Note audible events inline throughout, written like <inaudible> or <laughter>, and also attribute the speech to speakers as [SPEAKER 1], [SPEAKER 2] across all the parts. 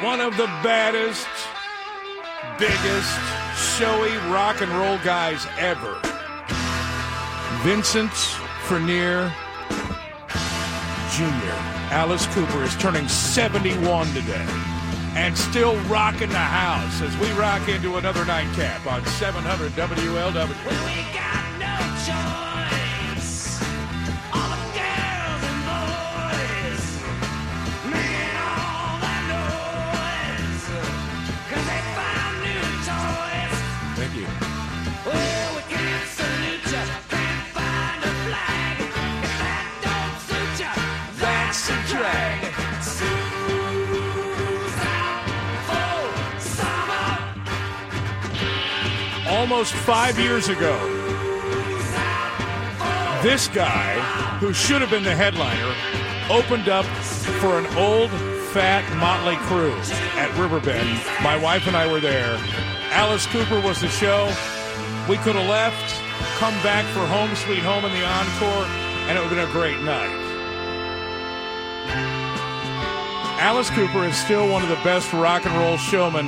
[SPEAKER 1] One of the baddest, biggest, showy rock and roll guys ever. Vincent Frenier Jr. Alice Cooper is turning 71 today and still rocking the house as we rock into another nightcap on 700 WLW.
[SPEAKER 2] We got no choice. All the girls and boys making all that noise. 'Cause they found new toys.
[SPEAKER 1] Thank you.
[SPEAKER 2] Well, we can't salute ya, can't find a flag. If that don't suit ya, that's a drag. Sue's out for summer.
[SPEAKER 1] almost five years ago, this guy, who should have been the headliner, opened up for an old, fat Motley crew at Riverbend. My wife and I were there. Alice Cooper was the show. We could have left, come back for Home Sweet Home in the encore, and it would have been a great night. Alice Cooper is still one of the best rock and roll showmen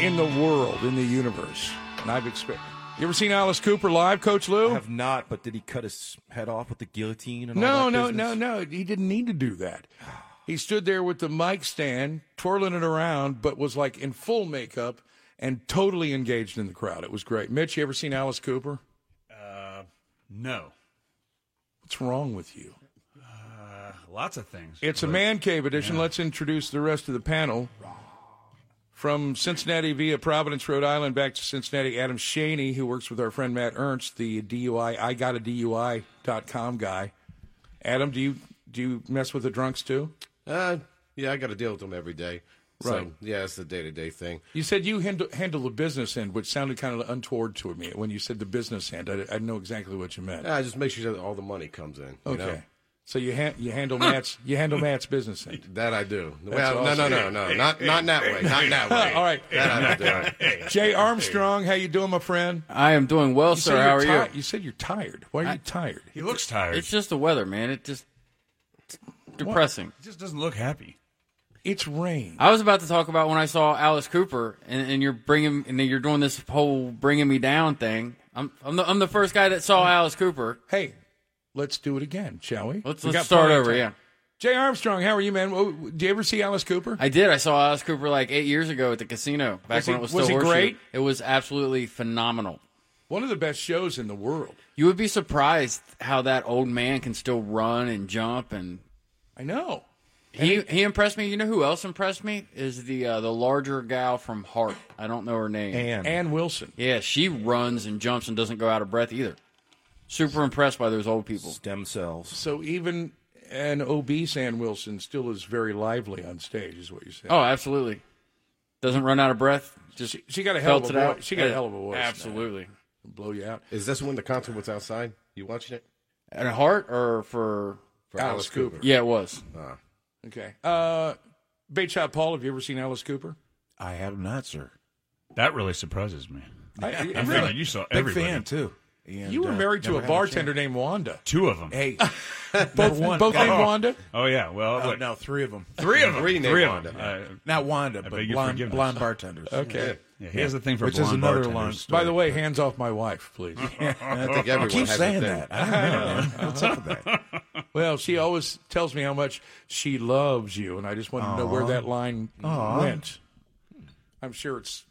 [SPEAKER 1] in the world, in the universe. And I've experienced. You ever seen Alice Cooper live, Coach Lou?
[SPEAKER 3] have not, but did he cut his head off with the guillotine and
[SPEAKER 1] no,
[SPEAKER 3] all that
[SPEAKER 1] no, no,
[SPEAKER 3] business?
[SPEAKER 1] no. He didn't need to do that. He stood there with the mic stand, twirling it around, but was like in full makeup and totally engaged in the crowd. It was great. Mitch, you ever seen Alice Cooper?
[SPEAKER 4] Uh, No. Uh,
[SPEAKER 1] What's wrong with you?
[SPEAKER 4] Lots of things.
[SPEAKER 1] It's a man cave edition. Let's introduce the rest of the panel. From Cincinnati via Providence, Rhode Island, back to Cincinnati, Adam Shaney, who works with our friend Matt Ernst, the DUI, I got a DUI.com guy. Adam, do you do you mess with the drunks too?
[SPEAKER 5] Uh, yeah, I got to deal with them every day.
[SPEAKER 1] Right.
[SPEAKER 5] So, yeah, it's the day to day thing.
[SPEAKER 1] You said you handle, handle the business end, which sounded kind of untoward to me when you said the business end. I, I didn't know exactly what you meant.
[SPEAKER 5] I just make sure that all the money comes in. You
[SPEAKER 1] okay.
[SPEAKER 5] Know?
[SPEAKER 1] So you ha- you handle Matt's you handle Matt's business end.
[SPEAKER 5] <laughs> That I do. Well, no,
[SPEAKER 1] awesome.
[SPEAKER 5] no, no, no, not not in that way. Not
[SPEAKER 1] <laughs>
[SPEAKER 5] in that way.
[SPEAKER 1] All right.
[SPEAKER 5] That I don't
[SPEAKER 1] <laughs>
[SPEAKER 5] do.
[SPEAKER 1] Jay Armstrong, how you doing, my friend?
[SPEAKER 6] I am doing well,
[SPEAKER 1] said
[SPEAKER 6] sir.
[SPEAKER 1] you're
[SPEAKER 6] How are
[SPEAKER 1] ti-
[SPEAKER 6] you?
[SPEAKER 1] You said you're tired. Why are you tired?
[SPEAKER 4] He looks tired.
[SPEAKER 6] It's just the weather, man. It just it's depressing.
[SPEAKER 4] He just doesn't look happy.
[SPEAKER 1] It's rain.
[SPEAKER 6] I was about to talk about when I saw Alice Cooper, and, and you're bringing, and then you're doing this whole bringing me down thing. I'm, I'm the, I'm the first guy that saw Alice Cooper.
[SPEAKER 1] Hey, let's do it again, shall we?
[SPEAKER 6] Let's,
[SPEAKER 1] We
[SPEAKER 6] let's
[SPEAKER 1] got
[SPEAKER 6] start
[SPEAKER 1] plenty of
[SPEAKER 6] over.
[SPEAKER 1] time.
[SPEAKER 6] Yeah,
[SPEAKER 1] Jay Armstrong, how are you, man? Whoa, Do you ever see Alice Cooper?
[SPEAKER 6] I did. I saw Alice Cooper like eight years ago at the casino.
[SPEAKER 1] Was
[SPEAKER 6] Back
[SPEAKER 1] he-
[SPEAKER 6] when it was still
[SPEAKER 1] was he
[SPEAKER 6] Horseshoe.
[SPEAKER 1] great?
[SPEAKER 6] It was absolutely phenomenal.
[SPEAKER 1] One of the best shows in the world.
[SPEAKER 6] You would be surprised how that old man can still run and jump and
[SPEAKER 1] I know.
[SPEAKER 6] He, he impressed me. You know who else impressed me is the uh, the larger gal from Heart. I don't know her name.
[SPEAKER 3] And,
[SPEAKER 1] Ann Wilson.
[SPEAKER 6] Yeah, she runs and jumps and doesn't go out of breath either. Super impressed by those old people.
[SPEAKER 3] stem cells.
[SPEAKER 1] So even an obese Ann Wilson still is very lively on stage, is what you said.
[SPEAKER 6] Oh, absolutely. Doesn't run out of breath. Just
[SPEAKER 1] She- she got a hell of
[SPEAKER 6] belts
[SPEAKER 1] a
[SPEAKER 6] it
[SPEAKER 1] voi-
[SPEAKER 6] out.
[SPEAKER 1] she got a
[SPEAKER 6] Yeah,
[SPEAKER 1] hell of a voice, man.
[SPEAKER 6] Absolutely.
[SPEAKER 1] Blow you out.
[SPEAKER 5] Is this when the concert was outside? You watching it?
[SPEAKER 6] And Heart or for
[SPEAKER 5] For Ah.
[SPEAKER 1] Alice Cooper.
[SPEAKER 6] yeah, it was.
[SPEAKER 1] Okay. Uh, Bait Shop Paul, have you ever seen Alice Cooper?
[SPEAKER 3] I have not, sir.
[SPEAKER 4] That really surprises me. <laughs>
[SPEAKER 1] I,
[SPEAKER 4] I'm
[SPEAKER 1] really?
[SPEAKER 4] thinking you saw
[SPEAKER 3] Big
[SPEAKER 4] everybody.
[SPEAKER 3] fan too. And,
[SPEAKER 1] You were
[SPEAKER 3] uh,
[SPEAKER 1] married to
[SPEAKER 3] never
[SPEAKER 1] a
[SPEAKER 3] had
[SPEAKER 1] bartender named Wanda.
[SPEAKER 4] Two of them.
[SPEAKER 3] chance. Hey,
[SPEAKER 1] Both,
[SPEAKER 3] one.
[SPEAKER 1] both named
[SPEAKER 4] Oh.
[SPEAKER 1] Wanda?
[SPEAKER 4] Oh yeah. Well,
[SPEAKER 3] oh,
[SPEAKER 4] what-
[SPEAKER 3] no, three of them.
[SPEAKER 4] three of them.
[SPEAKER 5] Three named
[SPEAKER 4] of them. Uh,
[SPEAKER 3] Not Wanda, but
[SPEAKER 4] beg your
[SPEAKER 3] blonde,
[SPEAKER 4] forgiveness.
[SPEAKER 3] blonde bartenders.
[SPEAKER 1] Okay.
[SPEAKER 4] yeah, he has a thing for
[SPEAKER 3] Which is
[SPEAKER 4] blonde
[SPEAKER 3] another
[SPEAKER 4] bartenders.
[SPEAKER 3] long story.
[SPEAKER 1] By the way, hands off my wife,
[SPEAKER 4] <laughs>
[SPEAKER 1] please.
[SPEAKER 3] I
[SPEAKER 5] think everyone
[SPEAKER 3] keep
[SPEAKER 5] has a
[SPEAKER 3] saying
[SPEAKER 5] thing.
[SPEAKER 3] that. I don't know. man. What's up with that?
[SPEAKER 4] <laughs>
[SPEAKER 1] well, she always tells me how much she loves you, and I just wanted to know where that line went. I'm sure it's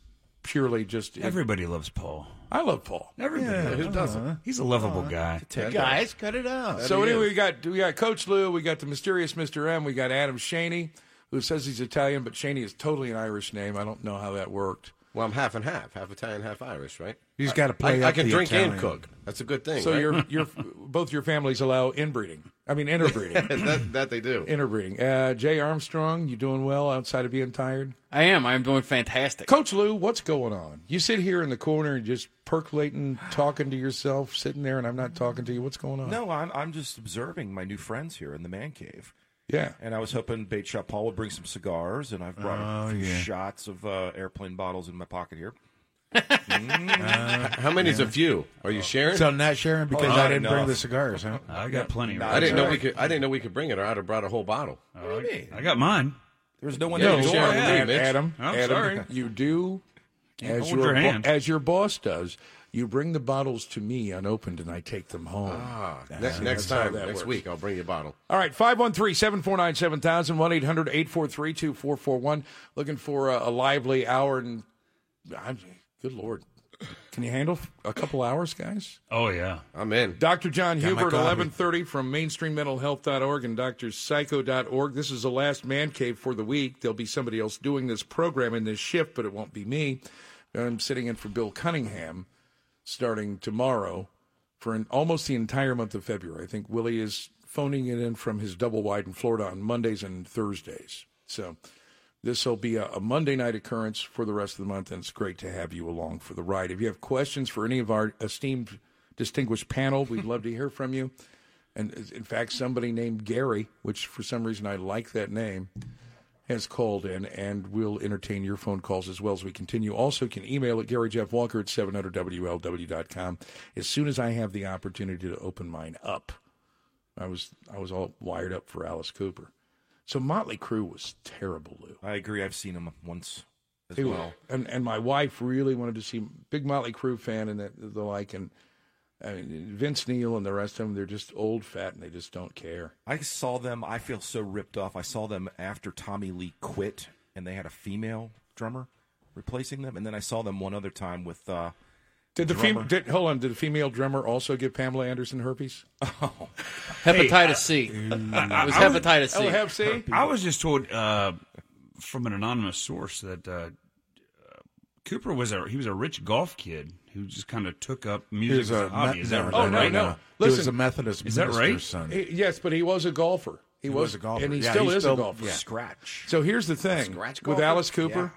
[SPEAKER 1] purely just.
[SPEAKER 4] Everybody loves Paul.
[SPEAKER 1] I love Paul.
[SPEAKER 4] Everybody.
[SPEAKER 5] Who
[SPEAKER 1] uh-huh.
[SPEAKER 5] doesn't?
[SPEAKER 4] He's a lovable guy.
[SPEAKER 3] Guys, cut it out.
[SPEAKER 1] So anyway, we got we got Coach Lou, we got the mysterious Mr. M, we got Adam Shaney, who says he's Italian, but Shaney is totally an Irish name. I don't know how that worked.
[SPEAKER 5] Well, I'm half and half, half Italian, half Irish, right?
[SPEAKER 3] He's gotta play
[SPEAKER 5] I, I
[SPEAKER 3] up
[SPEAKER 5] can
[SPEAKER 3] the
[SPEAKER 5] drink
[SPEAKER 3] Italian.
[SPEAKER 5] and cook. That's a good thing.
[SPEAKER 1] So
[SPEAKER 5] right? <laughs>
[SPEAKER 1] your your both your families allow inbreeding. I mean interbreeding.
[SPEAKER 5] <laughs> that, that they do.
[SPEAKER 1] interbreeding. Uh, Jay Armstrong, you doing well outside of being tired?
[SPEAKER 6] I am. I am doing fantastic.
[SPEAKER 1] Coach Lou, what's going on? You sit here in the corner and just percolating, talking to yourself, sitting there, and I'm not talking to you. What's going on?
[SPEAKER 7] No, I'm I'm just observing my new friends here in the man cave.
[SPEAKER 1] Yeah.
[SPEAKER 7] And I was hoping Bait Shop Paul would bring some cigars, and I've brought
[SPEAKER 5] Oh,
[SPEAKER 7] a few shots of uh, airplane bottles in my pocket here.
[SPEAKER 5] Uh, How many's
[SPEAKER 7] <laughs>
[SPEAKER 5] a few? Are you sharing?
[SPEAKER 3] So not sharing because
[SPEAKER 7] Oh,
[SPEAKER 3] I didn't bring
[SPEAKER 7] enough.
[SPEAKER 3] the cigars, huh?
[SPEAKER 4] I got plenty.
[SPEAKER 7] Nah,
[SPEAKER 4] Right Oh,
[SPEAKER 5] I didn't
[SPEAKER 7] that's
[SPEAKER 5] know we
[SPEAKER 7] right.
[SPEAKER 5] could. I didn't know we could bring it. or I'd have brought a whole bottle.
[SPEAKER 7] What do you mean?
[SPEAKER 4] I got mine.
[SPEAKER 7] There was no one
[SPEAKER 5] Yeah,
[SPEAKER 7] at the
[SPEAKER 5] you
[SPEAKER 7] door.
[SPEAKER 5] shared with
[SPEAKER 7] Yeah.
[SPEAKER 5] me. bitch.
[SPEAKER 1] Adam,
[SPEAKER 4] I'm
[SPEAKER 1] Adam,
[SPEAKER 4] sorry.
[SPEAKER 1] you do as
[SPEAKER 4] hold
[SPEAKER 1] your,
[SPEAKER 4] your
[SPEAKER 1] bo-
[SPEAKER 4] hand.
[SPEAKER 1] as your boss does. You bring the bottles to me unopened, and I take them home.
[SPEAKER 5] Ah, Ne- next
[SPEAKER 1] how
[SPEAKER 5] time,
[SPEAKER 1] that
[SPEAKER 5] next
[SPEAKER 1] works.
[SPEAKER 5] week, I'll bring you a bottle.
[SPEAKER 1] All right, 513 749 7000, 1 800 843 2441. Looking for a, a lively hour. And I, good Lord. Can you handle a couple hours, guys?
[SPEAKER 4] Oh yeah.
[SPEAKER 5] I'm in.
[SPEAKER 1] Dr. John Huber at
[SPEAKER 3] coffee.
[SPEAKER 1] 1130 from mainstreammentalhealth.org and drpsycho.org. This is the last man cave for the week. There'll be somebody else doing this program in this shift, but it won't be me. I'm sitting in for Bill Cunningham starting tomorrow for an, almost the entire month of February. I think Willie is phoning it in from his double wide in Florida on Mondays and Thursdays. So this will be a, a Monday night occurrence for the rest of the month, and it's great to have you along for the ride. If you have questions for any of our esteemed, distinguished panel, we'd love to hear from you. And uh, in fact, somebody named Gary, which for some reason I like that name, has called in, and we'll entertain your phone calls as well as we continue. Also, can email at GaryJeffWalker at 700WLW.com as soon as I have the opportunity to open mine up. I was I was all wired up for Alice Cooper. So Motley Crue was terrible, Lou.
[SPEAKER 7] I agree. I've seen him once as
[SPEAKER 1] They were-
[SPEAKER 7] well.
[SPEAKER 1] And and my wife really wanted to see big Motley Crue fan and the, the like and I mean, Vince Neil and the rest of them. They're just old fat and they just don't care.
[SPEAKER 7] I saw them. I feel so ripped off. I saw them after Tommy Lee quit, and they had a female drummer replacing them. And then I saw them one other time with. Uh,
[SPEAKER 1] Did the
[SPEAKER 7] Drummer.
[SPEAKER 1] fem- did, hold on? Did the female drummer also give Pamela Anderson
[SPEAKER 7] <laughs>
[SPEAKER 1] herpes?
[SPEAKER 7] Oh.
[SPEAKER 6] Hepatitis C. It was hepatitis C.
[SPEAKER 1] Oh, have C.
[SPEAKER 4] I was just told uh, from an anonymous source that uh, Cooper was a he was a rich golf kid who just kind of took up music.
[SPEAKER 3] He's
[SPEAKER 4] as
[SPEAKER 3] a
[SPEAKER 4] a hobby.
[SPEAKER 3] Me-
[SPEAKER 4] Is that
[SPEAKER 3] no,
[SPEAKER 4] right?
[SPEAKER 1] Oh, no,
[SPEAKER 3] right?
[SPEAKER 1] no.
[SPEAKER 3] He was a
[SPEAKER 1] Listen.
[SPEAKER 3] Methodist
[SPEAKER 4] Is that
[SPEAKER 3] minister's
[SPEAKER 4] right?
[SPEAKER 3] son.
[SPEAKER 1] He- yes, but he was a golfer. He,
[SPEAKER 3] was a golfer.
[SPEAKER 1] and he
[SPEAKER 3] Yeah,
[SPEAKER 1] still
[SPEAKER 3] he's
[SPEAKER 1] is
[SPEAKER 3] still-
[SPEAKER 1] a golfer.
[SPEAKER 3] yeah.
[SPEAKER 7] Scratch.
[SPEAKER 1] So here's the thing
[SPEAKER 5] Scratch
[SPEAKER 1] with
[SPEAKER 5] golfer?
[SPEAKER 1] Alice Cooper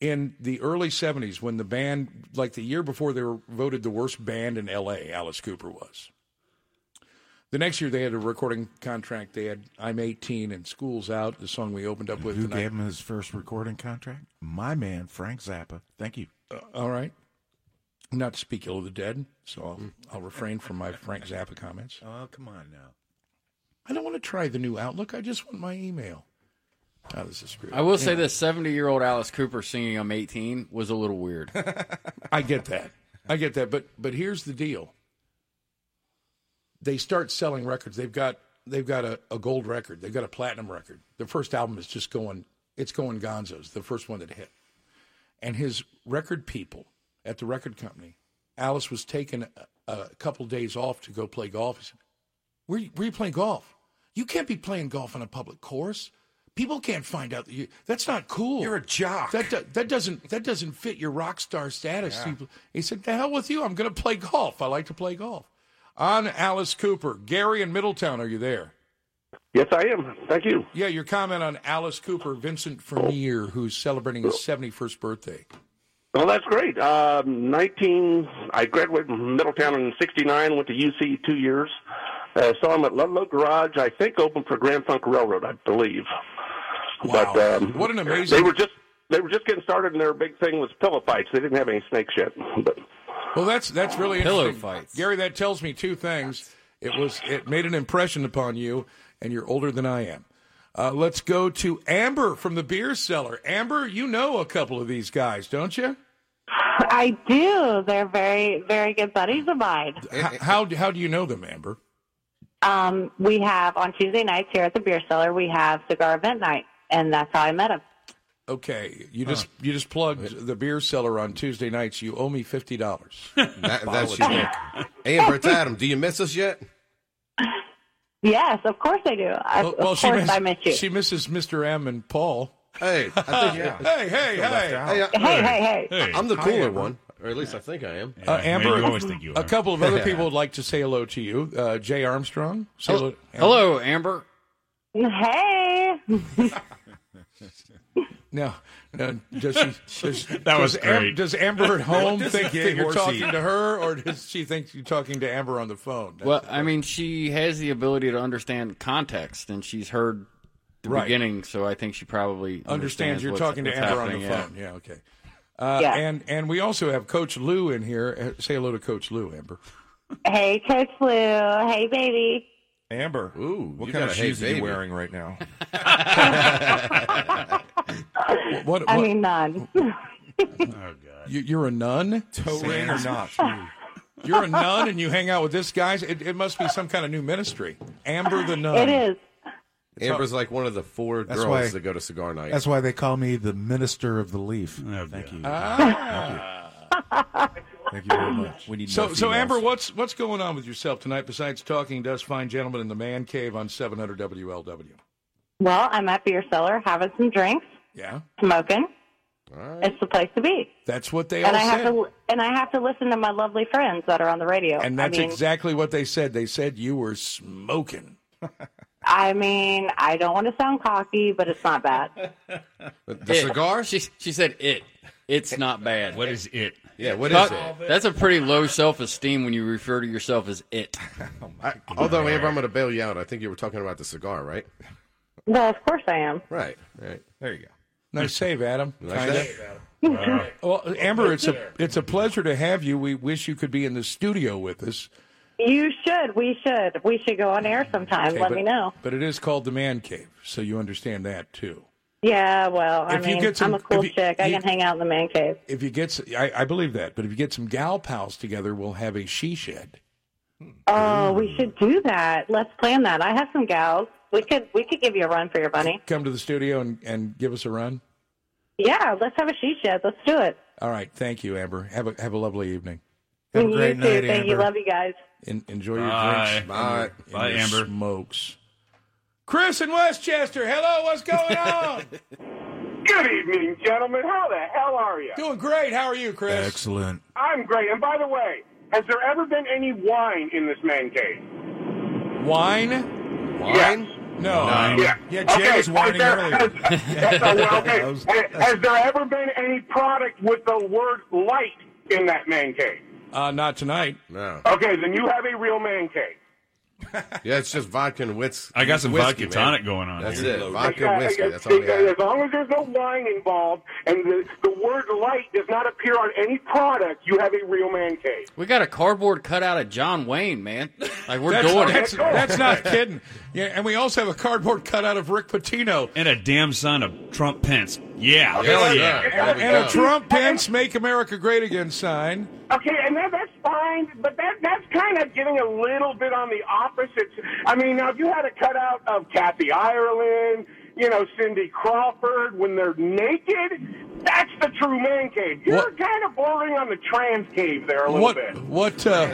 [SPEAKER 1] in the early 70s when the band like the year before they were voted the worst band in LA Alice Cooper was. The next year they had a recording contract. They had I'm 18 and School's Out, the song we opened up with
[SPEAKER 3] Who
[SPEAKER 1] tonight.
[SPEAKER 3] gave him his first recording contract? My man, Frank Zappa. Thank you.
[SPEAKER 1] Uh, All right. Not to speak ill of the dead, so I'll, I'll refrain from my Frank Zappa comments.
[SPEAKER 3] Oh, come on now.
[SPEAKER 1] I don't want to try the new Outlook. I just want my email. Oh, this is screwed.
[SPEAKER 6] I will say this: seventy-year-old Alice Cooper singing "I'm 18" was a little weird.
[SPEAKER 1] <laughs> I get that. I get that. But but here's the deal. They start selling records. They've got they've got a, a gold record. They've got a platinum record. Their first album is just going it's going gonzo's, the first one that hit. And his record people at the record company, Alice was taking a, a couple days off to go play golf. He said, where, you- where you playing golf? You can't be playing golf on a public course. People can't find out that you. That's not cool.
[SPEAKER 7] You're a jock.
[SPEAKER 1] That do, that doesn't that doesn't fit your rock star status. He, he said, "The hell with you. I'm going to play golf. I like to play golf." On Alice Cooper, Gary in Middletown, are you there?
[SPEAKER 8] Yes, I am. Thank you.
[SPEAKER 1] Yeah, your comment on Alice Cooper, Vincent Vernier, who's celebrating his 71st birthday.
[SPEAKER 8] Well, that's great. Um, 19, I graduated from Middletown in 69, went to UC two years. Uh, saw him at Ludlow Garage, I think open for Grand Funk Railroad, I believe.
[SPEAKER 1] Wow.
[SPEAKER 8] But, um,
[SPEAKER 1] What an amazing-
[SPEAKER 8] They were just they were just getting started, and their big thing was pillow fights. They didn't have any snakes yet. But
[SPEAKER 1] Well, that's that's really
[SPEAKER 6] Pillow
[SPEAKER 1] interesting.
[SPEAKER 6] fights.
[SPEAKER 1] Gary, that tells me two things. It was it made an impression upon you, and you're older than I am. Uh, let's go to Amber from the beer cellar. Amber, you know a couple of these guys, don't you?
[SPEAKER 9] I do. They're very, very good buddies of mine.
[SPEAKER 5] Eh,
[SPEAKER 1] How, how do- how do you know them, Amber?
[SPEAKER 9] Um, we have on Tuesday nights here at the beer cellar, we have cigar event night, and that's how I met him.
[SPEAKER 1] Okay, you just you just
[SPEAKER 5] Eh.
[SPEAKER 1] plugged the beer cellar on Tuesday nights. You owe me fifty dollars.
[SPEAKER 5] That, that's your work. Amber,
[SPEAKER 9] <laughs>
[SPEAKER 5] it's Adam. Do you miss us yet?
[SPEAKER 9] Yes, of course I do. I, of
[SPEAKER 1] she
[SPEAKER 9] course
[SPEAKER 1] miss-
[SPEAKER 9] I miss you.
[SPEAKER 1] she misses Mr. M and Paul.
[SPEAKER 5] Hey, I
[SPEAKER 1] <laughs>
[SPEAKER 5] think, yeah.
[SPEAKER 1] Hey, hey,
[SPEAKER 5] Feel left
[SPEAKER 1] hey.
[SPEAKER 5] out.
[SPEAKER 1] Hey, hey,
[SPEAKER 5] I-
[SPEAKER 1] hey, hey.
[SPEAKER 5] I'm the
[SPEAKER 1] Hi,
[SPEAKER 5] cooler
[SPEAKER 1] Amber.
[SPEAKER 5] one, or at least I think I am.
[SPEAKER 1] Uh, Amber, a couple of other people would like to say hello to you. Uh, Jay Armstrong. Say hello.
[SPEAKER 6] Hello, Amber.
[SPEAKER 9] Hey. <laughs>
[SPEAKER 1] No, no. Does she,
[SPEAKER 4] <laughs>
[SPEAKER 1] does,
[SPEAKER 4] That was
[SPEAKER 1] does Am-
[SPEAKER 4] great.
[SPEAKER 1] does Amber
[SPEAKER 4] <laughs>
[SPEAKER 1] at home
[SPEAKER 4] Just
[SPEAKER 1] think
[SPEAKER 4] gay
[SPEAKER 1] that you're
[SPEAKER 4] horsey.
[SPEAKER 1] talking to her, or does she think you're talking to Amber on the phone?
[SPEAKER 6] Well, I mean, she has the ability to understand context, and she's heard the
[SPEAKER 1] Right.
[SPEAKER 6] beginning, so I think she probably
[SPEAKER 1] Understands
[SPEAKER 6] understands
[SPEAKER 1] you're
[SPEAKER 6] what's-
[SPEAKER 1] talking to
[SPEAKER 6] what's
[SPEAKER 1] Amber on the
[SPEAKER 6] happening, yeah.
[SPEAKER 1] phone. Yeah, okay. Uh,
[SPEAKER 9] Yeah.
[SPEAKER 1] And and we also have Coach Lou in here. Uh, Say hello to Coach Lou, Amber.
[SPEAKER 9] Hey, Coach Lou. Hey, baby.
[SPEAKER 7] Amber,
[SPEAKER 1] <laughs>
[SPEAKER 7] ooh, what
[SPEAKER 1] you
[SPEAKER 7] kind
[SPEAKER 1] got
[SPEAKER 7] of
[SPEAKER 1] a hey
[SPEAKER 7] shoes are
[SPEAKER 1] baby.
[SPEAKER 7] you wearing right now?
[SPEAKER 1] What? what
[SPEAKER 9] I mean, none.
[SPEAKER 1] you, you're a nun, toe
[SPEAKER 7] Sans
[SPEAKER 1] ring or not?
[SPEAKER 7] not.
[SPEAKER 1] <laughs> You're a nun, and you hang out with this guy's. It, it must be some kind of new ministry. Amber the nun.
[SPEAKER 9] it is.
[SPEAKER 5] Amber's like one of the four
[SPEAKER 3] That's
[SPEAKER 5] girls
[SPEAKER 3] why-
[SPEAKER 5] that go to cigar night.
[SPEAKER 3] That's why they call me the minister of the leaf.
[SPEAKER 4] Oh,
[SPEAKER 3] Thank you.
[SPEAKER 1] Ah.
[SPEAKER 9] <laughs>
[SPEAKER 3] Thank you very much.
[SPEAKER 5] We need
[SPEAKER 1] So, so Amber, what's what's going on with yourself tonight besides talking to us fine gentlemen in the man cave on 700 WLW?
[SPEAKER 9] Well, I'm at Beer Cellar having some drinks,
[SPEAKER 1] Yeah,
[SPEAKER 9] smoking. It's the place to be.
[SPEAKER 1] that's what they all
[SPEAKER 9] and I
[SPEAKER 1] said,
[SPEAKER 9] have to and I have to listen to my lovely friends that are on the radio.
[SPEAKER 1] and that's
[SPEAKER 9] I mean,
[SPEAKER 1] exactly what they said. They said you were smoking.
[SPEAKER 9] I mean, I don't want to sound cocky, but it's not bad.
[SPEAKER 5] The
[SPEAKER 6] It.
[SPEAKER 5] cigar?
[SPEAKER 6] She, she said it. It's not bad.
[SPEAKER 4] What is it?
[SPEAKER 5] Yeah, what is
[SPEAKER 6] Talk-
[SPEAKER 5] it?
[SPEAKER 6] That's a pretty low self esteem when you refer to yourself as
[SPEAKER 1] <laughs>
[SPEAKER 6] it.
[SPEAKER 1] Oh,
[SPEAKER 5] I- oh. although, Amber, I'm going to bail you out. I think you were talking about the cigar, right?
[SPEAKER 9] well, of course I am.
[SPEAKER 5] Right, right. There you go.
[SPEAKER 9] <laughs>
[SPEAKER 1] Nice save, Adam.
[SPEAKER 5] Nice
[SPEAKER 1] Kinda.
[SPEAKER 5] save,
[SPEAKER 1] Well, Amber, it's a it's a pleasure to have you. We wish you could be in the studio with us.
[SPEAKER 9] You should. We should. We should go on air sometime.
[SPEAKER 1] Okay,
[SPEAKER 9] Uh, Let
[SPEAKER 1] but-
[SPEAKER 9] me know.
[SPEAKER 1] But it is called the man cave, so you understand that too.
[SPEAKER 9] Yeah. Well, I
[SPEAKER 1] If you
[SPEAKER 9] mean,
[SPEAKER 1] get some-
[SPEAKER 9] I'm a cool
[SPEAKER 1] if you-
[SPEAKER 9] chick. I
[SPEAKER 1] you-
[SPEAKER 9] can hang out in the man cave.
[SPEAKER 1] If you get, s- I, I believe that. But if you get some gal pals together, we'll have a she shed.
[SPEAKER 9] Oh,
[SPEAKER 1] Mm.
[SPEAKER 9] we should do that. Let's plan that. I have some gals. We could. We could give you a run for your money.
[SPEAKER 1] Come to the studio and, and give us a run.
[SPEAKER 9] Yeah. Let's have a she shed. Let's do it.
[SPEAKER 1] All right. Thank you, Amber. Have a have a lovely evening.
[SPEAKER 9] you too. Thank you. Love you guys.
[SPEAKER 1] En- enjoy your
[SPEAKER 4] Bye.
[SPEAKER 1] drinks. and
[SPEAKER 4] Bye.
[SPEAKER 1] your- and
[SPEAKER 4] Bye,
[SPEAKER 1] your
[SPEAKER 4] Amber.
[SPEAKER 1] Smokes. Chris in Westchester. Hello. What's going on?
[SPEAKER 10] <laughs> Good evening, gentlemen. How the hell are you?
[SPEAKER 1] Doing great. How are you, Chris?
[SPEAKER 3] Excellent.
[SPEAKER 10] I'm great. And by the way, has there ever been any wine in this man cave?
[SPEAKER 1] Wine?
[SPEAKER 10] Wine?
[SPEAKER 1] No.
[SPEAKER 10] Yeah.
[SPEAKER 3] Yeah, Jay
[SPEAKER 10] okay.
[SPEAKER 3] was whining
[SPEAKER 10] has there,
[SPEAKER 3] earlier.
[SPEAKER 10] Has, <laughs> that's a- well,
[SPEAKER 5] <laughs>
[SPEAKER 10] okay. Has- has there ever been any product with the word light in that man cave?
[SPEAKER 1] Uh, not tonight.
[SPEAKER 5] No.
[SPEAKER 10] Okay, then you have a real man cave.
[SPEAKER 5] Yeah, it's just vodka and wits.
[SPEAKER 4] I got some
[SPEAKER 5] whiskey,
[SPEAKER 4] vodka
[SPEAKER 5] man.
[SPEAKER 4] tonic going on
[SPEAKER 5] That's
[SPEAKER 4] here.
[SPEAKER 5] it.
[SPEAKER 4] Loaded.
[SPEAKER 5] Vodka and whiskey.
[SPEAKER 10] Uh,
[SPEAKER 5] That's all we have.
[SPEAKER 10] As long as there's no wine involved and the, the word light does not appear on any product, you have a real man cave.
[SPEAKER 6] We got a cardboard cutout of John Wayne, man. Like we're
[SPEAKER 1] That's,
[SPEAKER 6] doing
[SPEAKER 1] that's,
[SPEAKER 6] it.
[SPEAKER 1] that's not kidding. Yeah, and we also have a cardboard cutout of Rick Pitino.
[SPEAKER 4] And a damn sign of Trump Pence. Yeah, hell yeah.
[SPEAKER 1] And, and a Trump Pence Make America Great Again sign.
[SPEAKER 10] Okay, and that, that's fine, but that that's kind of getting a little bit on the opposite. I mean, now if you had a cutout of Kathy Ireland, you know, Cindy Crawford when they're naked, that's the true man cave. You're
[SPEAKER 1] What-
[SPEAKER 10] kind of bordering on the trans cave there a little
[SPEAKER 1] What?
[SPEAKER 10] bit.
[SPEAKER 1] What? Uh,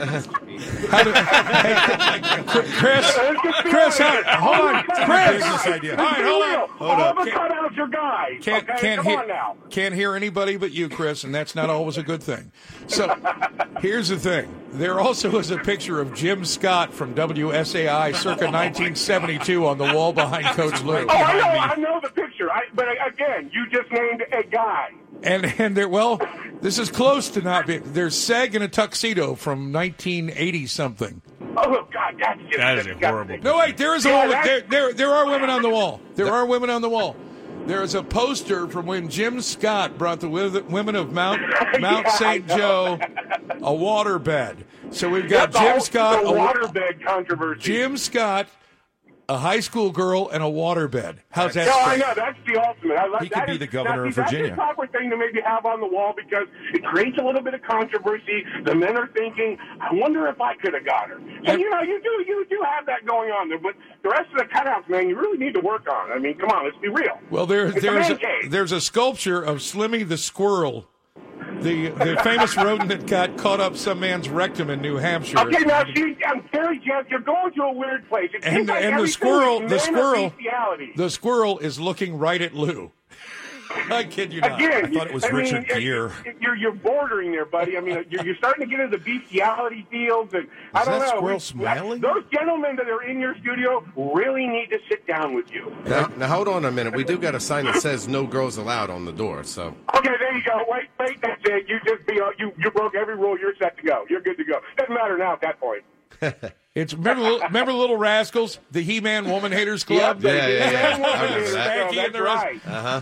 [SPEAKER 1] how do, hey, Chris, Chris, how, hold on, Chris.
[SPEAKER 3] Business idea.
[SPEAKER 1] All right, hold on.
[SPEAKER 10] All the
[SPEAKER 1] Can't-
[SPEAKER 10] cutouts are guys.
[SPEAKER 1] Can't
[SPEAKER 10] okay,
[SPEAKER 1] can't
[SPEAKER 10] come on
[SPEAKER 1] hear
[SPEAKER 10] now.
[SPEAKER 1] can't hear anybody but you, Chris, and that's not always a good thing. So
[SPEAKER 10] <laughs>
[SPEAKER 1] here's the thing: there also is a picture of Jim Scott from WSAI circa 1972 on the wall behind Coach
[SPEAKER 10] Oh,
[SPEAKER 1] Lou.
[SPEAKER 10] I know, I know the picture. I, but again, you just named a guy.
[SPEAKER 1] And and there, well, this is close to not being. There's Seg in a tuxedo from 1980 something.
[SPEAKER 10] Oh God, that's just
[SPEAKER 4] That is a
[SPEAKER 10] disgusting.
[SPEAKER 4] horrible.
[SPEAKER 1] No, wait, there is a
[SPEAKER 10] Yeah,
[SPEAKER 1] woman. There,
[SPEAKER 10] that's-
[SPEAKER 1] there, there are women on the wall. There are women on the wall. There is a poster from when Jim Scott brought the wi- women of Mount
[SPEAKER 10] <laughs>
[SPEAKER 1] Mount
[SPEAKER 10] Yeah, I
[SPEAKER 1] St.
[SPEAKER 10] know.
[SPEAKER 1] Joe a water bed. So we've got
[SPEAKER 10] That's all
[SPEAKER 1] Jim Scott,
[SPEAKER 10] The
[SPEAKER 1] a wa-
[SPEAKER 10] waterbed controversy.
[SPEAKER 1] Jim Scott, a high school girl, and a waterbed. How's that?
[SPEAKER 10] no,
[SPEAKER 1] sound?
[SPEAKER 10] I know that's the ultimate. I,
[SPEAKER 7] He
[SPEAKER 10] that
[SPEAKER 7] could be
[SPEAKER 10] is-
[SPEAKER 7] the governor
[SPEAKER 10] now, see,
[SPEAKER 7] of Virginia.
[SPEAKER 10] That's the awkward thing to maybe have on the wall because it creates a little bit of controversy. The men are thinking, "I wonder if I could have got her." So you know, you do you do have that going on there, but the rest of the cutouts, man, you really need to work on. I mean, come on, let's be real.
[SPEAKER 1] Well, there,
[SPEAKER 10] It's a
[SPEAKER 1] there's
[SPEAKER 10] man
[SPEAKER 1] a,
[SPEAKER 10] cave.
[SPEAKER 1] there's a sculpture of Slimmy the squirrel, the the famous rodent that got caught up some man's rectum in New Hampshire.
[SPEAKER 10] Okay, now see, I'm very Jeff. You're going to a weird place. It seems
[SPEAKER 1] and
[SPEAKER 10] like
[SPEAKER 1] and the
[SPEAKER 10] everything
[SPEAKER 1] squirrel,
[SPEAKER 10] is
[SPEAKER 1] the
[SPEAKER 10] men of
[SPEAKER 1] squirrel,
[SPEAKER 10] bestiality.
[SPEAKER 1] the squirrel is looking right at Lou. <laughs>
[SPEAKER 11] I kid you not.
[SPEAKER 10] Again,
[SPEAKER 11] I thought it was
[SPEAKER 10] I mean,
[SPEAKER 11] Richard
[SPEAKER 10] it-
[SPEAKER 11] Gere.
[SPEAKER 10] You're you're bordering there, buddy. I mean, you're, you're starting to get into bestiality deals, and I
[SPEAKER 12] Is
[SPEAKER 10] don't
[SPEAKER 12] that
[SPEAKER 10] know.
[SPEAKER 12] squirrel
[SPEAKER 10] We- Those gentlemen that are in your studio really need to sit down with you.
[SPEAKER 5] Now, now hold on a minute. We do got a sign that says "No girls allowed" on the door. So
[SPEAKER 10] Okay, there you go. Wait, wait, that's it. You just be uh, you you broke every rule. You're set to go. You're good to go. Doesn't matter now at that point.
[SPEAKER 1] <laughs> It's remember, Lil- remember Little Rascals, the He-Man Woman Haters Club.
[SPEAKER 10] Yep, Yeah, yeah, yeah. I remember that.
[SPEAKER 1] Spanky and the rest.
[SPEAKER 13] Uh-huh.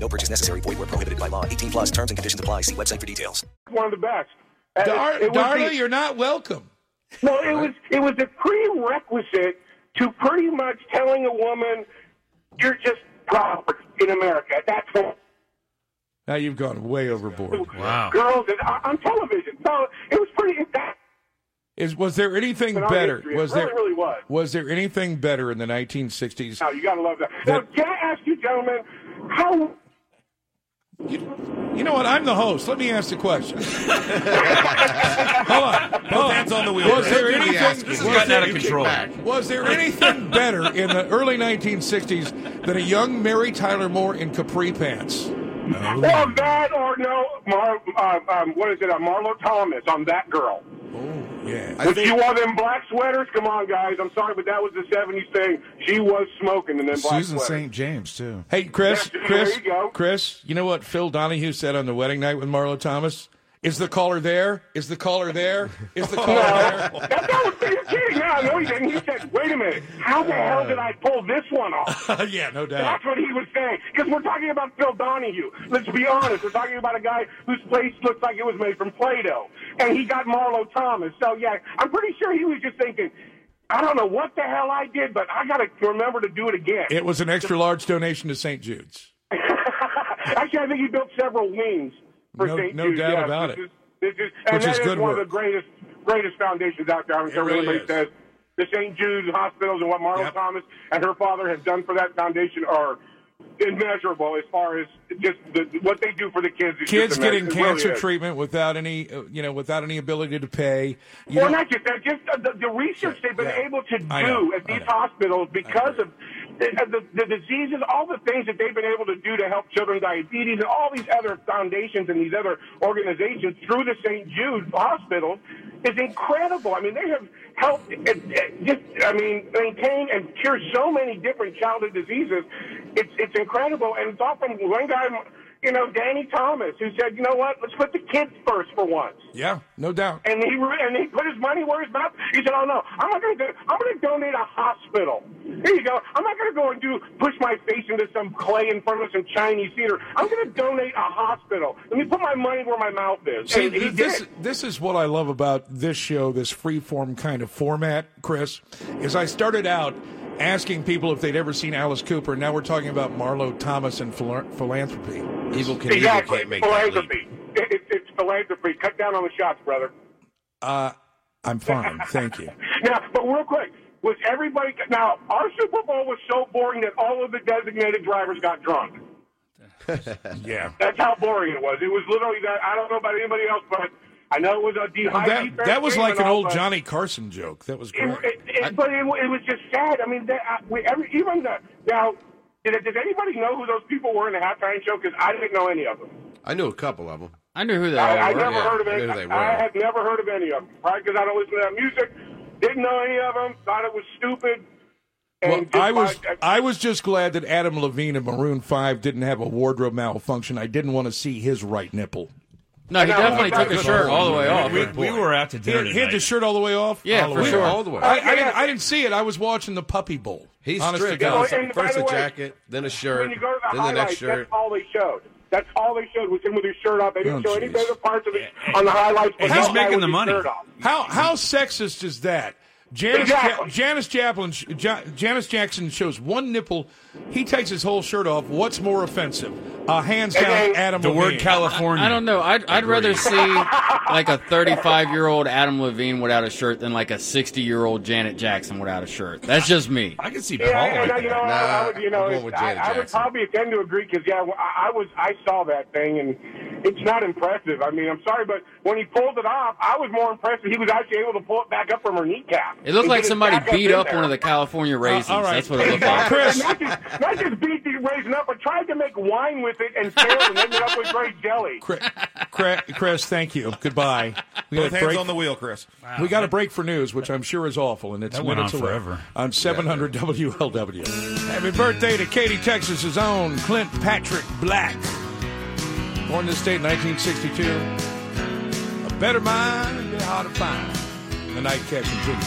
[SPEAKER 13] No purchase necessary. Void where prohibited by law. 18 plus terms and conditions apply. See website for details.
[SPEAKER 10] One of the best. Uh,
[SPEAKER 1] Dar-
[SPEAKER 10] It was
[SPEAKER 1] Darla,
[SPEAKER 10] the-
[SPEAKER 1] you're not welcome.
[SPEAKER 10] No, it was it was a prerequisite to pretty much telling a woman you're just property in America. That's what
[SPEAKER 1] Now you've gone way overboard. Wow.
[SPEAKER 10] girls and, uh, on on television. So it was pretty. It, that,
[SPEAKER 1] Is was there anything
[SPEAKER 10] But on
[SPEAKER 1] better?
[SPEAKER 10] history, it
[SPEAKER 1] was
[SPEAKER 10] really,
[SPEAKER 1] there
[SPEAKER 10] really was.
[SPEAKER 1] there anything better in the 1960s?
[SPEAKER 10] no, you gotta love that. Now, can I ask you, gentlemen, how?
[SPEAKER 1] You know what? I'm the host. Let me ask
[SPEAKER 11] <laughs>
[SPEAKER 1] the question. Hold on. Both
[SPEAKER 11] hands on the wheel.
[SPEAKER 1] Was there
[SPEAKER 11] Don't do the
[SPEAKER 1] anything?
[SPEAKER 11] asking. This has
[SPEAKER 1] was
[SPEAKER 11] gotten
[SPEAKER 1] there-
[SPEAKER 11] out of
[SPEAKER 1] you
[SPEAKER 11] control.
[SPEAKER 1] kick back. Was there anything better in the early 1960s than a young Mary Tyler Moore in capri pants?
[SPEAKER 10] Well, uh, that or no, Mar, uh, um, what is it? Uh, Marlo Thomas on that girl.
[SPEAKER 1] Yeah.
[SPEAKER 10] If you wore them black sweaters, come on, guys. I'm sorry, but that was the '70s thing. She was smoking and then black
[SPEAKER 12] Susan
[SPEAKER 10] sweaters.
[SPEAKER 12] St. James too.
[SPEAKER 1] Hey, Chris,
[SPEAKER 10] There you
[SPEAKER 1] Chris,
[SPEAKER 10] go.
[SPEAKER 1] Chris, you know what Phil Donahue said on the wedding night with Marlo Thomas? Is the caller there? Is the caller there? Is the
[SPEAKER 10] <laughs>
[SPEAKER 1] caller there?
[SPEAKER 10] kidding. No, no, he didn't. He said, wait a minute. How the hell did I pull this one off?
[SPEAKER 1] <laughs> yeah, no doubt.
[SPEAKER 10] That's what he was saying. Because we're talking about Phil Donahue. Let's be honest. We're talking about a guy whose place looks like it was made from Play-Doh. And he got Marlo Thomas. So, yeah, I'm pretty sure he was just thinking, I don't know what the hell I did, but I got to remember to do it again.
[SPEAKER 1] It was an extra large donation to St. Jude's.
[SPEAKER 10] <laughs> Actually, I think he built several wings for
[SPEAKER 1] No-
[SPEAKER 10] St.
[SPEAKER 1] no
[SPEAKER 10] Jude's.
[SPEAKER 1] doubt
[SPEAKER 10] Yes,
[SPEAKER 1] about
[SPEAKER 10] this
[SPEAKER 1] it.
[SPEAKER 10] is- this is, and
[SPEAKER 1] Which
[SPEAKER 10] that
[SPEAKER 1] is good
[SPEAKER 10] one
[SPEAKER 1] work.
[SPEAKER 10] of the greatest, greatest foundations out there. I'm sure
[SPEAKER 1] really
[SPEAKER 10] everybody
[SPEAKER 1] is.
[SPEAKER 10] says the St. Jude's hospitals and what Marlo Thomas and her father have done for that foundation are immeasurable as far as just the, what they do for the kids. is
[SPEAKER 1] Kids
[SPEAKER 10] just
[SPEAKER 1] getting
[SPEAKER 10] immeasurable. It really
[SPEAKER 1] cancer
[SPEAKER 10] is.
[SPEAKER 1] treatment without any, uh, you know, without any ability to pay. You
[SPEAKER 10] Well,
[SPEAKER 1] know-
[SPEAKER 10] not just that, just uh, the, the research they've been able to do
[SPEAKER 1] I know,
[SPEAKER 10] at these hospitals because of the, uh, the, the diseases, all the things that they've been able to do to help children with diabetes, and all these other foundations and these other organizations through the St. Jude Hospital is incredible. I mean, they have helped uh, uh, just, I mean, maintain and cure so many different childhood diseases. It's, it's incredible. And it's all from one guy, you know, Danny Thomas, who said, you know what, let's put the kids first for once.
[SPEAKER 1] yeah, no doubt.
[SPEAKER 10] And he re- and he put his money where his mouth. He said, "Oh no, I'm not going to. I'm going to donate a hospital. Here you go. I'm not going to go and do push my face into some clay in front of some Chinese theater. I'm going to donate a hospital. Let me put my money where my mouth is."
[SPEAKER 1] See,
[SPEAKER 10] and he
[SPEAKER 1] th- this
[SPEAKER 10] did.
[SPEAKER 1] this is what I love about this show, this freeform kind of format, Chris. Is I started out asking people if they'd ever seen Alice Cooper, and now we're talking about Marlo Thomas and phila- philanthropy. Evil can
[SPEAKER 10] exactly. Philanthropy. It, it, it's philanthropy. Cut down on the shots, brother.
[SPEAKER 1] Uh, I'm fine, thank
[SPEAKER 10] <laughs>
[SPEAKER 1] you.
[SPEAKER 10] Now, but real quick, was everybody now? Our Super Bowl was so boring that all of the designated drivers got drunk.
[SPEAKER 1] <laughs> yeah.
[SPEAKER 10] That's how boring it was. It was literally that. I don't know about anybody else, but I know it was a
[SPEAKER 1] that,
[SPEAKER 10] dehydrated.
[SPEAKER 1] that was like an old
[SPEAKER 10] but
[SPEAKER 1] Johnny Carson joke. That was
[SPEAKER 10] It,
[SPEAKER 1] great.
[SPEAKER 10] it, it, but it, wa- it was just sad. I mean, that, I, we, every, even the now. Did, did anybody know who those people were in the halftime show? Because I didn't know any of them.
[SPEAKER 5] I knew a couple of them.
[SPEAKER 6] I knew who they
[SPEAKER 10] I, I
[SPEAKER 6] were.
[SPEAKER 10] never heard of
[SPEAKER 5] I knew
[SPEAKER 10] it.
[SPEAKER 5] who they were.
[SPEAKER 10] I had never heard of any of them, right? Because I don't listen to that music. Didn't know any of them. Thought it was stupid.
[SPEAKER 1] Well, I was
[SPEAKER 10] just-
[SPEAKER 1] I was just glad that Adam Levine of Maroon Five didn't have a wardrobe malfunction. I didn't want to see his right nipple.
[SPEAKER 6] No, he definitely took his shirt all the way off.
[SPEAKER 7] We, we were out to
[SPEAKER 1] He
[SPEAKER 7] dinner.
[SPEAKER 1] had, he had
[SPEAKER 7] tonight.
[SPEAKER 1] the shirt all the way off.
[SPEAKER 7] Yeah,
[SPEAKER 1] All the
[SPEAKER 7] for
[SPEAKER 1] way
[SPEAKER 7] sure.
[SPEAKER 1] off.
[SPEAKER 7] All the way.
[SPEAKER 1] I, I didn't, I didn't see it. I was watching the Puppy Bowl.
[SPEAKER 5] He
[SPEAKER 1] Honest to
[SPEAKER 5] stripped
[SPEAKER 1] God.
[SPEAKER 5] out
[SPEAKER 10] Oh, and by
[SPEAKER 5] first
[SPEAKER 10] the
[SPEAKER 5] a
[SPEAKER 10] way,
[SPEAKER 5] jacket, then a shirt,
[SPEAKER 10] When you go to the
[SPEAKER 5] then the next
[SPEAKER 10] highlights,
[SPEAKER 5] shirt.
[SPEAKER 10] that's all they showed. That's all they showed was him with his shirt off. They didn't
[SPEAKER 5] Oh,
[SPEAKER 10] show any
[SPEAKER 5] jeez.
[SPEAKER 10] other parts of it on the highlights. but
[SPEAKER 1] And he's
[SPEAKER 10] that guy
[SPEAKER 1] making
[SPEAKER 10] with
[SPEAKER 1] the
[SPEAKER 10] his
[SPEAKER 1] money.
[SPEAKER 10] shirt off.
[SPEAKER 1] How how sexist is that? Janice,
[SPEAKER 10] Exactly.
[SPEAKER 1] Ja- Janice Joplin, Ja- Janice Jackson shows one nipple. He takes his whole shirt off. What's more offensive? Uh, hands down, Adam.
[SPEAKER 4] The word
[SPEAKER 1] Levine.
[SPEAKER 4] California.
[SPEAKER 6] I don't know. I'd, I'd rather see like a 35 year old Adam Levine without a shirt than like a 60 year old Janet Jackson without a shirt. That's just me.
[SPEAKER 4] I can see
[SPEAKER 10] Yeah, and, uh, you know, I, I would, you know,
[SPEAKER 6] I'm going with
[SPEAKER 10] I,
[SPEAKER 6] Janet
[SPEAKER 10] I would
[SPEAKER 6] Jackson.
[SPEAKER 10] probably tend to agree because yeah, I, I was, I saw that thing, and it's not impressive. I mean, I'm sorry, but when he pulled it off, I was more impressed that he was actually able to pull it back up from her kneecap.
[SPEAKER 6] It looked
[SPEAKER 10] And
[SPEAKER 6] like
[SPEAKER 10] get it
[SPEAKER 6] somebody
[SPEAKER 10] back
[SPEAKER 6] beat
[SPEAKER 10] in
[SPEAKER 6] up
[SPEAKER 10] there.
[SPEAKER 6] one of the California
[SPEAKER 5] Uh,
[SPEAKER 6] raisins.
[SPEAKER 10] all right.
[SPEAKER 6] That's what it looked
[SPEAKER 10] Exactly.
[SPEAKER 6] like.
[SPEAKER 10] not just, not just beat the raisin up, but tried to make wine with it and failed and ended up with great jelly.
[SPEAKER 1] Cra- Chris, thank you. Goodbye.
[SPEAKER 7] Both hands on the wheel, Chris.
[SPEAKER 1] We got a break for news, which I'm sure is awful, and it's
[SPEAKER 4] That went
[SPEAKER 1] minutes
[SPEAKER 4] on
[SPEAKER 1] away.
[SPEAKER 4] forever.
[SPEAKER 1] On 700 WLW. Happy birthday to Katy, Texas's own Clint Patrick Black. Born in the state in 1962. A better mind and be hard to find. The nightcap continues.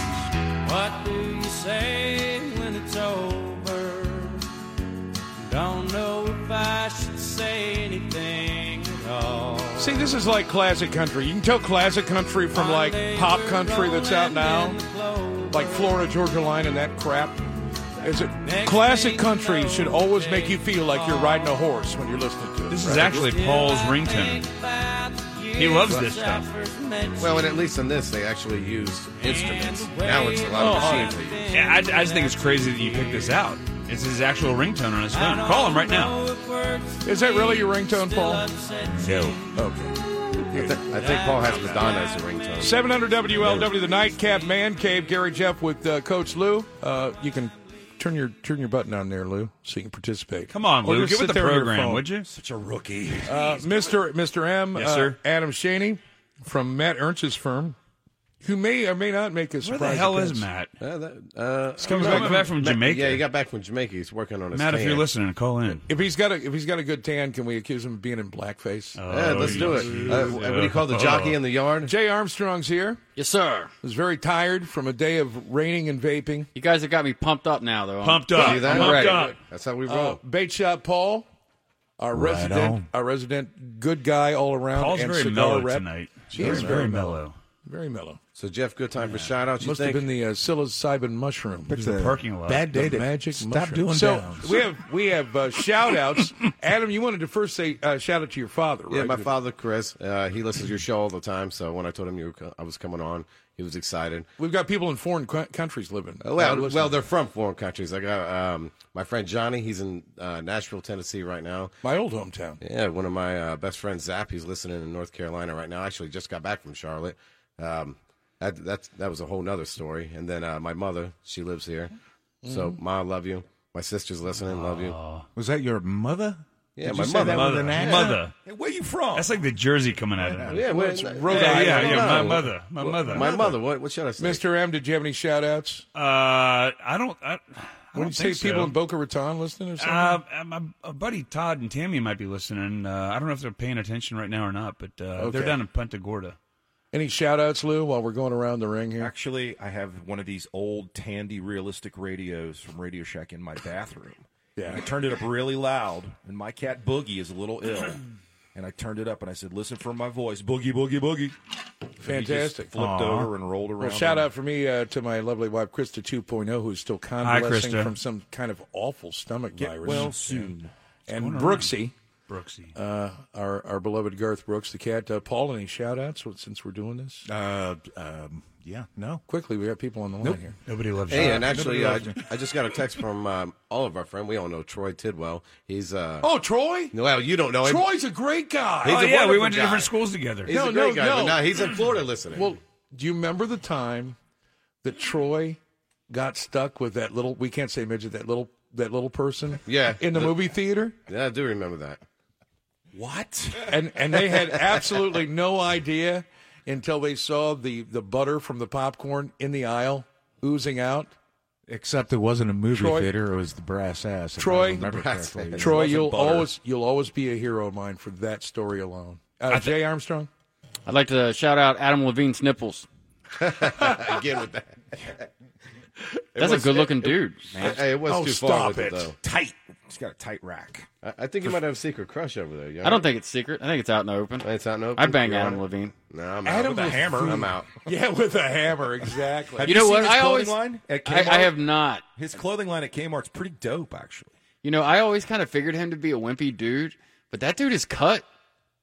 [SPEAKER 2] What do you say when it's over? Don't know if I should say anything at all.
[SPEAKER 1] See, this is like classic country. You can tell classic country from like pop country that's out now, like Florida Georgia Line and that crap. Is it classic country should always make you feel like you're riding a horse when you're listening to it.
[SPEAKER 4] This is
[SPEAKER 1] right?
[SPEAKER 4] actually Paul's ringtone. He loves this stuff.
[SPEAKER 5] Well, and at least in this, they actually used instruments. Now it's a lot
[SPEAKER 4] Oh,
[SPEAKER 5] of
[SPEAKER 4] oh,
[SPEAKER 5] machines they use.
[SPEAKER 4] yeah, I, I just think it's crazy that you picked this out. It's his actual ringtone on his phone. Call him right now.
[SPEAKER 1] Is that really your ringtone, Paul?
[SPEAKER 4] No.
[SPEAKER 5] Okay. I, thi- I think Paul has Madonna as a ringtone.
[SPEAKER 1] 700 WLW, the Nightcap Man Cave, Gary Jeff with uh, Coach Lou. Uh, you can turn your turn your button on there, Lou, so you can participate.
[SPEAKER 4] Come on,
[SPEAKER 1] Or
[SPEAKER 4] Lou.
[SPEAKER 1] just
[SPEAKER 4] Get
[SPEAKER 1] sit
[SPEAKER 4] with the
[SPEAKER 1] there on your
[SPEAKER 4] program,
[SPEAKER 1] phone.
[SPEAKER 4] would you? Such a rookie.
[SPEAKER 1] Uh, Mr. Mr. M.
[SPEAKER 4] Yes,
[SPEAKER 1] uh,
[SPEAKER 4] sir.
[SPEAKER 1] Adam Shaney from Matt Ernst's firm, who may or may not make a surprise.
[SPEAKER 4] Where the hell is
[SPEAKER 1] appearance.
[SPEAKER 4] Matt?
[SPEAKER 5] Uh, that, uh,
[SPEAKER 1] He's coming back- back from
[SPEAKER 5] Ma-
[SPEAKER 1] Jamaica.
[SPEAKER 5] Yeah, he got back from Jamaica. He's working on his.
[SPEAKER 4] Matt, if
[SPEAKER 5] tan.
[SPEAKER 4] you're listening, call in.
[SPEAKER 1] If he's got a if he's got a good tan, can we accuse him of being in blackface?
[SPEAKER 4] Oh,
[SPEAKER 5] Yeah, let's do it. Uh, what do you call the jockey in the yard?
[SPEAKER 1] Jay Armstrong's here.
[SPEAKER 6] Yes, sir.
[SPEAKER 1] Is very tired from a day of raining and vaping.
[SPEAKER 6] You guys have got me pumped up now,
[SPEAKER 5] um,
[SPEAKER 6] though.
[SPEAKER 4] Pumped up.
[SPEAKER 6] See that?
[SPEAKER 4] Pumped
[SPEAKER 6] Right.
[SPEAKER 4] up.
[SPEAKER 5] That's how we
[SPEAKER 1] Uh,
[SPEAKER 5] roll.
[SPEAKER 1] bait shot Paul, our
[SPEAKER 4] Right
[SPEAKER 1] resident,
[SPEAKER 4] on.
[SPEAKER 1] our resident good guy all around.
[SPEAKER 4] Paul's
[SPEAKER 1] and
[SPEAKER 4] very
[SPEAKER 1] cigar
[SPEAKER 4] mellow
[SPEAKER 1] rep.
[SPEAKER 4] tonight.
[SPEAKER 1] He is
[SPEAKER 4] Very, very
[SPEAKER 1] very
[SPEAKER 4] mellow.
[SPEAKER 1] mellow. Very mellow.
[SPEAKER 5] so Jeff, good time for shout outs. You
[SPEAKER 1] Must
[SPEAKER 5] think?
[SPEAKER 1] have been the uh, psilocybin mushroom.
[SPEAKER 4] It's the parking lot.
[SPEAKER 3] Bad day
[SPEAKER 1] The
[SPEAKER 3] to
[SPEAKER 1] magic
[SPEAKER 3] stop
[SPEAKER 1] mushroom.
[SPEAKER 3] doing
[SPEAKER 1] so
[SPEAKER 3] downs.
[SPEAKER 1] we have we have uh, shout outs. <laughs> Adam, you wanted to first say uh, shout out to your father, right?
[SPEAKER 5] yeah, my father Chris. Uh, he listens to your show all the time. So when I told him you were, co- I was coming on, he was excited.
[SPEAKER 1] We've got people in foreign cou- countries living.
[SPEAKER 5] Uh,
[SPEAKER 1] uh,
[SPEAKER 5] Well,
[SPEAKER 1] listening.
[SPEAKER 5] well, they're from foreign countries. I got um, my friend Johnny. He's in uh, Nashville, Tennessee, right now.
[SPEAKER 1] my old hometown.
[SPEAKER 5] Yeah, one of my uh, best friends, Zap. He's listening in North Carolina right now. Actually, just got back from Charlotte. Um, that that's, that was a whole nother story. And then uh, my mother, she lives here.
[SPEAKER 1] Mm-hmm.
[SPEAKER 5] So, Ma, I love you. My sister's listening. Love you.
[SPEAKER 3] Was that your mother?
[SPEAKER 5] Yeah,
[SPEAKER 3] Did you
[SPEAKER 5] my
[SPEAKER 3] say
[SPEAKER 5] mother.
[SPEAKER 3] That
[SPEAKER 4] Mother.
[SPEAKER 3] With an accent?
[SPEAKER 4] Mother.
[SPEAKER 3] Hey, where you from?
[SPEAKER 4] That's like the jersey coming out of him.
[SPEAKER 5] Yeah,
[SPEAKER 1] Well,
[SPEAKER 5] well,
[SPEAKER 1] it's
[SPEAKER 5] yeah,
[SPEAKER 1] Rhode
[SPEAKER 5] yeah,
[SPEAKER 1] Island.
[SPEAKER 4] Yeah,
[SPEAKER 5] I
[SPEAKER 4] yeah,
[SPEAKER 5] don't
[SPEAKER 4] my
[SPEAKER 5] know.
[SPEAKER 4] mother. My mother.
[SPEAKER 5] My mother. What, what should I say?
[SPEAKER 1] Mr. M, did you have any shout outs?
[SPEAKER 4] Uh, I don't. I, I
[SPEAKER 1] When you
[SPEAKER 4] don't
[SPEAKER 1] say
[SPEAKER 4] think so.
[SPEAKER 1] people in Boca Raton listening or something?
[SPEAKER 4] Uh, my uh, buddy Todd and Tammy might be listening. Uh, I don't know if they're paying attention right now or not, but uh,
[SPEAKER 1] Okay.
[SPEAKER 4] they're down in Punta Gorda.
[SPEAKER 1] Any shout outs, Lou, while we're going around the ring here?
[SPEAKER 7] Actually, I have one of these old Tandy realistic radios from Radio Shack in my bathroom.
[SPEAKER 1] <laughs> Yeah.
[SPEAKER 7] And I turned it up really loud, and my cat Boogie is a little ill. And I turned it up and I said, "Listen for my voice, boogie, boogie, boogie." And he just
[SPEAKER 1] Fantastic.
[SPEAKER 7] flipped
[SPEAKER 4] Aw.
[SPEAKER 7] over and rolled around.
[SPEAKER 1] Well,
[SPEAKER 7] <laughs>
[SPEAKER 1] shout out for me uh, to my lovely wife, Krista 2.0, who's still convalescing
[SPEAKER 4] Krista.
[SPEAKER 1] from some kind of awful stomach
[SPEAKER 7] Get
[SPEAKER 1] virus.
[SPEAKER 7] well soon.
[SPEAKER 1] And
[SPEAKER 4] going around?
[SPEAKER 1] Brooksy,
[SPEAKER 4] Brooksy.
[SPEAKER 1] uh, our, our beloved Garth Brooks, the cat. Uh, Paul, any shout outs since we're doing this?
[SPEAKER 3] Uh, um, yeah, no.
[SPEAKER 1] Quickly, we got people on the line here.
[SPEAKER 4] Nobody loves
[SPEAKER 5] Hey,
[SPEAKER 4] you.
[SPEAKER 5] and actually,
[SPEAKER 7] uh,
[SPEAKER 5] I,
[SPEAKER 3] nobody
[SPEAKER 5] I just got a text from um, all of our friend. We all know Troy Tidwell. He's uh,
[SPEAKER 1] Oh, Troy?
[SPEAKER 5] well, you don't know him.
[SPEAKER 1] Troy's a great guy.
[SPEAKER 5] He's
[SPEAKER 4] oh,
[SPEAKER 5] a
[SPEAKER 4] yeah, we
[SPEAKER 5] wonderful
[SPEAKER 4] went to
[SPEAKER 5] guy.
[SPEAKER 4] different schools together.
[SPEAKER 5] He's
[SPEAKER 1] No,
[SPEAKER 5] a great
[SPEAKER 1] no,
[SPEAKER 5] guy,
[SPEAKER 1] no.
[SPEAKER 5] but now he's in Florida listening.
[SPEAKER 1] Well, do you remember the time that Troy got stuck with that little? We can't say midget. That little that little person.
[SPEAKER 5] Yeah.
[SPEAKER 1] In the
[SPEAKER 5] The-
[SPEAKER 1] movie theater,
[SPEAKER 5] yeah, I do remember that.
[SPEAKER 7] What?
[SPEAKER 1] and and they
[SPEAKER 5] <laughs>
[SPEAKER 1] had absolutely no idea until they saw the the butter from the popcorn in the aisle oozing out.
[SPEAKER 3] Except it wasn't a movie
[SPEAKER 1] Troy-
[SPEAKER 3] theater; it was the brass ass. if I
[SPEAKER 1] Troy-
[SPEAKER 3] remember
[SPEAKER 5] The brass
[SPEAKER 3] correctly.
[SPEAKER 5] ass. It
[SPEAKER 1] Troy,
[SPEAKER 5] wasn't
[SPEAKER 1] you'll
[SPEAKER 5] butter.
[SPEAKER 1] always you'll always be a hero of mine for that story alone. Uh, Jay Armstrong.
[SPEAKER 6] I'd like to shout out Adam Levine's nipples.
[SPEAKER 5] Again with that.
[SPEAKER 6] That's a
[SPEAKER 5] was-
[SPEAKER 6] good looking dude.
[SPEAKER 5] Hey, it was
[SPEAKER 1] Oh,
[SPEAKER 5] too far
[SPEAKER 1] stop
[SPEAKER 5] with it,
[SPEAKER 1] it.
[SPEAKER 5] though.
[SPEAKER 7] Tight. He's got a tight rack.
[SPEAKER 5] I, I think you might have a secret crush over there.
[SPEAKER 6] I don't think it's secret. I think it's out in the open.
[SPEAKER 5] It's out in the open.
[SPEAKER 6] I'd bang
[SPEAKER 5] You're on
[SPEAKER 6] Adam
[SPEAKER 5] it?
[SPEAKER 6] Levine.
[SPEAKER 5] No, I'm
[SPEAKER 1] Adam with a hammer.
[SPEAKER 5] I'm out.
[SPEAKER 1] <laughs> Yeah, with a hammer, exactly.
[SPEAKER 6] you, know what? I
[SPEAKER 7] clothing
[SPEAKER 6] always
[SPEAKER 7] line at
[SPEAKER 6] I,
[SPEAKER 7] Kmart?
[SPEAKER 6] I have not.
[SPEAKER 7] His clothing line at Kmart's pretty dope, actually.
[SPEAKER 6] You know, I always kind of figured him to be a wimpy dude, but that dude is cut.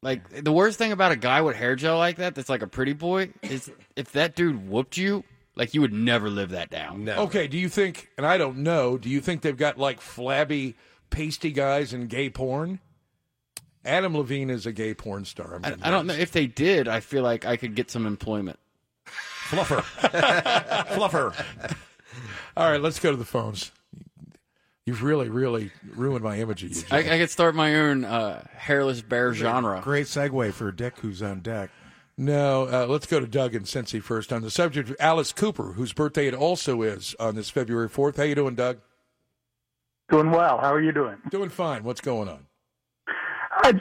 [SPEAKER 6] Like the worst thing about a guy with hair gel like that, that's like a pretty boy, is if that dude whooped you, like you would never live that down. Oh, No.
[SPEAKER 1] Okay, do you think, and I don't know, do you think they've got like flabby, pasty guys in gay porn? Adam Levine is a gay porn star. I'm
[SPEAKER 6] I, I don't know if they did. I feel like I could get some employment. <laughs>
[SPEAKER 7] Fluffer, fluffer.
[SPEAKER 1] All right, let's go to the phones. You've really, really ruined my image of you.
[SPEAKER 6] I,
[SPEAKER 1] Jim.
[SPEAKER 6] I could start my own uh, hairless bear genre.
[SPEAKER 14] Great segue for Dick, who's on deck.
[SPEAKER 1] No, uh, let's go to Doug and Cincy first on the subject of Alice Cooper, whose birthday it also is on this February 4th. How you doing, Doug?
[SPEAKER 15] Doing well. How are you doing?
[SPEAKER 1] Doing fine. What's going on?
[SPEAKER 15] I,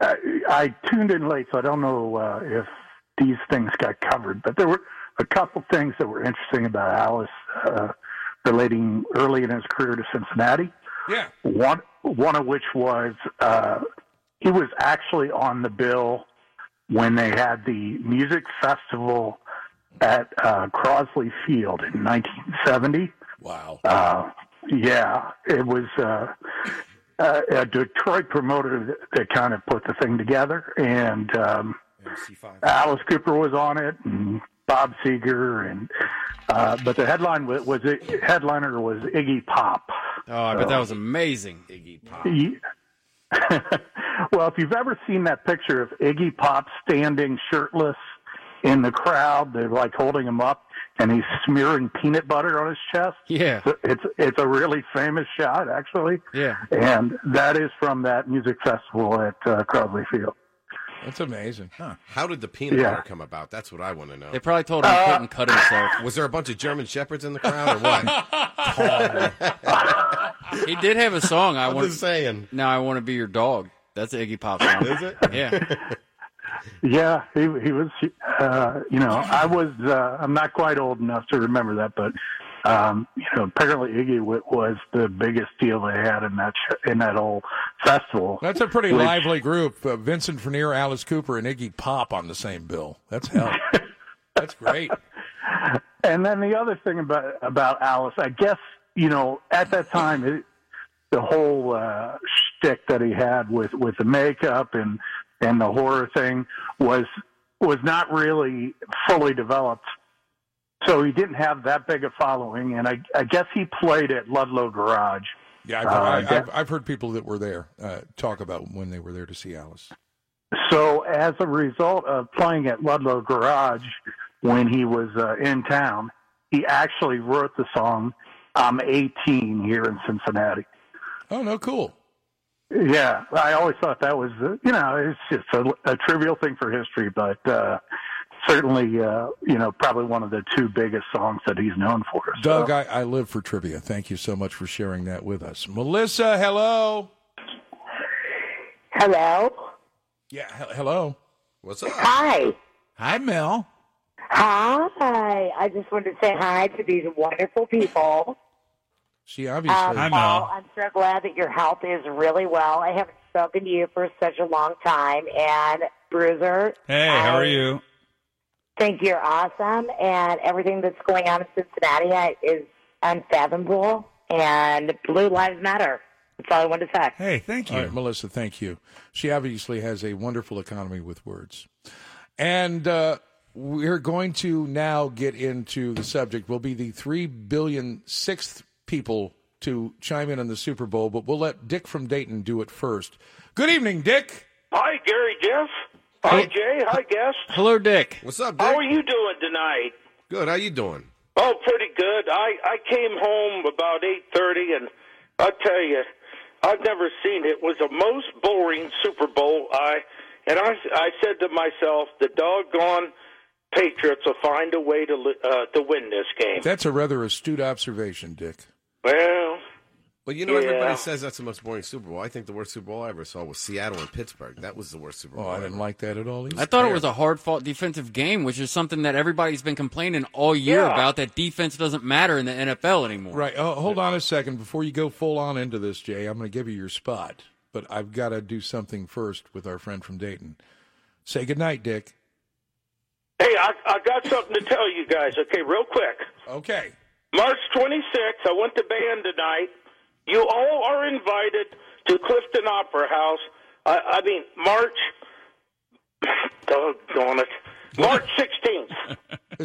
[SPEAKER 15] I, I tuned in late, so I don't know uh, if these things got covered, but there were a couple things that were interesting about Alice uh, relating early in his career to Cincinnati.
[SPEAKER 1] Yeah.
[SPEAKER 15] One, one of which was uh, he was actually on the bill when they had the music festival at uh, Crosley Field in 1970.
[SPEAKER 1] Wow.
[SPEAKER 15] Uh, yeah, it was. Uh, uh, a Detroit promoter that kind of put the thing together, and um, Alice Cooper was on it, and Bob Seger, and uh, but the headline was, was it, headliner was Iggy Pop.
[SPEAKER 6] Oh, I bet that was amazing.
[SPEAKER 5] Iggy
[SPEAKER 15] Ye- <laughs> well, if you've ever seen that picture of Iggy Pop standing shirtless in the crowd, they're like holding him up, and he's smearing peanut butter on his chest.
[SPEAKER 6] Yeah.
[SPEAKER 15] So it's it's a really famous shot, actually,
[SPEAKER 6] Yeah.
[SPEAKER 2] <laughs>
[SPEAKER 15] and that is from that music festival at uh, Crosley
[SPEAKER 1] <laughs>
[SPEAKER 15] Field.
[SPEAKER 1] That's amazing.
[SPEAKER 5] How did the peanut
[SPEAKER 15] Yeah.
[SPEAKER 5] butter come about? That's what I want to know.
[SPEAKER 6] They probably told him he couldn't cut himself.
[SPEAKER 5] Was there a bunch of German shepherds in the <laughs> crowd or what?
[SPEAKER 6] <laughs> He did have a song. I
[SPEAKER 5] I'm
[SPEAKER 6] want.
[SPEAKER 5] just saying.
[SPEAKER 6] Now I want to be your dog. That's an Iggy Pop song.
[SPEAKER 5] Is it?
[SPEAKER 6] Yeah.
[SPEAKER 15] Yeah, he he was. Uh, you know, I was. Uh, I'm not quite old enough to remember that, but um, you know, apparently Iggy w- was the biggest deal they had in that sh- in that whole festival.
[SPEAKER 1] That's a pretty
[SPEAKER 15] Which-
[SPEAKER 1] lively group. Uh, Vincent Vernier, Alice Cooper, and Iggy Pop on the same bill.
[SPEAKER 15] <laughs>
[SPEAKER 1] That's hell. That's great.
[SPEAKER 15] And then the other thing about about Alice, I guess you know, at that time, it, the whole uh, shtick that he had with with the makeup and and the horror thing was was not really fully developed. So he didn't have that big a following, and I, I guess he played at Ludlow Garage.
[SPEAKER 1] Yeah, I've,
[SPEAKER 15] Uh,
[SPEAKER 1] I,
[SPEAKER 15] that-
[SPEAKER 1] I've, I've heard people that were there uh, talk about when they were there to see Alice.
[SPEAKER 15] So as a result of playing at Ludlow Garage when he was uh, in town, he actually wrote the song "I'm 18" here in Cincinnati.
[SPEAKER 1] Oh no, cool.
[SPEAKER 15] Yeah, I always thought that was uh, you know it's just a, a trivial thing for history, but uh, certainly uh, you know probably one of the two biggest songs that he's known for.
[SPEAKER 1] Doug, I, I live for trivia. Thank you so much for sharing that with us. Melissa, hello.
[SPEAKER 16] Hello.
[SPEAKER 1] Yeah, he- hello.
[SPEAKER 5] What's up?
[SPEAKER 16] Hi.
[SPEAKER 1] Hi, Mel.
[SPEAKER 16] Hi. I just wanted to say hi to these wonderful people.
[SPEAKER 1] She obviously.
[SPEAKER 16] Um, Paul, I'm so glad that your health is really well. I haven't spoken to you for such a long time. And Bruiser,
[SPEAKER 4] Hey, how are you?
[SPEAKER 16] think you're awesome, and everything that's going on in Cincinnati I- is unfathomable. And Blue Lives Matter. That's all I wanted to say.
[SPEAKER 4] Hey, thank
[SPEAKER 1] you. Melissa, thank you. She obviously has a wonderful economy with words. And uh, we're going to now get into the subject. We'll be the three billion sixth people to chime in on the Super Bowl, but we'll let Dick from Dayton do it first. Good evening, Dick.
[SPEAKER 8] Hi, Gary Jeff. Hi, Jay. Hi, guest.
[SPEAKER 6] Hello, Dick.
[SPEAKER 5] What's up,
[SPEAKER 8] How are you doing tonight?
[SPEAKER 5] Good. How you doing?
[SPEAKER 8] Oh, pretty good. I I came home about eight thirty, and I tell you, I've never seen it. It was the most boring Super Bowl. I and I I said to myself, the doggone Patriots will find a way to li- uh, to win this game.
[SPEAKER 1] That's a rather astute observation, Dick.
[SPEAKER 8] Well,
[SPEAKER 5] But you know,
[SPEAKER 8] Yeah.
[SPEAKER 5] everybody says that's the most boring Super Bowl. I think the worst Super Bowl I ever saw was Seattle and Pittsburgh. That was the worst Super Bowl.
[SPEAKER 7] I didn't like that at all.
[SPEAKER 6] I thought it was a hard fought defensive game, which is something that everybody's been complaining all year
[SPEAKER 1] Yeah.
[SPEAKER 6] about that defense doesn't matter in the NFL anymore.
[SPEAKER 1] Right. Oh, hold on a second. Before you go full on into this, Jay, I'm going to give you your spot, but I've got to do something first with our friend from Dayton. Say goodnight, Dick.
[SPEAKER 8] Hey, I, I got something to tell you guys, okay, real quick.
[SPEAKER 1] Okay.
[SPEAKER 8] March 26th, I went to band tonight. You all are invited to Clifton Opera House. I, I mean, March. <coughs> Doggone it. March 16th.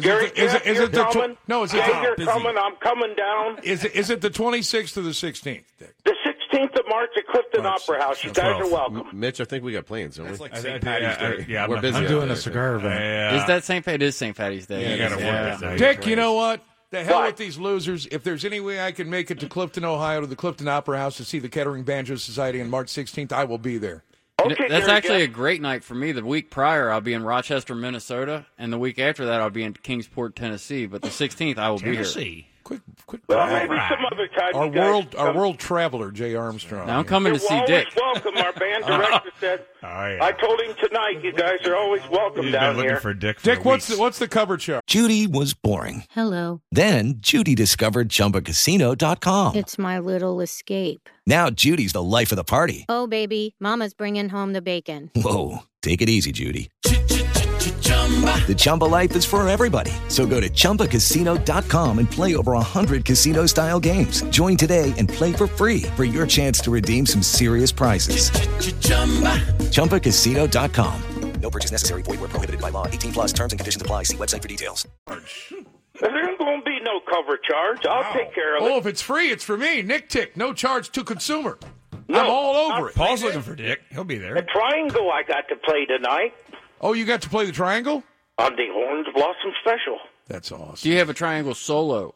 [SPEAKER 8] Gary,
[SPEAKER 1] <laughs> is it-
[SPEAKER 8] Jeff,
[SPEAKER 1] is
[SPEAKER 8] you're
[SPEAKER 1] it the tw-
[SPEAKER 8] coming?
[SPEAKER 1] no, is it
[SPEAKER 8] Yeah,
[SPEAKER 1] the-
[SPEAKER 8] you're
[SPEAKER 1] busy.
[SPEAKER 8] coming. I'm coming down.
[SPEAKER 1] Is it is it the 26th or the 16th?
[SPEAKER 8] 16th of March at Clifton Opera House. You guys are welcome.
[SPEAKER 5] M- Mitch, I think we got plans, don't we?
[SPEAKER 8] like St. Patty's Day.
[SPEAKER 5] Yeah, we're busy. out there.
[SPEAKER 6] Is that St. Pat? It is St. Patty's Day.
[SPEAKER 5] Yeah,
[SPEAKER 6] It
[SPEAKER 5] you gotta
[SPEAKER 6] is.
[SPEAKER 5] work
[SPEAKER 6] Yeah.
[SPEAKER 5] that night.
[SPEAKER 1] Dick, you know what? The hell with these losers. If there's any way I can make it to Clifton, Ohio, to the Clifton Opera House to see the Kettering Banjo Society on March 16th, I will be there.
[SPEAKER 6] You know, that's actually a great night for me. The week prior, I'll be in Rochester, Minnesota, and the week after that, I'll be in Kingsport, Tennessee. But the 16th, I will be here.
[SPEAKER 4] Tennessee?
[SPEAKER 1] Quick, quick.
[SPEAKER 6] Well,
[SPEAKER 8] maybe some other time.
[SPEAKER 1] Our
[SPEAKER 8] you guys
[SPEAKER 1] world,
[SPEAKER 8] can
[SPEAKER 1] our
[SPEAKER 8] come.
[SPEAKER 1] world traveler, Jay Armstrong.
[SPEAKER 6] Now I'm coming to
[SPEAKER 8] You're
[SPEAKER 6] see
[SPEAKER 8] always
[SPEAKER 6] Dick.
[SPEAKER 8] welcome. Our
[SPEAKER 1] <laughs>
[SPEAKER 8] band director said.
[SPEAKER 1] Oh,
[SPEAKER 8] I told him tonight. You guys are always welcome down here.
[SPEAKER 4] Dick.
[SPEAKER 1] Dick, what's the, what's the cover chart?
[SPEAKER 13] Judy was boring.
[SPEAKER 17] Hello.
[SPEAKER 13] Then Judy discovered ChumbaCasino.com.
[SPEAKER 17] It's my little escape.
[SPEAKER 13] Now Judy's the life of the party.
[SPEAKER 17] Oh, baby, Mama's bringing home the bacon.
[SPEAKER 13] Whoa, take it easy, Judy. The Chumba life is for everybody. So go to ChumbaCasino.com and play over 100 casino style games. Join today and play for free for your chance to redeem some serious prizes. ChumbaCasino.com. No purchase necessary. Void where prohibited by law. 18 plus terms and conditions apply. See website for details.
[SPEAKER 8] There's going to be no cover charge. I'll take care of it.
[SPEAKER 1] Oh, if it's free, it's for me. Nick Tick, no charge to consumer. I'm all over it.
[SPEAKER 4] Paul's looking for Dick. He'll be
[SPEAKER 8] The
[SPEAKER 4] there.
[SPEAKER 8] triangle I got to play tonight
[SPEAKER 1] Oh, you got to play the triangle?
[SPEAKER 8] on the Orange Blossom Special.
[SPEAKER 1] That's awesome.
[SPEAKER 6] Do you have a triangle solo?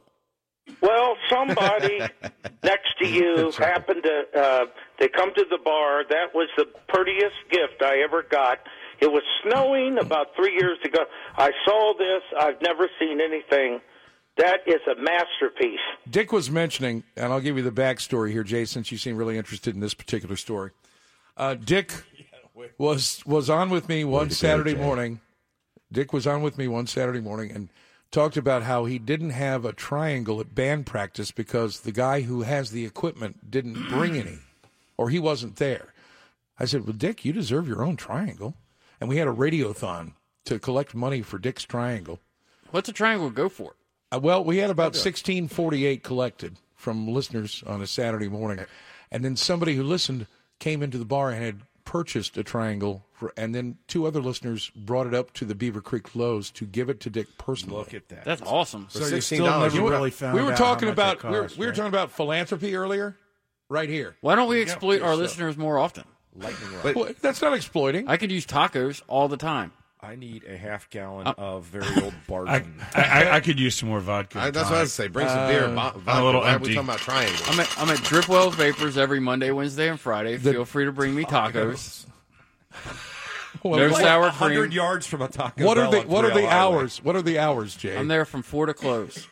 [SPEAKER 8] Well, somebody
[SPEAKER 1] <laughs>
[SPEAKER 8] next to you happened to. Uh, they come to the bar. That was the prettiest gift I ever got. It was snowing about three years ago. I saw this. I've never seen anything. That is a masterpiece.
[SPEAKER 1] Dick was mentioning, and I'll give you the backstory here, Jay, since you seem really interested in this particular story. Uh, Dick was was on with me one
[SPEAKER 3] to go,
[SPEAKER 1] Saturday
[SPEAKER 3] Jay.
[SPEAKER 1] morning. Dick was on with me one Saturday morning and talked about how he didn't have a triangle at band practice because the guy who has the equipment didn't bring any, or he wasn't there. I said, "Well, Dick, you deserve your own triangle." And we had a radiothon to collect money for Dick's triangle.
[SPEAKER 6] What's a triangle go for?
[SPEAKER 1] Uh, well, we had about 1648 collected from listeners on a Saturday morning. And then somebody who listened came into the bar and had purchased a triangle. For, and then two other listeners brought it up to the Beaver Creek Lowe's to give it to Dick personally. Look at that.
[SPEAKER 6] That's awesome.
[SPEAKER 3] For So you $16, still never you really found
[SPEAKER 1] We were
[SPEAKER 3] out
[SPEAKER 1] talking
[SPEAKER 3] how much
[SPEAKER 1] about
[SPEAKER 3] it
[SPEAKER 1] we were,
[SPEAKER 3] cost,
[SPEAKER 1] we were
[SPEAKER 3] right?
[SPEAKER 1] talking about philanthropy earlier, right here.
[SPEAKER 6] Why don't we
[SPEAKER 1] Yeah,
[SPEAKER 6] exploit
[SPEAKER 1] good
[SPEAKER 6] our
[SPEAKER 1] stuff.
[SPEAKER 6] listeners more often?
[SPEAKER 1] <laughs>
[SPEAKER 7] Lightning
[SPEAKER 1] But- Well, that's not exploiting.
[SPEAKER 6] I could use tacos all the time.
[SPEAKER 7] I need a half gallon
[SPEAKER 6] Uh,
[SPEAKER 7] of
[SPEAKER 1] <laughs>
[SPEAKER 6] <laughs>
[SPEAKER 7] very old
[SPEAKER 4] I,
[SPEAKER 7] Barton.
[SPEAKER 4] I, I, I could use some more vodka.
[SPEAKER 7] I-
[SPEAKER 4] and
[SPEAKER 7] that's what I
[SPEAKER 4] tonic.
[SPEAKER 7] was gonna say. Bring some
[SPEAKER 1] Uh,
[SPEAKER 7] beer, vo-
[SPEAKER 4] I'm a little
[SPEAKER 5] Why are we
[SPEAKER 4] empty.
[SPEAKER 5] talking about triangles?
[SPEAKER 6] I'm at, I'm at Dripwell Vapors every Monday, Wednesday, and Friday. Feel free to bring
[SPEAKER 1] <laughs>
[SPEAKER 6] me tacos. no
[SPEAKER 7] Like
[SPEAKER 6] sour
[SPEAKER 7] 100
[SPEAKER 6] cream.
[SPEAKER 7] yards from a Taco
[SPEAKER 1] What are
[SPEAKER 7] Bell
[SPEAKER 1] the
[SPEAKER 7] on
[SPEAKER 1] what are
[SPEAKER 7] 3L
[SPEAKER 1] the
[SPEAKER 7] Highway.
[SPEAKER 1] hours? What are the hours, Jay?
[SPEAKER 6] I'm there from four to close.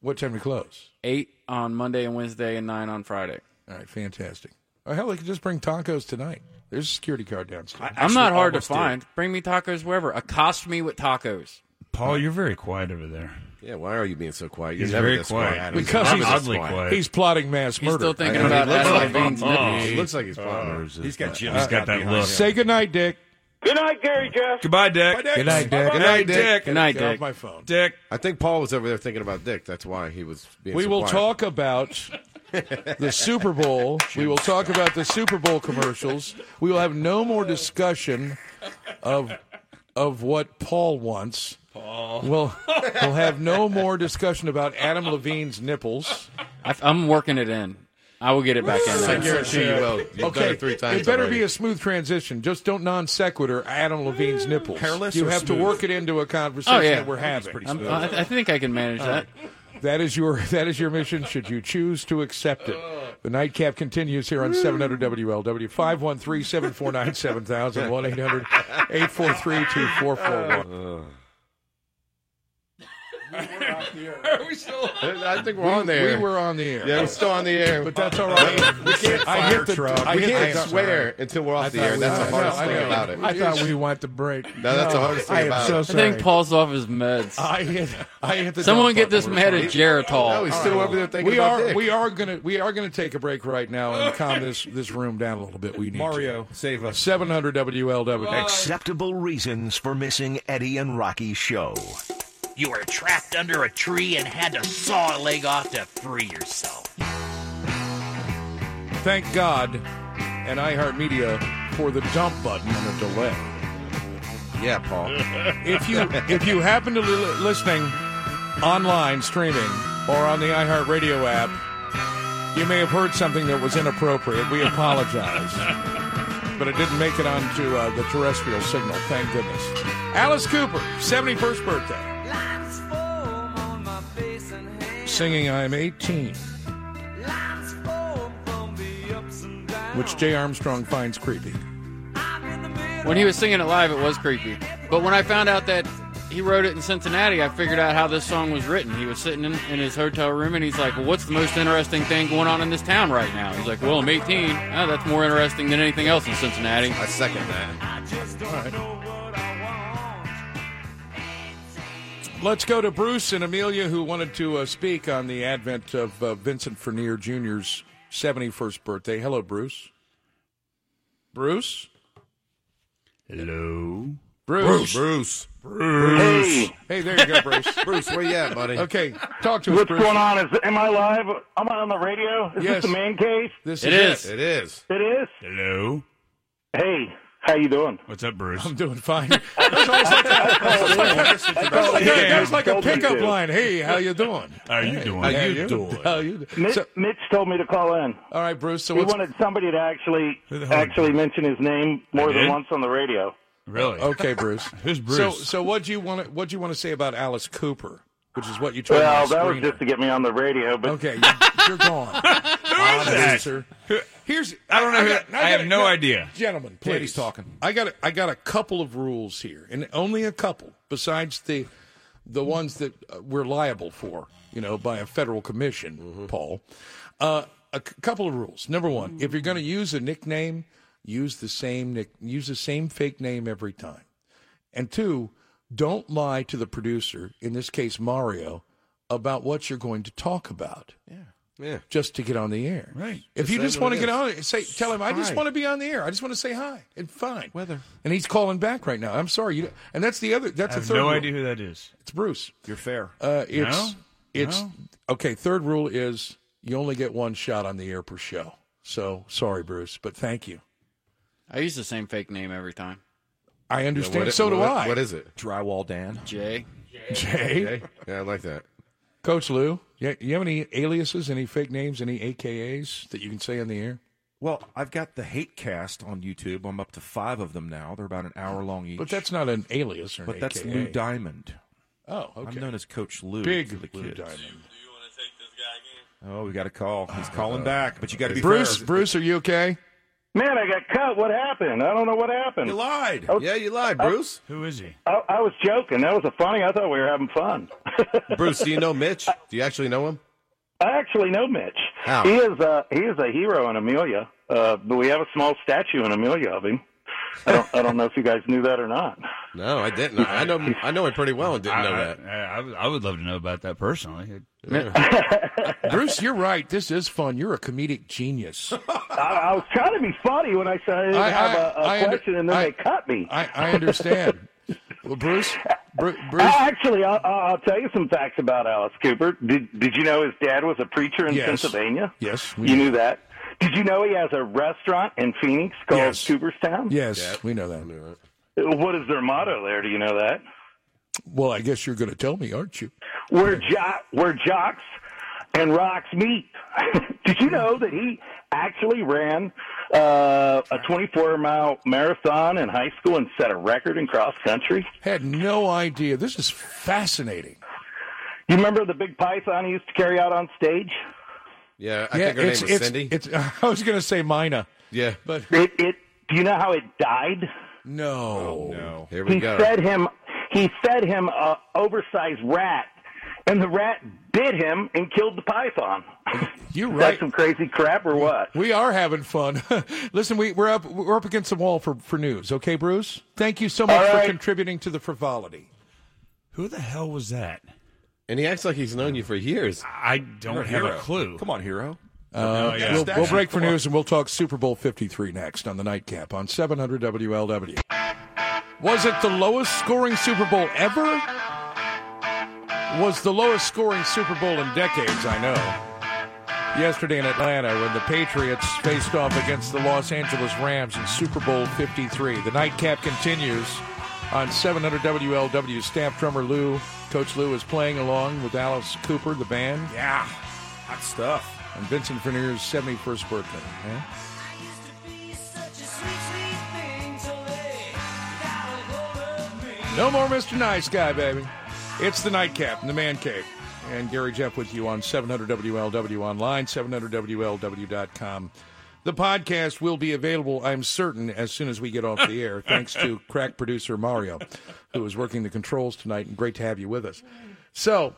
[SPEAKER 1] What time do you close?
[SPEAKER 6] Eight on Monday and Wednesday, and nine on Friday.
[SPEAKER 1] All right, fantastic. Oh, hell, they could just bring tacos tonight. There's a security card downstairs.
[SPEAKER 6] I'm not hard to find. Bring me tacos wherever. Accost me with tacos.
[SPEAKER 4] Paul, you're very quiet over there.
[SPEAKER 5] Yeah, why are you being so quiet?
[SPEAKER 4] He's
[SPEAKER 5] You're never
[SPEAKER 4] very
[SPEAKER 5] this
[SPEAKER 4] quiet.
[SPEAKER 5] quiet.
[SPEAKER 1] Because
[SPEAKER 5] Never
[SPEAKER 1] he's
[SPEAKER 5] this
[SPEAKER 4] oddly quiet.
[SPEAKER 1] He's plotting mass
[SPEAKER 5] He's
[SPEAKER 1] murder. Oh,
[SPEAKER 5] still thinking I know, about he looks Adam like- Levine's nipples. he looks like he's plotting murder. Uh, He's got Jim's
[SPEAKER 4] He's got that
[SPEAKER 5] behind
[SPEAKER 4] look.
[SPEAKER 1] Say goodnight, Dick.
[SPEAKER 8] Good night, Gary Jeff.
[SPEAKER 4] Goodbye, Dick.
[SPEAKER 1] Good night, Dick.
[SPEAKER 4] Good night, Dick.
[SPEAKER 5] night,
[SPEAKER 1] Get off
[SPEAKER 5] Dick.
[SPEAKER 1] my phone.
[SPEAKER 4] Dick.
[SPEAKER 5] I think Paul was over there thinking about Dick. That's why he was. Being
[SPEAKER 1] We
[SPEAKER 5] so
[SPEAKER 1] will
[SPEAKER 5] quiet.
[SPEAKER 1] talk about the Super Bowl. We will talk about the Super Bowl commercials. We will have no more discussion of of what Paul wants. Paul. We'll, we'll have no more discussion about Adam Levine's nipples.
[SPEAKER 6] I, am working it in. I will get it back in.
[SPEAKER 5] I guarantee you will. You've done
[SPEAKER 1] okay,
[SPEAKER 5] it three times
[SPEAKER 1] it better
[SPEAKER 5] already.
[SPEAKER 1] be a smooth transition. Just don't non sequitur Adam Levine's nipples.
[SPEAKER 7] Hairless
[SPEAKER 1] you
[SPEAKER 7] or
[SPEAKER 1] have to
[SPEAKER 7] smooth?
[SPEAKER 1] work it into a conversation
[SPEAKER 6] Oh yeah,
[SPEAKER 1] that we're having.
[SPEAKER 6] I'm- I, I think I can manage
[SPEAKER 1] All
[SPEAKER 6] that.
[SPEAKER 1] right. That is your that is your mission. Should you choose to accept it, the nightcap continues here on 700 WLW 513 749 7000 1 800 843 2441. <laughs>
[SPEAKER 4] Are we still?
[SPEAKER 5] I think we're on the air.
[SPEAKER 1] We were on the air.
[SPEAKER 5] Yeah, we're still on the air.
[SPEAKER 1] But that's all right.
[SPEAKER 5] <laughs> we can't,
[SPEAKER 1] I
[SPEAKER 5] fire
[SPEAKER 1] hit the-
[SPEAKER 5] truck.
[SPEAKER 1] I
[SPEAKER 5] we
[SPEAKER 1] hit
[SPEAKER 5] can't
[SPEAKER 1] the-
[SPEAKER 5] swear until we're off the air. That's the hardest thing about it.
[SPEAKER 1] I thought we went to break.
[SPEAKER 5] No, that's the hardest thing
[SPEAKER 1] I am
[SPEAKER 5] about
[SPEAKER 1] so
[SPEAKER 5] it.
[SPEAKER 1] sorry.
[SPEAKER 6] I think Paul's off his meds.
[SPEAKER 1] <laughs> I hit. I hit the.
[SPEAKER 6] Someone
[SPEAKER 1] dump
[SPEAKER 6] get this
[SPEAKER 1] button.
[SPEAKER 6] man a Geritol.
[SPEAKER 5] No, he's still
[SPEAKER 1] All
[SPEAKER 5] over there thinking
[SPEAKER 1] we
[SPEAKER 5] about
[SPEAKER 1] are.
[SPEAKER 5] dick.
[SPEAKER 1] We are gonna. We are gonna take a break right now and
[SPEAKER 5] <laughs>
[SPEAKER 1] calm this this room down a little bit. We need
[SPEAKER 7] Mario, save us.
[SPEAKER 1] Seven hundred WLW.
[SPEAKER 18] Acceptable reasons for missing Eddie and Rocky's show.
[SPEAKER 19] You were trapped under a tree and had to saw a leg off to free yourself.
[SPEAKER 1] Thank God and iHeartMedia for the dump button and a delay.
[SPEAKER 5] Yeah, Paul.
[SPEAKER 1] if you if you happen to be li- listening online streaming or on the iHeartRadio app, you may have heard something that was inappropriate. We apologize. But it didn't make it onto uh, the terrestrial signal, thank goodness. Alice Cooper, 71st birthday, singing I'm 18, which Jay Armstrong finds creepy.
[SPEAKER 6] When he was singing it live, it was creepy. But when I found out that he wrote it in Cincinnati, I figured out how this song was written. He was sitting in, in his hotel room and he's like, well, What's the most interesting thing going on in this town right now? He's like, Well, I'm 18. Ah, that's more interesting than anything else in Cincinnati. I
[SPEAKER 5] second that.
[SPEAKER 1] Let's go to Bruce and Amelia, who wanted to uh, speak on the advent of uh, Vincent Fernier Jr.'s 71st birthday. Hello, Bruce. Bruce?
[SPEAKER 4] Hello.
[SPEAKER 1] Bruce.
[SPEAKER 5] Bruce.
[SPEAKER 1] Bruce. Hey, there you go,
[SPEAKER 20] <laughs>
[SPEAKER 1] Bruce.
[SPEAKER 5] Bruce, where you at, buddy?
[SPEAKER 1] Okay, talk to us,
[SPEAKER 20] What's
[SPEAKER 1] Bruce.
[SPEAKER 20] going on? Is, am I live? Am I on the radio? Is
[SPEAKER 1] Yes.
[SPEAKER 20] this the man cave?
[SPEAKER 1] This
[SPEAKER 4] It is is.
[SPEAKER 5] It is.
[SPEAKER 20] It is.
[SPEAKER 4] Hello.
[SPEAKER 20] Hey, how you doing?
[SPEAKER 4] What's up, Bruce?
[SPEAKER 1] I'm
[SPEAKER 20] <laughs>
[SPEAKER 1] doing fine. That's always
[SPEAKER 2] <laughs>
[SPEAKER 1] like a- that's like a- that's like a- That's like a pickup line. Hey, how you doing?
[SPEAKER 4] How you
[SPEAKER 1] Hey,
[SPEAKER 4] doing?
[SPEAKER 1] How you doing? How you doing?
[SPEAKER 20] Mitch, Mitch told me to call in.
[SPEAKER 1] All right, Bruce. So
[SPEAKER 20] we
[SPEAKER 1] what's-
[SPEAKER 20] wanted somebody to actually
[SPEAKER 1] Who the hell-
[SPEAKER 20] actually mention his name more
[SPEAKER 1] I
[SPEAKER 20] than
[SPEAKER 1] did?
[SPEAKER 20] once on the radio.
[SPEAKER 4] Really? <laughs>
[SPEAKER 1] Okay, Bruce.
[SPEAKER 4] Who's
[SPEAKER 1] So,
[SPEAKER 4] Bruce?
[SPEAKER 1] so what do you want? What do you want to say about Alice Cooper? Which is what you told
[SPEAKER 20] Well,
[SPEAKER 1] me.
[SPEAKER 20] that was just to get me on the radio. But
[SPEAKER 1] okay, you're,
[SPEAKER 20] <laughs>
[SPEAKER 1] you're gone. Odd
[SPEAKER 4] that?
[SPEAKER 1] loser. Here's
[SPEAKER 4] I don't know who-
[SPEAKER 1] got-
[SPEAKER 4] I have
[SPEAKER 1] got-
[SPEAKER 4] no idea.
[SPEAKER 1] gentlemen. Please,
[SPEAKER 4] Glad he's talking.
[SPEAKER 1] I got a, I got a couple of rules here, and only a couple. Besides the the ones that uh, we're liable for, you know, by a federal commission, Paul. Uh, a c- couple of rules. Number one, if you're going to use a nickname, use the same nick, use the same fake name every time. And two, don't lie to the producer, in this case Mario, about what you're going to talk about
[SPEAKER 5] Yeah.
[SPEAKER 1] just to get on the air. Right. If
[SPEAKER 5] Just
[SPEAKER 1] you
[SPEAKER 5] say
[SPEAKER 1] just
[SPEAKER 5] what
[SPEAKER 1] want to
[SPEAKER 5] it
[SPEAKER 1] get
[SPEAKER 5] is.
[SPEAKER 1] on, it, say tell him I just
[SPEAKER 5] Hi.
[SPEAKER 1] want to be on the air. I just want to say hi and fine. Weather. And he's calling back right now. I'm sorry. You and that's the other. That's
[SPEAKER 4] I
[SPEAKER 1] the
[SPEAKER 4] have
[SPEAKER 1] third.
[SPEAKER 4] no
[SPEAKER 1] rule.
[SPEAKER 4] idea who that is.
[SPEAKER 1] It's Bruce.
[SPEAKER 7] You're fair.
[SPEAKER 1] Uh, it's
[SPEAKER 4] No?
[SPEAKER 1] it's
[SPEAKER 4] No?
[SPEAKER 1] okay. Third rule is you only get one shot on the air per show. So sorry, Bruce, but thank you.
[SPEAKER 6] I use the same fake name every time.
[SPEAKER 1] I understand. so do I.
[SPEAKER 5] What is it?
[SPEAKER 7] Drywall Dan.
[SPEAKER 6] Jay.
[SPEAKER 1] Jay.
[SPEAKER 5] Yeah, I like that.
[SPEAKER 1] Coach Lou, you, you have any aliases, any fake names, any AKAs that you can say on the air?
[SPEAKER 7] Well, I've got the hate cast on YouTube. I'm up to five of them now. They're about an hour long each.
[SPEAKER 1] But that's not an alias or an
[SPEAKER 7] But that's
[SPEAKER 1] AKA.
[SPEAKER 7] Lou Diamond.
[SPEAKER 1] Oh, okay.
[SPEAKER 7] I'm known as Coach Lou.
[SPEAKER 1] Big
[SPEAKER 7] to the
[SPEAKER 1] Lou
[SPEAKER 7] kids.
[SPEAKER 1] Diamond. Uh,
[SPEAKER 7] Oh, we got a call. He's calling back, but you got to be
[SPEAKER 1] Bruce,
[SPEAKER 7] fair.
[SPEAKER 1] Bruce, are you okay?
[SPEAKER 20] man, I got cut. What happened? I don't know what happened.
[SPEAKER 7] You lied.
[SPEAKER 20] Oh.
[SPEAKER 5] Yeah, you lied,
[SPEAKER 20] Oh.
[SPEAKER 5] Bruce.
[SPEAKER 4] Who is he?
[SPEAKER 20] I, I was joking. That was a funny. I thought we were having fun. <laughs>
[SPEAKER 5] Bruce, do you know Mitch? Do you actually know him?
[SPEAKER 20] I actually know Mitch.
[SPEAKER 5] How?
[SPEAKER 20] He is a he is a hero in Amelia. Uh, but we have a small statue in Amelia of him. I don't I don't know if you guys knew that or not.
[SPEAKER 5] No, I didn't. I know I know him pretty well and didn't
[SPEAKER 4] I,
[SPEAKER 5] know
[SPEAKER 4] I,
[SPEAKER 5] that.
[SPEAKER 4] I, I would- I would love to know about that personally.
[SPEAKER 1] <laughs> Bruce, you're right. This is fun. You're a comedic
[SPEAKER 5] <laughs>
[SPEAKER 1] genius.
[SPEAKER 20] I, I was trying to be funny when I said I didn't
[SPEAKER 1] I-
[SPEAKER 20] have a a
[SPEAKER 1] I- I under-
[SPEAKER 20] question, and then
[SPEAKER 1] I-
[SPEAKER 20] they cut me.
[SPEAKER 1] I, I understand. well, Bruce,
[SPEAKER 20] <laughs>
[SPEAKER 1] Bru- Bruce,
[SPEAKER 20] Uh, actually, I'll, I'll tell you some facts about Alice Cooper. Did Did you know his dad was a preacher in
[SPEAKER 1] Yes.
[SPEAKER 20] Pennsylvania?
[SPEAKER 1] Yes, we
[SPEAKER 20] you
[SPEAKER 1] do.
[SPEAKER 20] knew that. Did you know he has a restaurant in Phoenix called
[SPEAKER 1] Yes.
[SPEAKER 20] Cooperstown?
[SPEAKER 1] yes, we know that.
[SPEAKER 20] What is their motto there? Do you know that?
[SPEAKER 1] Well, I guess you're going to tell me, aren't you?
[SPEAKER 20] We're jo- we're jocks and rocks meet. <laughs> Did you know Oh, that he actually ran uh, a 24 mile marathon in high school and set a record in cross country?
[SPEAKER 1] Had no idea. This is fascinating.
[SPEAKER 20] You remember the big python he used to carry out on stage?
[SPEAKER 5] Yeah, I
[SPEAKER 1] yeah,
[SPEAKER 5] think her
[SPEAKER 1] it's,
[SPEAKER 5] name was
[SPEAKER 1] it's,
[SPEAKER 5] Cindy.
[SPEAKER 1] It's, <laughs> I was going to say Mina,
[SPEAKER 5] yeah.
[SPEAKER 1] but
[SPEAKER 20] It, it. Do you know how it died?
[SPEAKER 1] no.
[SPEAKER 5] no. Oh, Here we
[SPEAKER 20] He
[SPEAKER 5] go.
[SPEAKER 20] fed him. He fed him a oversized rat
[SPEAKER 8] and the rat bit him and killed the
[SPEAKER 1] <laughs>
[SPEAKER 8] python.
[SPEAKER 1] You
[SPEAKER 8] Is
[SPEAKER 1] right.
[SPEAKER 8] that some crazy crap or what?
[SPEAKER 1] We are having fun. <laughs> Listen, we, we're up we're up against the wall for, for news. Okay, Bruce. Thank you so much
[SPEAKER 5] All
[SPEAKER 1] for
[SPEAKER 5] right.
[SPEAKER 1] contributing to the frivolity.
[SPEAKER 4] Who the hell was that?
[SPEAKER 5] And he acts like he's known you for years.
[SPEAKER 4] I don't have a clue.
[SPEAKER 7] Come on, hero.
[SPEAKER 5] Oh,
[SPEAKER 1] Uh,
[SPEAKER 7] No, yeah.
[SPEAKER 1] we'll, we'll break for
[SPEAKER 7] Come on.
[SPEAKER 1] news and we'll talk Super Bowl 53 next on the nightcap on 700 WLW. Was it the lowest scoring Super Bowl ever? Was the lowest scoring Super Bowl in decades, I know. Yesterday in Atlanta, when the Patriots faced off against the Los Angeles Rams in Super Bowl 53. The nightcap continues on 700 WLW. Staff drummer Lou, Coach Lou, is playing along with Alice Cooper, the band.
[SPEAKER 4] Yeah, hot stuff.
[SPEAKER 1] On Vincent Furnier's 71st birthday. huh? No more Mr. Nice Guy, baby. It's the nightcap and the man cave. And Gary Jeff with you on 700WLW online, 700WLW.com. The podcast will be available, I'm certain, as soon as we get off the air, thanks to crack producer Mario, who is working the controls tonight, and great to have you with us. So,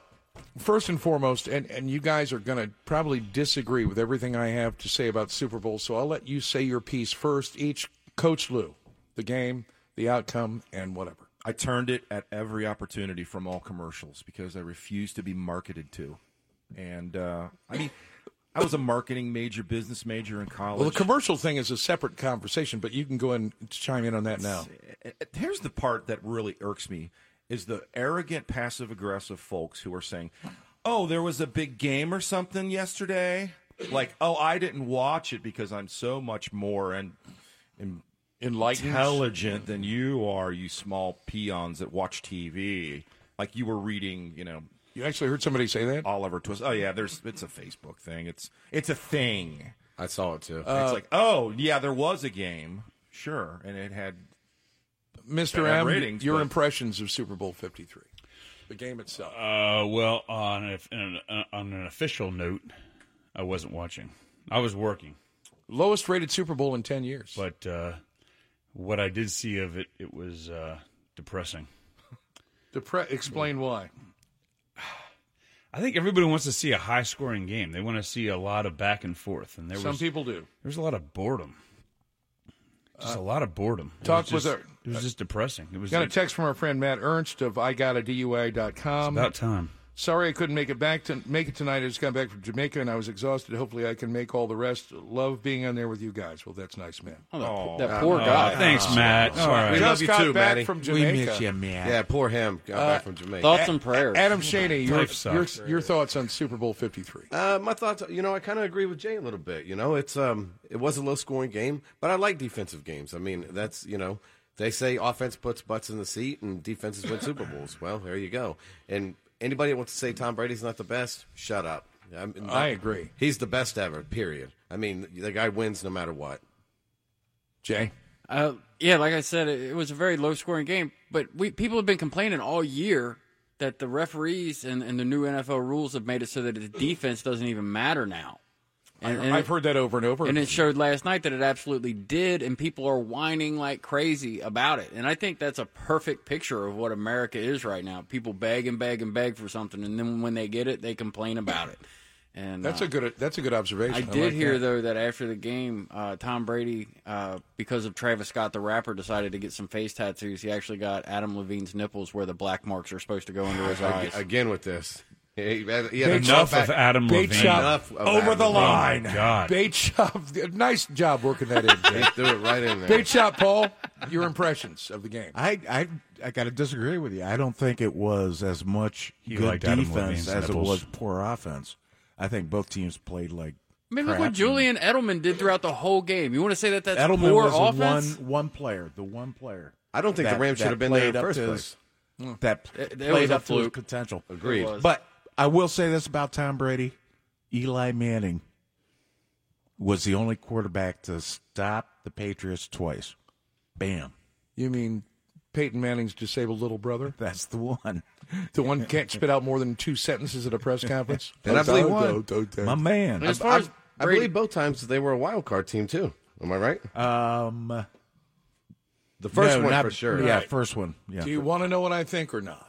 [SPEAKER 1] first and foremost, and, and you guys are going to probably disagree with everything I have to say about Super Bowl, so I'll let you say your piece first. Each Coach Lou, the game, the outcome, and whatever.
[SPEAKER 7] I turned it at every opportunity from all commercials because I refused to be marketed to. And uh, I mean, I was a marketing major, business major in college.
[SPEAKER 1] Well, the commercial thing is a separate conversation, but you can go and chime in on that now.
[SPEAKER 7] It's- uh, Here's the part that really irks me is the arrogant, passive aggressive folks who are saying, "Oh, there was a big game or something yesterday." Like, "Oh, I didn't watch it because I'm so much more and, and
[SPEAKER 1] Enlightened?
[SPEAKER 7] intelligent than you are, you small peons that watch TV." Like you were reading, you know.
[SPEAKER 1] You actually heard somebody say that?
[SPEAKER 7] Oliver Twist. Oh yeah, there's it's a Facebook thing. It's it's a thing.
[SPEAKER 5] I saw it too.
[SPEAKER 4] Uh,
[SPEAKER 7] it's like, "Oh, yeah, there was a game." Sure, and it had
[SPEAKER 1] Mr.
[SPEAKER 7] Bad
[SPEAKER 1] M,
[SPEAKER 7] ratings,
[SPEAKER 1] your
[SPEAKER 7] but-
[SPEAKER 1] impressions of Super Bowl 53, the game itself.
[SPEAKER 4] Uh, well, on a, on, a, on an official note, I wasn't watching. I was working.
[SPEAKER 1] Lowest rated Super Bowl in 10 years.
[SPEAKER 4] But uh, what I did see of it, it was uh, depressing.
[SPEAKER 1] Depre- explain why.
[SPEAKER 4] I think everybody wants to see a high scoring game. They want to see a lot of back and forth. And there
[SPEAKER 1] Some
[SPEAKER 4] was,
[SPEAKER 1] people do. Uh,
[SPEAKER 4] There was a lot of boredom. Just a lot of boredom. It
[SPEAKER 1] talk
[SPEAKER 4] was
[SPEAKER 1] with
[SPEAKER 4] just,
[SPEAKER 1] our-
[SPEAKER 4] It was just depressing. It was
[SPEAKER 1] Got a
[SPEAKER 4] it-
[SPEAKER 1] text from our friend Matt Ernst of IGotADUA.com.
[SPEAKER 4] It's
[SPEAKER 1] <laughs>
[SPEAKER 4] about time. <laughs>
[SPEAKER 1] Sorry I couldn't make it back to make it tonight. I just got back from Jamaica and I was exhausted. Hopefully I can make all the rest. Love being on there with you guys. Well, that's nice, man.
[SPEAKER 6] Oh, that- that poor guy.
[SPEAKER 4] thanks, Matt.
[SPEAKER 1] All right.
[SPEAKER 5] We
[SPEAKER 1] Just
[SPEAKER 5] love you
[SPEAKER 1] got
[SPEAKER 5] too,
[SPEAKER 1] back
[SPEAKER 5] Matty.
[SPEAKER 1] from We miss Jamaica. you, Matt.
[SPEAKER 5] Yeah, poor him. Got
[SPEAKER 1] Uh,
[SPEAKER 5] back from Jamaica.
[SPEAKER 1] A- Adam Shaney, your, your, your thoughts on Super Bowl 53.
[SPEAKER 5] Uh, my thoughts, you know, I kind of agree with Jay a little bit. You know, it's um, it was a low scoring game, but I like defensive games. I mean, that's you know, they say offense puts butts in the seat and defenses win Super Bowls. Well, there you go. And anybody that wants to say Tom Brady's not the best, shut up. I, mean,
[SPEAKER 1] I agree.
[SPEAKER 5] He's the best ever. Period. I mean, the guy wins no matter what.
[SPEAKER 1] Jay.
[SPEAKER 6] Uh, yeah, like I said, it, it was a very low scoring game, but we people have been complaining all year that the referees and, and the new NFL rules have made it so that the defense doesn't even matter now.
[SPEAKER 1] I- I've heard that over and over.
[SPEAKER 6] And it showed last night that it absolutely did, and people are whining like crazy about it. And I think that's a perfect picture of what America is right now. People beg and beg and beg for something, and then when they get it, they complain about it. And
[SPEAKER 1] That's
[SPEAKER 6] uh,
[SPEAKER 1] a good that's a good observation.
[SPEAKER 6] I did
[SPEAKER 1] like
[SPEAKER 6] hear
[SPEAKER 1] that.
[SPEAKER 6] though that after the game, uh, Tom Brady, uh, because of Travis Scott the rapper, decided to get some face tattoos. He actually got Adam Levine's nipples where the black marks are supposed to go under his
[SPEAKER 5] Ag-
[SPEAKER 6] eyes.
[SPEAKER 5] Again with this. He had- he had a
[SPEAKER 1] Enough
[SPEAKER 5] comeback-
[SPEAKER 1] of Adam Bait Levine. shop.
[SPEAKER 5] Enough of
[SPEAKER 1] Over
[SPEAKER 5] Adam
[SPEAKER 1] the
[SPEAKER 5] Levine.
[SPEAKER 1] line. Bait shop. Nice job working that in. Jay.
[SPEAKER 5] They threw it right in there.
[SPEAKER 1] Bait shop, Paul. Your impressions of the game.
[SPEAKER 3] I I I got to disagree with you. I don't think it was as much
[SPEAKER 4] You
[SPEAKER 3] good
[SPEAKER 4] liked Adam
[SPEAKER 3] defense
[SPEAKER 4] Levine's
[SPEAKER 3] as it
[SPEAKER 4] nipples.
[SPEAKER 3] was poor offense. I think both teams played like.
[SPEAKER 6] I mean, look
[SPEAKER 3] crap.
[SPEAKER 6] what Julian Edelman did throughout the whole game. You want to say that that's
[SPEAKER 3] Edelman
[SPEAKER 6] poor
[SPEAKER 3] was the
[SPEAKER 6] offense?
[SPEAKER 3] one one player, the one player.
[SPEAKER 5] I don't think the Rams should have been there in
[SPEAKER 3] played up
[SPEAKER 5] first
[SPEAKER 3] to
[SPEAKER 5] place.
[SPEAKER 3] his- Hmm.
[SPEAKER 5] Mm.
[SPEAKER 3] That
[SPEAKER 5] It- it was
[SPEAKER 3] played
[SPEAKER 5] a
[SPEAKER 3] up to his
[SPEAKER 5] fluke.
[SPEAKER 3] potential.
[SPEAKER 5] Agreed. It was.
[SPEAKER 3] But I will say this about Tom Brady: Eli Manning was the only quarterback to stop the Patriots twice. Bam.
[SPEAKER 1] You mean Peyton Manning's disabled little brother?
[SPEAKER 3] That's the one.
[SPEAKER 1] The one can't spit out more than two sentences at a press conference.
[SPEAKER 5] And I believe one.
[SPEAKER 3] My man.
[SPEAKER 5] I, I- I believe both times they were a wild card team too. Am I right?
[SPEAKER 3] Um,
[SPEAKER 5] the first
[SPEAKER 3] no,
[SPEAKER 5] one
[SPEAKER 3] not-
[SPEAKER 5] for sure.
[SPEAKER 3] Yeah, first one. Yeah.
[SPEAKER 1] Do you want to know what I think or not?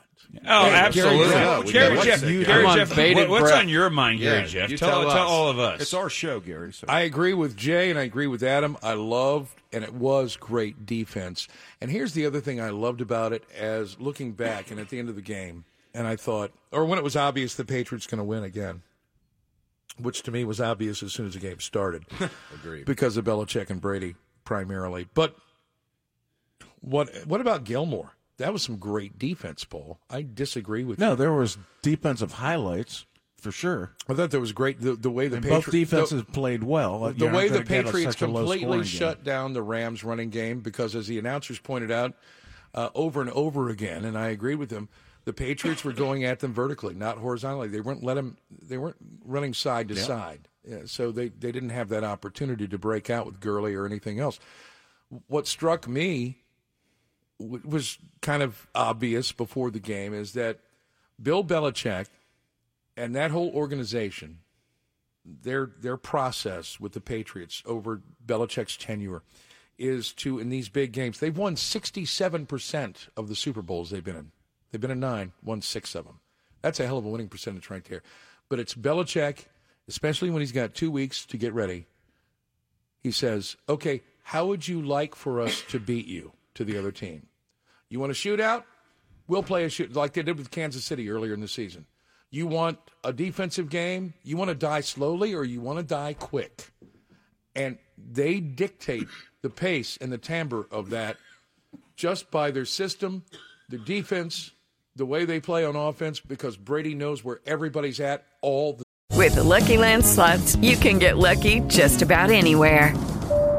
[SPEAKER 4] Oh,
[SPEAKER 5] Hey,
[SPEAKER 4] absolutely.
[SPEAKER 5] Gary Jeff,
[SPEAKER 4] Well,
[SPEAKER 5] we
[SPEAKER 4] Gary
[SPEAKER 5] got one
[SPEAKER 4] Jeff,
[SPEAKER 5] second.
[SPEAKER 4] Gary I'm on Jeff, baited what- what's breath. on your mind, Gary Jeff?
[SPEAKER 5] you
[SPEAKER 4] Tell- tell all of us.
[SPEAKER 7] It's our show, Gary. So.
[SPEAKER 1] I agree with Jay and I agree with Adam. I loved and it was great defense. And here's the other thing I loved about it as looking back and at the end of the game, and I thought, or when it was obvious the Patriots going to win again, which to me was obvious as soon as the
[SPEAKER 3] <laughs>
[SPEAKER 1] game started.
[SPEAKER 5] Agreed.
[SPEAKER 1] Because of Belichick and Brady primarily. But what what about Gilmore? That was some great defense, Paul. I disagree with
[SPEAKER 3] No, there was defensive highlights for sure.
[SPEAKER 1] I thought there was great the, the way the
[SPEAKER 3] And
[SPEAKER 1] Patri-
[SPEAKER 3] both defenses
[SPEAKER 1] the-
[SPEAKER 3] played well.
[SPEAKER 1] the
[SPEAKER 3] You're not
[SPEAKER 1] way
[SPEAKER 3] gonna
[SPEAKER 1] the
[SPEAKER 3] get a-
[SPEAKER 1] Patriots
[SPEAKER 3] such a low
[SPEAKER 1] completely
[SPEAKER 3] scoring game.
[SPEAKER 1] shut down the Rams running game because, as the announcers pointed out uh, over and over again, and I agreed with them, the Patriots were going at them vertically, not horizontally. They weren't let 'em- They weren't running side to
[SPEAKER 3] Yeah.
[SPEAKER 1] side, Yeah, so they they didn't have that opportunity to break out with Gurley or anything else. What struck me w- was kind of obvious before the game is that Bill Belichick and that whole organization, their their process with the Patriots over Belichick's tenure is to in these big games they've won 67% of the Super Bowls they've been in. They've been in nine, won six of them. That's a hell of a winning percentage right there. But it's Belichick, especially when he's got two weeks to get ready. He says, "Okay, how would you like for us to beat you to the other team? You want a shootout? We'll play a shoot like they did with Kansas City earlier in the season. You want a defensive game? You want to die slowly or you want to die quick? And they dictate the pace and the timbre of that just by their system, their defense, the way they play on offense, because Brady knows where everybody's at all the
[SPEAKER 21] With the Lucky Land slots, you can get lucky just about anywhere.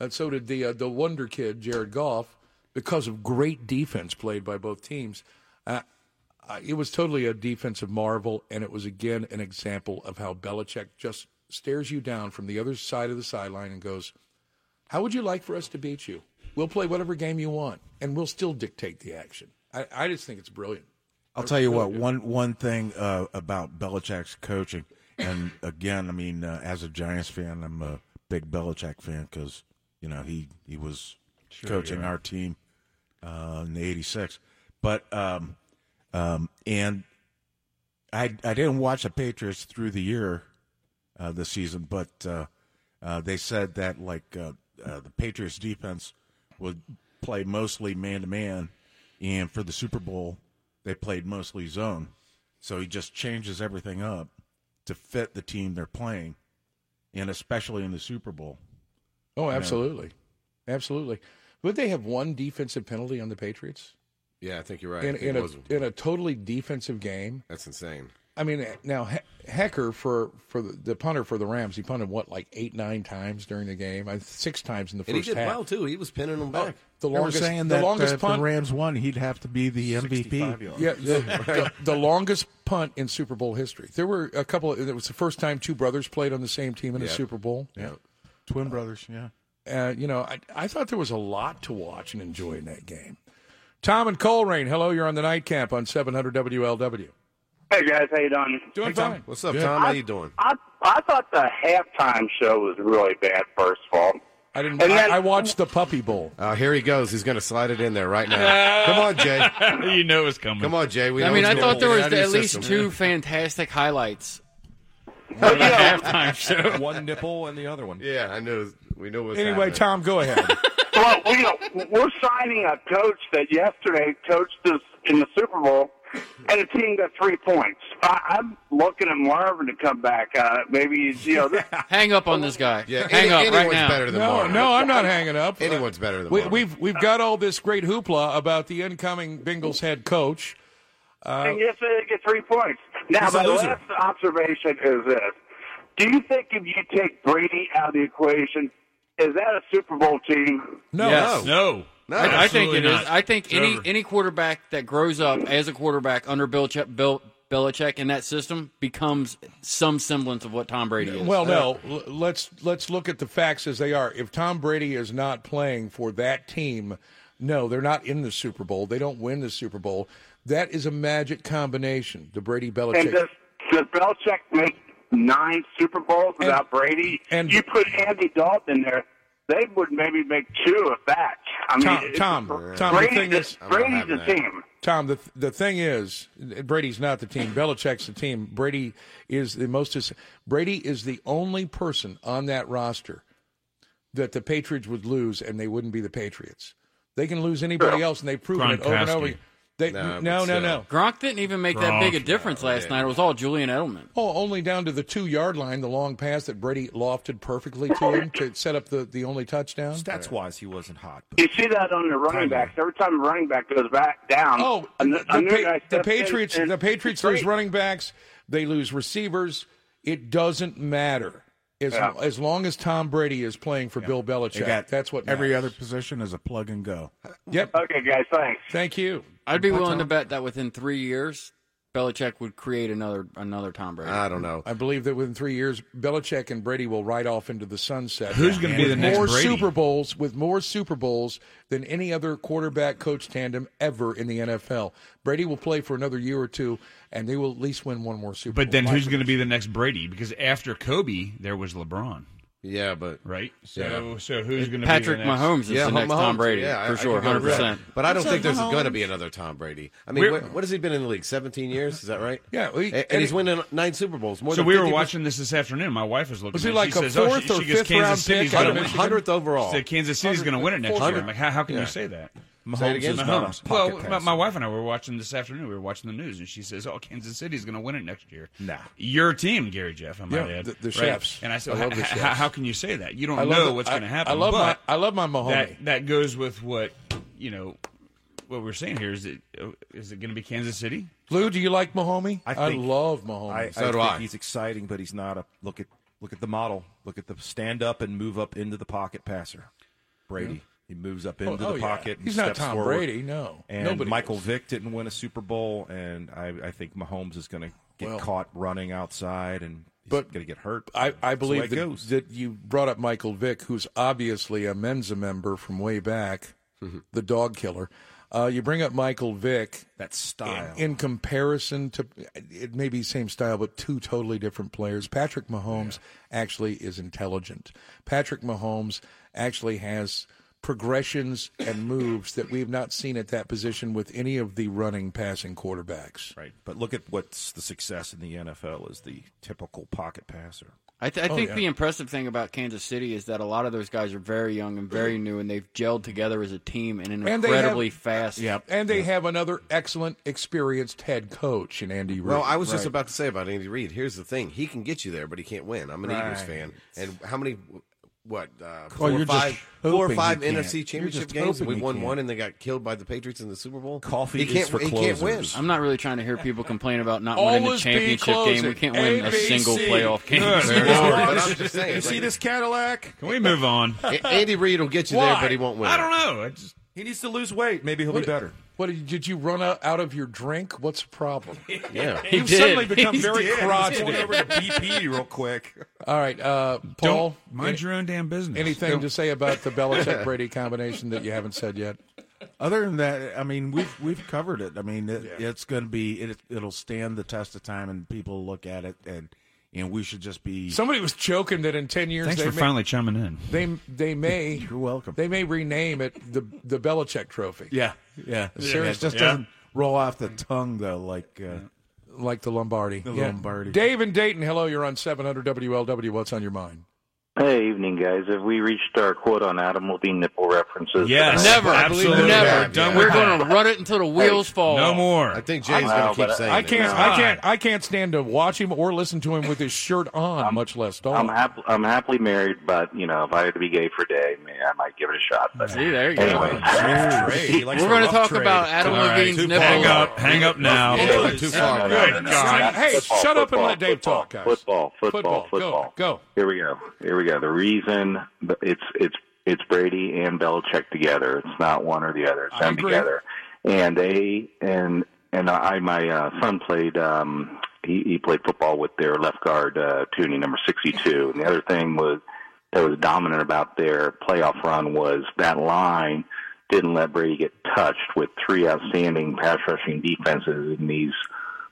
[SPEAKER 1] and so did the uh, the wonder kid Jared Goff because of great defense played by both teams. Uh, I- it was totally a defensive marvel, and it was again an example of how Belichick just stares you down from the other side of the sideline and goes, "How would you like for us to beat you? We'll play whatever game you want, and we'll still dictate the action." I, I just think it's brilliant.
[SPEAKER 3] I'll tell you what. One one thing uh, about Belichick's coaching, and again, I mean, uh, as a Giants fan, I'm a big Belichick fan because you know he he was
[SPEAKER 22] Sure,
[SPEAKER 3] coaching
[SPEAKER 22] yeah.
[SPEAKER 3] our team uh, in the '86. But um, um, and I I didn't watch the Patriots through the year uh, this season, but uh, uh, they said that like uh, uh, the Patriots defense would play mostly man to man, and for the Super Bowl they played mostly zone. So he just changes everything up to fit the team they're playing, and especially in the Super Bowl.
[SPEAKER 1] Oh,
[SPEAKER 3] You know?
[SPEAKER 1] absolutely, absolutely. Would they have one defensive penalty on the Patriots?
[SPEAKER 5] Yeah, I think you're right.
[SPEAKER 1] in,
[SPEAKER 5] I think
[SPEAKER 1] in
[SPEAKER 5] it
[SPEAKER 1] a
[SPEAKER 5] was-
[SPEAKER 1] in a totally defensive game.
[SPEAKER 5] that's insane.
[SPEAKER 1] I mean, now he- Hecker for for the, the punter for the Rams, he punted what like eight nine times during the game, I, six times in the first
[SPEAKER 5] And he did
[SPEAKER 1] half. Oh,
[SPEAKER 5] well too. He was pinning them back.
[SPEAKER 1] the
[SPEAKER 3] They were
[SPEAKER 1] longest,
[SPEAKER 3] saying
[SPEAKER 1] the
[SPEAKER 3] that
[SPEAKER 1] longest
[SPEAKER 3] uh, if
[SPEAKER 1] punt.
[SPEAKER 3] the Rams won, he'd have to be the MVP.
[SPEAKER 5] <laughs>
[SPEAKER 3] <laughs>
[SPEAKER 1] yeah, the, the- the longest punt in Super Bowl history. There were a couple. It was the first time two brothers played on the same team in a
[SPEAKER 3] Yeah.
[SPEAKER 1] Super Bowl.
[SPEAKER 3] Yeah. Twin brothers, yeah.
[SPEAKER 1] Uh, you know, I, I thought there was a lot to watch and enjoy in that game. Tom and Colerain, hello. You're on the nightcap on 700 WLW.
[SPEAKER 8] Hey guys, how you doing?
[SPEAKER 1] Doing
[SPEAKER 8] fine.
[SPEAKER 5] What's
[SPEAKER 8] up,
[SPEAKER 5] Tom? How you doing?
[SPEAKER 8] I I thought the halftime show was really bad. First of all,
[SPEAKER 1] I didn't.
[SPEAKER 8] And then-
[SPEAKER 1] I, I watched the Puppy Bowl.
[SPEAKER 5] <laughs> Uh, here he goes. He's going to slide it in there
[SPEAKER 3] <laughs>
[SPEAKER 5] right now. Come on, Jay.
[SPEAKER 4] you know it's coming.
[SPEAKER 5] Come on, Jay. We
[SPEAKER 6] I
[SPEAKER 5] know
[SPEAKER 6] mean,
[SPEAKER 5] it's
[SPEAKER 6] I
[SPEAKER 5] gonna
[SPEAKER 6] thought there
[SPEAKER 5] be.
[SPEAKER 6] was
[SPEAKER 5] Get
[SPEAKER 6] at
[SPEAKER 5] out of your
[SPEAKER 6] least
[SPEAKER 5] system. <laughs>
[SPEAKER 6] two fantastic highlights. <laughs>
[SPEAKER 1] <laughs>
[SPEAKER 5] halftime show. One nipple and the other one. Yeah, I know. We know what's
[SPEAKER 1] Anyway,
[SPEAKER 5] happening.
[SPEAKER 1] Tom, go
[SPEAKER 5] <laughs>
[SPEAKER 1] ahead.
[SPEAKER 8] well, you know, we're signing a coach that yesterday coached us in the Super Bowl, and the team got three points. I, I'm looking at Marvin to come back. Uh,
[SPEAKER 1] <laughs>
[SPEAKER 8] maybe you know. This,
[SPEAKER 6] Hang up on this guy.
[SPEAKER 8] Yeah,
[SPEAKER 6] Hang
[SPEAKER 8] any-
[SPEAKER 6] up right
[SPEAKER 8] anyone's
[SPEAKER 6] now.
[SPEAKER 8] better than
[SPEAKER 1] no,
[SPEAKER 8] Marvin.
[SPEAKER 1] no, I'm <laughs> not hanging up.
[SPEAKER 5] Anyone's better than
[SPEAKER 1] we,
[SPEAKER 5] Marvin.
[SPEAKER 1] We've we've got all this great hoopla about the incoming Bengals head coach. Uh,
[SPEAKER 8] and yesterday they get three points. Now,
[SPEAKER 1] He's a
[SPEAKER 8] my
[SPEAKER 1] loser.
[SPEAKER 8] last observation is this: Do you think if you take Brady out of the equation, is that a Super Bowl team?
[SPEAKER 6] Yes.
[SPEAKER 4] No. No.
[SPEAKER 6] I, I think
[SPEAKER 4] Absolutely
[SPEAKER 6] it is.
[SPEAKER 4] not.
[SPEAKER 6] I think
[SPEAKER 4] It's
[SPEAKER 6] any
[SPEAKER 4] over.
[SPEAKER 6] any quarterback that grows up as a quarterback under Bill, Ch- Bill Belichick in that system becomes some semblance of what Tom Brady is.
[SPEAKER 1] Well, no. L- let's let's look at the facts as they are. If Tom Brady is not playing for that team, no, they're not in the Super Bowl. They don't win the Super Bowl. That is a magic combination. The Brady
[SPEAKER 8] And
[SPEAKER 1] Belichick.
[SPEAKER 8] does, does Belichick make nine Super Bowls without Brady? And you put Andy Dalton in there, they would maybe make two if that. I mean,
[SPEAKER 1] Tom,
[SPEAKER 8] it's-
[SPEAKER 1] Tom, Tom, the
[SPEAKER 8] Brady's
[SPEAKER 1] thing
[SPEAKER 8] a-
[SPEAKER 1] is,
[SPEAKER 8] Brady's a team.
[SPEAKER 1] Tom, the the thing is, Brady's not the team. Belichick's the team. Brady is the most. Brady is the only person on that roster that the Patriots would lose, and they wouldn't be the Patriots. They can lose anybody else, and they've proven it over and over. again. They, no, no, no,
[SPEAKER 6] Gronk didn't even make that big a
[SPEAKER 1] Gronk,
[SPEAKER 6] difference
[SPEAKER 1] no,
[SPEAKER 6] last
[SPEAKER 1] yeah.
[SPEAKER 6] night. It was all Julian Edelman.
[SPEAKER 1] Oh, only down to the two yard line, the long pass that Brady lofted perfectly to him to set up the, the only touchdown.
[SPEAKER 7] Stats wise, he wasn't hot.
[SPEAKER 8] You see that on the running backs. Every time a running back goes back down,
[SPEAKER 1] Oh,
[SPEAKER 8] an-
[SPEAKER 1] the,
[SPEAKER 8] another
[SPEAKER 1] Pa-
[SPEAKER 8] guy
[SPEAKER 1] the
[SPEAKER 8] steps in
[SPEAKER 1] Patriots.
[SPEAKER 8] and-
[SPEAKER 1] the Patriots
[SPEAKER 8] it's great.
[SPEAKER 1] lose running backs. They lose receivers. It doesn't matter as
[SPEAKER 3] Yeah.
[SPEAKER 1] as long as Tom Brady is playing for Bill Belichick.
[SPEAKER 3] They got
[SPEAKER 1] that's what
[SPEAKER 3] every
[SPEAKER 1] matters.
[SPEAKER 3] other position is a plug and go.
[SPEAKER 1] Yep.
[SPEAKER 8] Okay, guys. Thanks.
[SPEAKER 1] Thank you.
[SPEAKER 6] I'd be
[SPEAKER 3] Bye,
[SPEAKER 6] willing to
[SPEAKER 3] Tom.
[SPEAKER 6] bet that within three years, Belichick would create another another Tom Brady.
[SPEAKER 1] I don't know. I believe that within three years, Belichick and Brady will ride off into the sunset.
[SPEAKER 4] Who's gonna be
[SPEAKER 1] With
[SPEAKER 4] the next
[SPEAKER 1] more
[SPEAKER 4] Brady?
[SPEAKER 1] Super Bowls with more Super Bowls than any other quarterback coach tandem ever in the NFL? Brady will play for another year or two, and they will at least win one more Super Bowl.
[SPEAKER 4] But then
[SPEAKER 1] My
[SPEAKER 4] who's going to be the next Brady? Because after Kobe, there was LeBron.
[SPEAKER 5] Yeah, but
[SPEAKER 4] right. So
[SPEAKER 5] Yeah.
[SPEAKER 4] so who's going to
[SPEAKER 6] Patrick
[SPEAKER 4] be the next?
[SPEAKER 6] Mahomes is
[SPEAKER 5] Yeah,
[SPEAKER 6] the next Tom Brady
[SPEAKER 5] yeah, I-
[SPEAKER 6] for
[SPEAKER 5] I
[SPEAKER 6] sure,
[SPEAKER 5] could go
[SPEAKER 6] hundred
[SPEAKER 5] with that.
[SPEAKER 6] percent.
[SPEAKER 5] But I don't
[SPEAKER 6] What's
[SPEAKER 5] think
[SPEAKER 6] up,
[SPEAKER 5] there's going to
[SPEAKER 6] Mahomes?
[SPEAKER 5] be another Tom Brady. I mean,
[SPEAKER 4] We're-
[SPEAKER 5] what, what has he been in the league? Seventeen years? Is that right?
[SPEAKER 1] Yeah, well, he-
[SPEAKER 5] and, and
[SPEAKER 1] and
[SPEAKER 5] he's
[SPEAKER 1] he-
[SPEAKER 5] winning nine Super Bowls. More
[SPEAKER 4] so
[SPEAKER 5] than
[SPEAKER 4] we were
[SPEAKER 5] 50%.
[SPEAKER 4] watching this this afternoon. My wife was looking.
[SPEAKER 5] Was
[SPEAKER 4] at
[SPEAKER 5] he
[SPEAKER 4] it.
[SPEAKER 5] like
[SPEAKER 4] she
[SPEAKER 5] a
[SPEAKER 4] says,
[SPEAKER 5] fourth
[SPEAKER 4] oh,
[SPEAKER 5] or
[SPEAKER 4] she, she goes,
[SPEAKER 5] fifth
[SPEAKER 4] Kansas
[SPEAKER 5] round
[SPEAKER 4] City's
[SPEAKER 5] pick out
[SPEAKER 4] gonna
[SPEAKER 5] of
[SPEAKER 4] win."
[SPEAKER 5] Michigan? 100th overall.
[SPEAKER 4] She said Kansas City's going to win it next year. I'm like, how, how can you say that?
[SPEAKER 5] Say it again.
[SPEAKER 4] Mahomes.
[SPEAKER 5] Mahomes.
[SPEAKER 4] Well, my, my wife and I were watching this afternoon. We were watching the news, and she says, "Oh, Kansas City's going to win it next year."
[SPEAKER 3] Nah.
[SPEAKER 4] your team, Gary Jeff. I might
[SPEAKER 1] Yeah,
[SPEAKER 4] add.
[SPEAKER 1] the- the
[SPEAKER 4] Right?
[SPEAKER 1] chefs.
[SPEAKER 4] And I said,
[SPEAKER 1] I love
[SPEAKER 4] "H-
[SPEAKER 1] the
[SPEAKER 4] h-
[SPEAKER 1] chefs.
[SPEAKER 4] "How can you say that? You don't
[SPEAKER 1] I love
[SPEAKER 4] know
[SPEAKER 1] the-
[SPEAKER 4] what's
[SPEAKER 1] I-
[SPEAKER 4] going to happen."
[SPEAKER 1] I love
[SPEAKER 4] but
[SPEAKER 1] my- I love my Mahoney.
[SPEAKER 4] That, that goes with what you know. What we're saying here is it is it going to be Kansas City?
[SPEAKER 1] Lou, do you like Mahomey? I
[SPEAKER 4] think-
[SPEAKER 1] love Mahomey.
[SPEAKER 4] I-
[SPEAKER 1] So do
[SPEAKER 7] think
[SPEAKER 1] I.
[SPEAKER 7] He's exciting, but he's not a look at look at the model. Look at the stand up and move up into the pocket passer. Brady.
[SPEAKER 1] Yeah.
[SPEAKER 7] He moves up
[SPEAKER 1] Oh,
[SPEAKER 7] into
[SPEAKER 1] oh,
[SPEAKER 7] the
[SPEAKER 1] yeah.
[SPEAKER 7] pocket. and
[SPEAKER 1] He's not
[SPEAKER 7] steps
[SPEAKER 1] Tom
[SPEAKER 7] forward.
[SPEAKER 1] Brady, no.
[SPEAKER 7] And
[SPEAKER 1] Nobody
[SPEAKER 7] Michael Vick didn't win a Super Bowl, and I, I think Mahomes is going to get
[SPEAKER 1] Well-
[SPEAKER 7] caught running outside and he's
[SPEAKER 1] But-
[SPEAKER 7] going to get hurt.
[SPEAKER 1] I, I
[SPEAKER 7] That's the way
[SPEAKER 1] believe
[SPEAKER 7] it
[SPEAKER 1] that,
[SPEAKER 7] goes.
[SPEAKER 1] that you brought up Michael Vick, who's obviously a Mensa member from way back,
[SPEAKER 7] Mm-hmm.
[SPEAKER 1] the dog killer. Uh, you bring up Michael Vick.
[SPEAKER 7] That style.
[SPEAKER 1] In, in comparison to, it may be same style, but two totally different players. Patrick Mahomes actually is intelligent. Patrick Mahomes actually has progressions and moves that we've not seen at that position with any of the running passing quarterbacks.
[SPEAKER 7] Right. But look at what's the success in the NFL is the typical pocket passer.
[SPEAKER 6] I, th- I
[SPEAKER 7] Oh,
[SPEAKER 6] think
[SPEAKER 7] yeah.
[SPEAKER 6] the impressive thing about Kansas City is that a lot of those guys are very young and very new, and they've gelled together as a team in an
[SPEAKER 1] And they have-
[SPEAKER 6] incredibly fast.
[SPEAKER 1] And they have another excellent, experienced head coach in Andy Reid.
[SPEAKER 5] Well, I was just
[SPEAKER 1] Right.
[SPEAKER 5] about to say about Andy Reid. Here's the thing: he can get you there, but he can't win. I'm an Eagles
[SPEAKER 1] Right.
[SPEAKER 5] fan, and how many? What uh,
[SPEAKER 1] Oh,
[SPEAKER 5] four
[SPEAKER 1] you're
[SPEAKER 5] or
[SPEAKER 1] just
[SPEAKER 5] five, four or
[SPEAKER 1] hoping
[SPEAKER 5] five
[SPEAKER 1] he can't.
[SPEAKER 5] NFC
[SPEAKER 1] You're
[SPEAKER 5] Championship
[SPEAKER 1] just
[SPEAKER 5] games.
[SPEAKER 1] hoping
[SPEAKER 5] We
[SPEAKER 1] he
[SPEAKER 5] won
[SPEAKER 1] can't.
[SPEAKER 5] one, and they got killed by the Patriots in the Super Bowl.
[SPEAKER 7] Coffee
[SPEAKER 5] he can't, he can't win.
[SPEAKER 6] I'm not really trying to hear people complain about not winning the
[SPEAKER 5] Always be
[SPEAKER 6] championship game. We
[SPEAKER 5] closing.
[SPEAKER 6] can't win a single
[SPEAKER 5] ABC.
[SPEAKER 6] playoff game.
[SPEAKER 5] Good
[SPEAKER 6] Very
[SPEAKER 1] <laughs>
[SPEAKER 5] Lord.
[SPEAKER 6] hard.
[SPEAKER 5] But I'm just saying,
[SPEAKER 7] You see this Cadillac?
[SPEAKER 4] Can we move on?
[SPEAKER 5] A- Andy Reid will get you there, but he won't win.
[SPEAKER 4] I don't know. I just
[SPEAKER 7] he needs to lose weight. Maybe he'll
[SPEAKER 1] What-
[SPEAKER 7] be better.
[SPEAKER 1] What did- did you run out out of your drink? What's the problem?
[SPEAKER 7] <laughs> Yeah. He You've did. suddenly become He very did. crotchety. He's going over to BP real quick.
[SPEAKER 1] <laughs> All right, uh, Paul.
[SPEAKER 4] Don't mind your own damn business.
[SPEAKER 1] Anything
[SPEAKER 4] Don't-
[SPEAKER 1] to say about
[SPEAKER 3] <laughs>
[SPEAKER 1] the Belichick Brady combination that you haven't said yet?
[SPEAKER 3] Other than that, I mean, we've we've covered it. I mean, it, it's going to be it, it'll stand the test of time, and people look at it, and and we should just be.
[SPEAKER 1] Somebody was joking that in ten years.
[SPEAKER 3] Thanks
[SPEAKER 1] they
[SPEAKER 3] for
[SPEAKER 1] may,
[SPEAKER 3] finally
[SPEAKER 4] chiming in.
[SPEAKER 1] They they may.
[SPEAKER 3] You're welcome.
[SPEAKER 1] They may rename it the the Belichick Trophy.
[SPEAKER 3] yeah, yeah,
[SPEAKER 1] Seriously.
[SPEAKER 3] Yeah, it just
[SPEAKER 1] Yeah.
[SPEAKER 3] doesn't roll off the tongue though, like uh,
[SPEAKER 1] like the Lombardi.
[SPEAKER 3] The
[SPEAKER 1] Yeah.
[SPEAKER 3] Lombardi.
[SPEAKER 1] Dave and Dayton, hello. You're on 700 WLW. What's on your mind?
[SPEAKER 23] Hey, evening, guys. Have we reached our quote on Adam Levine nipple references?
[SPEAKER 4] Yes,
[SPEAKER 6] Never,
[SPEAKER 4] absolutely.
[SPEAKER 6] never.
[SPEAKER 4] Yeah, done
[SPEAKER 6] We're
[SPEAKER 4] with
[SPEAKER 6] going to
[SPEAKER 4] that.
[SPEAKER 6] run it until the wheels fall.
[SPEAKER 4] No
[SPEAKER 6] off.
[SPEAKER 4] more.
[SPEAKER 23] Wow, but
[SPEAKER 1] I can't. I can't. I can't stand to watch him or listen to him with his shirt on, much less talk.
[SPEAKER 23] I'm hap- I'm happily married, but you know, if I had to be gay for a day, man, I might give it a shot. But
[SPEAKER 6] See, there you
[SPEAKER 23] anyway. <laughs>
[SPEAKER 6] go. We're going to talk about Adam Levine's nipple.
[SPEAKER 4] Hang up. Hang up now. Good God.
[SPEAKER 1] Hey, shut up and let Dave
[SPEAKER 23] talk, guys. Football, football,
[SPEAKER 1] Football, go,
[SPEAKER 23] football.
[SPEAKER 1] go.
[SPEAKER 23] Here we go. Here we go. The reason th- it's it's it's Brady and Belichick together. It's not one or the other. It's them together. And they and
[SPEAKER 24] and I my uh, son played um, he, he played football with their left guard uh, Tooney, number sixty two. And the other thing was that was dominant about their playoff run was that line didn't let Brady get touched with three outstanding pass rushing defenses and these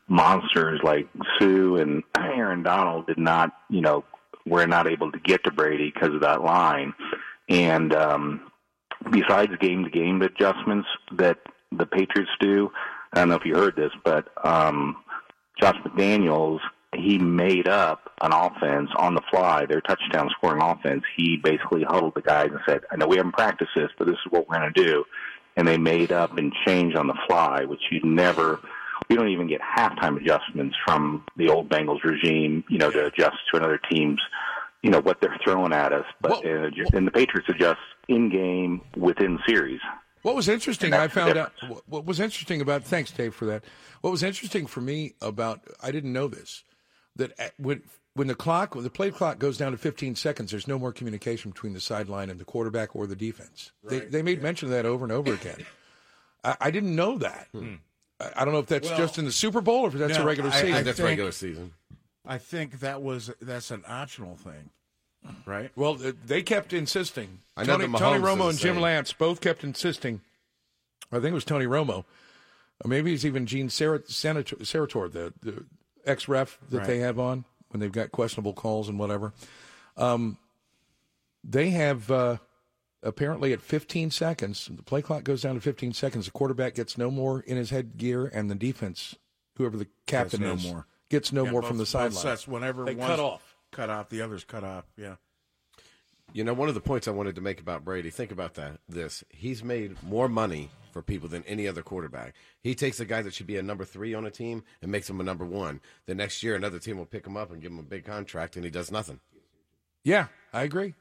[SPEAKER 24] monsters like Sue and <clears throat> Aaron Donald did not, you know, were not able to get to Brady because of that line. And um, besides game to game adjustments that the Patriots do, I don't know if you heard this, but um, Josh McDaniels he made up an offense on the fly, their touchdown scoring offense. He basically huddled the guys and said, "I know we haven't practiced this, but this is what we're going to do." And they made up and changed on the fly, which you never. We don't even get halftime adjustments from the old Bengals regime, you know, to adjust to another team's, you know, what they're throwing at us. But uh, just, and the Patriots adjust in game, within series.
[SPEAKER 1] What was interesting,
[SPEAKER 24] And
[SPEAKER 1] I
[SPEAKER 24] that's the
[SPEAKER 1] found out. wh- What was interesting about thanks, Dave, for that. What was interesting for me about I didn't know this that at- when when the clock when the play clock goes down to 15 seconds, there's no more communication between the sideline and the quarterback or the defense. They they made mention of that over and
[SPEAKER 3] <coughs>
[SPEAKER 1] over again. I, I didn't know that.
[SPEAKER 3] Hmm.
[SPEAKER 1] I, I don't know if that's
[SPEAKER 3] Well,
[SPEAKER 1] just in the Super Bowl or if that's
[SPEAKER 3] no,
[SPEAKER 1] a regular
[SPEAKER 3] I- I
[SPEAKER 1] season.
[SPEAKER 3] think that's regular
[SPEAKER 5] season.
[SPEAKER 3] I think that was that's an optional thing.
[SPEAKER 1] right? Well, th- they kept insisting.
[SPEAKER 3] I know
[SPEAKER 1] Tony,
[SPEAKER 3] that
[SPEAKER 1] Tony
[SPEAKER 3] Mahomes is
[SPEAKER 1] Romo
[SPEAKER 3] the
[SPEAKER 1] and Jim
[SPEAKER 3] same.
[SPEAKER 1] Lance both kept insisting. I think it was Tony Romo, or maybe it's even Gene Ser- Senator, Serator, the, the ex ref that
[SPEAKER 3] Right.
[SPEAKER 1] they have on when they've got questionable calls and whatever. Um, they have uh, apparently at 15 seconds, the play clock goes down to 15 seconds. The quarterback gets no more in his headgear, and the defense, whoever the captain
[SPEAKER 3] no
[SPEAKER 1] is,
[SPEAKER 3] more.
[SPEAKER 1] gets no
[SPEAKER 3] Yeah,
[SPEAKER 1] more
[SPEAKER 3] both-
[SPEAKER 1] from the
[SPEAKER 3] both
[SPEAKER 1] sideline.
[SPEAKER 3] sets, whenever
[SPEAKER 1] they
[SPEAKER 3] one's
[SPEAKER 1] cut off.
[SPEAKER 3] cut off, the others cut off. Yeah.
[SPEAKER 5] You know, one of the points I wanted to make about Brady, think about that. This, he's made more money for people than any other quarterback. He takes a guy that should be a number three on a team and makes him a number one. The next year, another team will pick him up and give him a big contract, and he does nothing.
[SPEAKER 1] Yeah, I agree.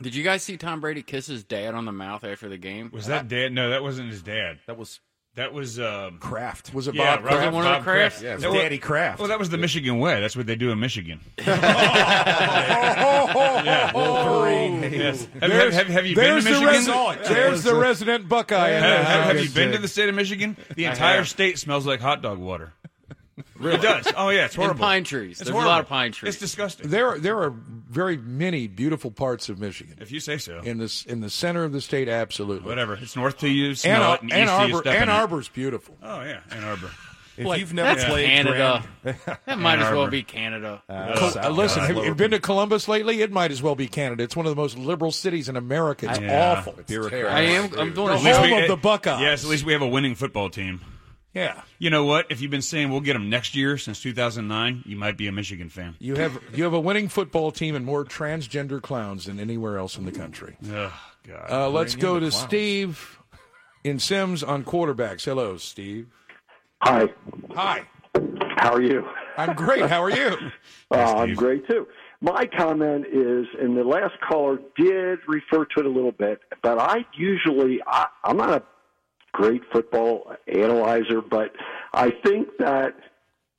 [SPEAKER 6] Did you guys see Tom Brady kiss his dad on the mouth after the game?
[SPEAKER 4] Was that dad? No, that wasn't his dad. That was that was um,
[SPEAKER 3] Kraft.
[SPEAKER 1] Was
[SPEAKER 6] it Bob Kraft? One of the Krafts? Yeah, it was
[SPEAKER 1] <laughs>
[SPEAKER 6] Daddy <laughs>
[SPEAKER 3] Kraft.
[SPEAKER 4] Well, that was the Michigan way. That's what they do in Michigan.
[SPEAKER 1] yeah.
[SPEAKER 4] Yes. Have, have,
[SPEAKER 1] There's-
[SPEAKER 4] have, have you
[SPEAKER 1] there's
[SPEAKER 4] been to
[SPEAKER 1] the
[SPEAKER 4] Michigan? Oh,
[SPEAKER 1] resi- there's the resident Buckeye. in
[SPEAKER 4] Have,
[SPEAKER 1] the
[SPEAKER 4] have- have
[SPEAKER 1] house.
[SPEAKER 4] you been to the state of Michigan? The
[SPEAKER 1] I
[SPEAKER 4] entire
[SPEAKER 1] have.
[SPEAKER 4] state smells like hot dog water. It does. Oh yeah, it's
[SPEAKER 1] And
[SPEAKER 4] horrible.
[SPEAKER 1] pine trees. There's
[SPEAKER 4] It's
[SPEAKER 1] a lot
[SPEAKER 4] horrible.
[SPEAKER 1] of pine trees.
[SPEAKER 4] It's disgusting.
[SPEAKER 1] There, there are very many beautiful parts of Michigan.
[SPEAKER 4] If you say so.
[SPEAKER 1] In this, in the center of the state, absolutely.
[SPEAKER 4] Whatever. It's north to you,
[SPEAKER 1] Ann,
[SPEAKER 4] smell it, and
[SPEAKER 1] Ann
[SPEAKER 4] east to you,
[SPEAKER 1] Arbor,
[SPEAKER 4] step in
[SPEAKER 1] Ann
[SPEAKER 4] it.
[SPEAKER 1] Arbor's beautiful.
[SPEAKER 3] Uh,
[SPEAKER 4] Oh yeah, Ann Arbor.
[SPEAKER 1] If Like, you've never that's played Canada. Grand- That might as well be
[SPEAKER 6] Canada.
[SPEAKER 4] Oh,
[SPEAKER 1] Col- uh, listen, have you been to Columbus lately? It might as well be Canada. It's one of the most liberal cities in America. It's awful.
[SPEAKER 4] Bureaucratic.
[SPEAKER 1] I am- I'm doing The a- home
[SPEAKER 4] At least
[SPEAKER 1] of the Buckeyes.
[SPEAKER 4] Yes, at least we have a winning football team.
[SPEAKER 1] Yeah.
[SPEAKER 4] You know what? If you've been saying we'll get them next year since 2009, you might be a Michigan fan.
[SPEAKER 1] You have you have a winning football team and more transgender clowns than anywhere else in the country.
[SPEAKER 4] Ugh, God.
[SPEAKER 1] Uh, let's
[SPEAKER 4] Bring
[SPEAKER 1] go
[SPEAKER 4] in
[SPEAKER 1] to
[SPEAKER 4] the clowns.
[SPEAKER 1] Steve in Sims on quarterbacks. Hello, Steve.
[SPEAKER 25] Hi.
[SPEAKER 1] Hi.
[SPEAKER 25] How are you?
[SPEAKER 1] I'm great. How are you?
[SPEAKER 25] <laughs> Uh, I'm great too. My comment is, and the last caller did refer to it a little bit, but I usually, I, I'm not a great football analyzer, but I think that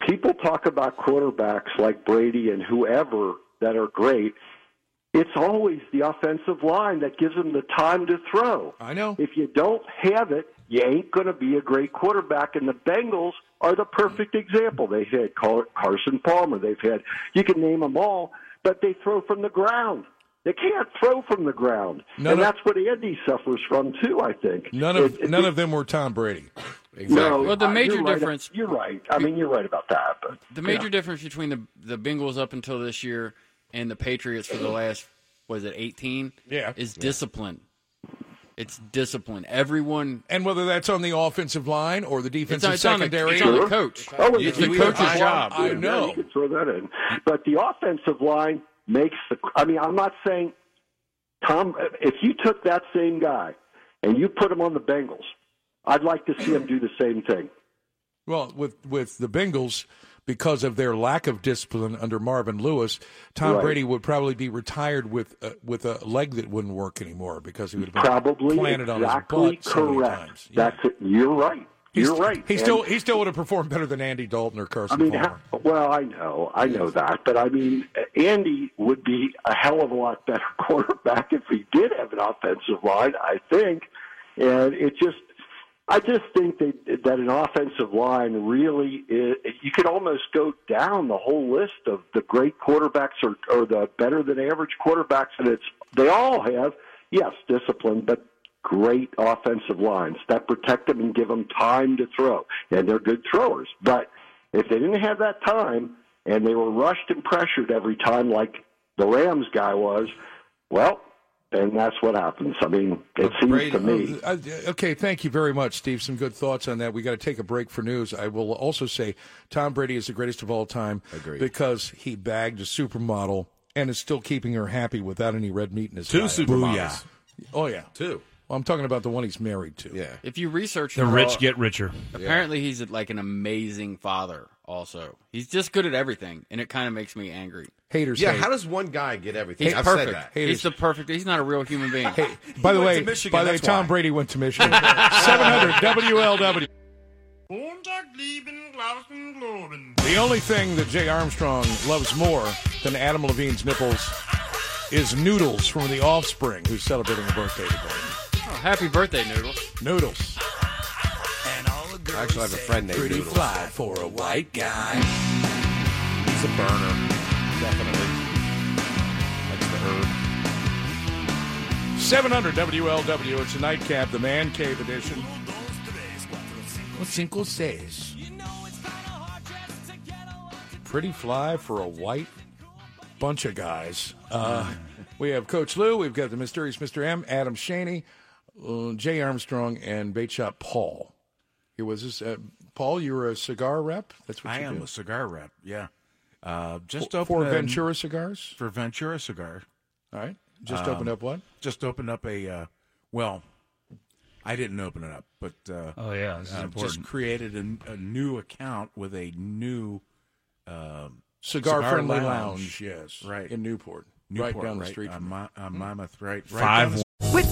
[SPEAKER 25] people talk about quarterbacks like Brady and whoever that are great. It's always the offensive line that gives them the time to throw.
[SPEAKER 1] I know.
[SPEAKER 25] If you don't have it, you ain't going to be a great quarterback. And the Bengals are the perfect example. They've had Car- Carson Palmer. They've had, you can name them all, but they throw from the ground. They can't throw from the ground.
[SPEAKER 1] No,
[SPEAKER 25] and
[SPEAKER 1] no.
[SPEAKER 25] that's what Andy suffers from, too, I think.
[SPEAKER 1] None
[SPEAKER 25] It-
[SPEAKER 1] of
[SPEAKER 25] it-
[SPEAKER 1] none of them were Tom Brady.
[SPEAKER 25] No,
[SPEAKER 6] Well, the
[SPEAKER 25] I-
[SPEAKER 6] major
[SPEAKER 25] you're right.
[SPEAKER 6] difference-
[SPEAKER 25] you're right. I mean, you're right about that. But
[SPEAKER 6] The major difference between the the Bengals up until this year and the Patriots for the last was it 18? Yeah. Is discipline. It's discipline. Everyone
[SPEAKER 1] And whether that's on the offensive line or the defensive
[SPEAKER 6] it's on the-
[SPEAKER 1] secondary,
[SPEAKER 6] it's on the Sure. coach.
[SPEAKER 25] Oh, and
[SPEAKER 1] it's the
[SPEAKER 25] defensive
[SPEAKER 1] coach's
[SPEAKER 25] line,
[SPEAKER 1] job.
[SPEAKER 25] yeah,
[SPEAKER 1] I know.
[SPEAKER 25] You can throw that in. But the offensive line makes the. I mean, I'm not saying Tom. If you took that same guy and you put him on the Bengals, I'd like to see him do the same thing.
[SPEAKER 1] Well, with with the Bengals, because of their lack of discipline under Marvin Lewis, Tom
[SPEAKER 25] Right.
[SPEAKER 1] Brady would probably be retired with uh, with a leg that wouldn't work anymore because he would have been
[SPEAKER 25] Probably
[SPEAKER 1] planted
[SPEAKER 25] exactly
[SPEAKER 1] on his butt so many
[SPEAKER 25] correct.
[SPEAKER 1] times.
[SPEAKER 25] That's it. You're right.
[SPEAKER 1] He's-
[SPEAKER 25] You're right.
[SPEAKER 1] He
[SPEAKER 25] And-
[SPEAKER 1] still he still would have performed better than Andy Dalton or Carson
[SPEAKER 25] I mean,
[SPEAKER 1] Palmer.
[SPEAKER 25] how, well, I know, I know that, but I mean, Andy would be a hell of a lot better <laughs> quarterback if he did have an offensive line, I think. And it just, I just think that that an offensive line really is, you could almost go down the whole list of the great quarterbacks or, or the better than average quarterbacks, and it's they all have yes discipline, but great offensive lines that protect them and give them time to throw, and they're good throwers. But if they didn't have that time and they were rushed and pressured every time, like the Rams guy was, well, then that's what happens. I mean, it seems <laughs> to me.
[SPEAKER 1] Uh, okay, thank you very much, Steve. Some good thoughts on that. We got to take a break for news. I will also say Tom Brady is the greatest of all time because he bagged a supermodel and is still keeping her happy without any red meat in his
[SPEAKER 4] Two
[SPEAKER 1] diet.
[SPEAKER 4] supermodels.
[SPEAKER 1] Oh yeah,
[SPEAKER 5] two.
[SPEAKER 1] Well, I'm talking about the one he's married to.
[SPEAKER 5] Yeah.
[SPEAKER 6] If you research
[SPEAKER 4] The
[SPEAKER 6] him,
[SPEAKER 4] rich
[SPEAKER 6] uh,
[SPEAKER 4] get richer.
[SPEAKER 6] Apparently, he's like an amazing father. Also, he's just good at everything, and it kind of makes me angry.
[SPEAKER 1] Haters.
[SPEAKER 6] Yeah,
[SPEAKER 5] Yeah, how does one guy get everything?
[SPEAKER 6] He's
[SPEAKER 5] I've
[SPEAKER 6] perfect.
[SPEAKER 5] said that.
[SPEAKER 6] He's the perfect. He's not a real human being. <laughs>
[SPEAKER 1] By the way, by the way, Tom Brady went to Michigan. 700 WLW. The only thing that Jay Armstrong loves more than Adam Levine's nipples is Noodles from The Offspring, who's celebrating a birthday today.
[SPEAKER 6] Oh, happy birthday, Noodles.
[SPEAKER 1] Noodles.
[SPEAKER 5] I actually have a friend named
[SPEAKER 1] Pretty
[SPEAKER 5] Noodles.
[SPEAKER 1] fly for a white guy.
[SPEAKER 5] He's a burner. Definitely. That's the herb.
[SPEAKER 1] 700 WLW. It's a nightcap, the Man Cave edition. Cinco Seis. Pretty fly for a white bunch of guys. Uh, we have Coach Lou. We've got the mysterious Mr. M, Adam Shaney, uh, Jay Armstrong, and Bait Shop Paul. Here was this. Uh, Paul, you're a cigar rep? That's what
[SPEAKER 3] I
[SPEAKER 1] you
[SPEAKER 3] am
[SPEAKER 1] do.
[SPEAKER 3] a cigar rep. Yeah. Uh, just
[SPEAKER 1] For-
[SPEAKER 3] opened
[SPEAKER 1] for
[SPEAKER 3] a-
[SPEAKER 1] Ventura cigars.
[SPEAKER 3] For Ventura cigar.
[SPEAKER 1] All right. Just opened up what?
[SPEAKER 3] Um, Just opened up a. Uh, well, I didn't open it up, but uh,
[SPEAKER 4] Oh, yeah, this is
[SPEAKER 3] uh, just
[SPEAKER 4] important.
[SPEAKER 3] created a, a new account with a new um,
[SPEAKER 1] Cigar Friendly Lounge,
[SPEAKER 3] Yes, right
[SPEAKER 1] in Newport,
[SPEAKER 3] Newport uh,
[SPEAKER 1] right down the street Mm-hmm.
[SPEAKER 3] on, Mon- on Monmouth, right, right down the
[SPEAKER 21] Five. With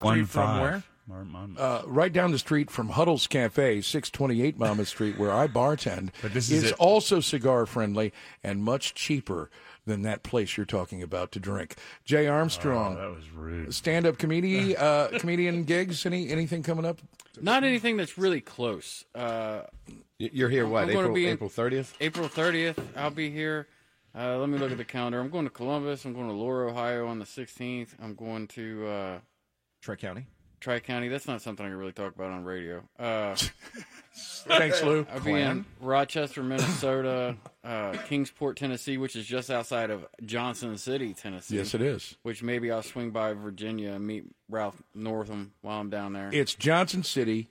[SPEAKER 4] One
[SPEAKER 1] from
[SPEAKER 4] five.
[SPEAKER 1] where?
[SPEAKER 4] Mar- Monmouth.
[SPEAKER 1] Uh, right down the street from Huddle's Cafe, 628 Monmouth Street, where I bartend, <laughs> but
[SPEAKER 4] this is it.
[SPEAKER 1] also cigar friendly and much cheaper than that place you're talking about to drink. Jay Armstrong. Oh, that was rude. Stand up <laughs> comedy, uh, comedian gigs. Any Anything coming up?
[SPEAKER 6] Not anything that's really close. Uh,
[SPEAKER 5] You're here what?
[SPEAKER 6] I'm gonna
[SPEAKER 5] April
[SPEAKER 6] be in-
[SPEAKER 5] April thirtieth.
[SPEAKER 6] April 30th, I'll be here. Uh, let me look at the calendar. I'm going to Columbus. I'm going to Laura, Ohio on the 16th. I'm going to uh,
[SPEAKER 7] Tri County.
[SPEAKER 6] Tri County. That's not something I can really talk about on radio. Uh,
[SPEAKER 1] <laughs> Thanks, Lou.
[SPEAKER 6] I'll be in Rochester, Minnesota, uh, Kingsport, Tennessee, which is just outside of Johnson City, Tennessee.
[SPEAKER 1] Yes, it is.
[SPEAKER 6] Which maybe I'll swing by Virginia and meet Ralph Northam while I'm down there.
[SPEAKER 1] It's Johnson City,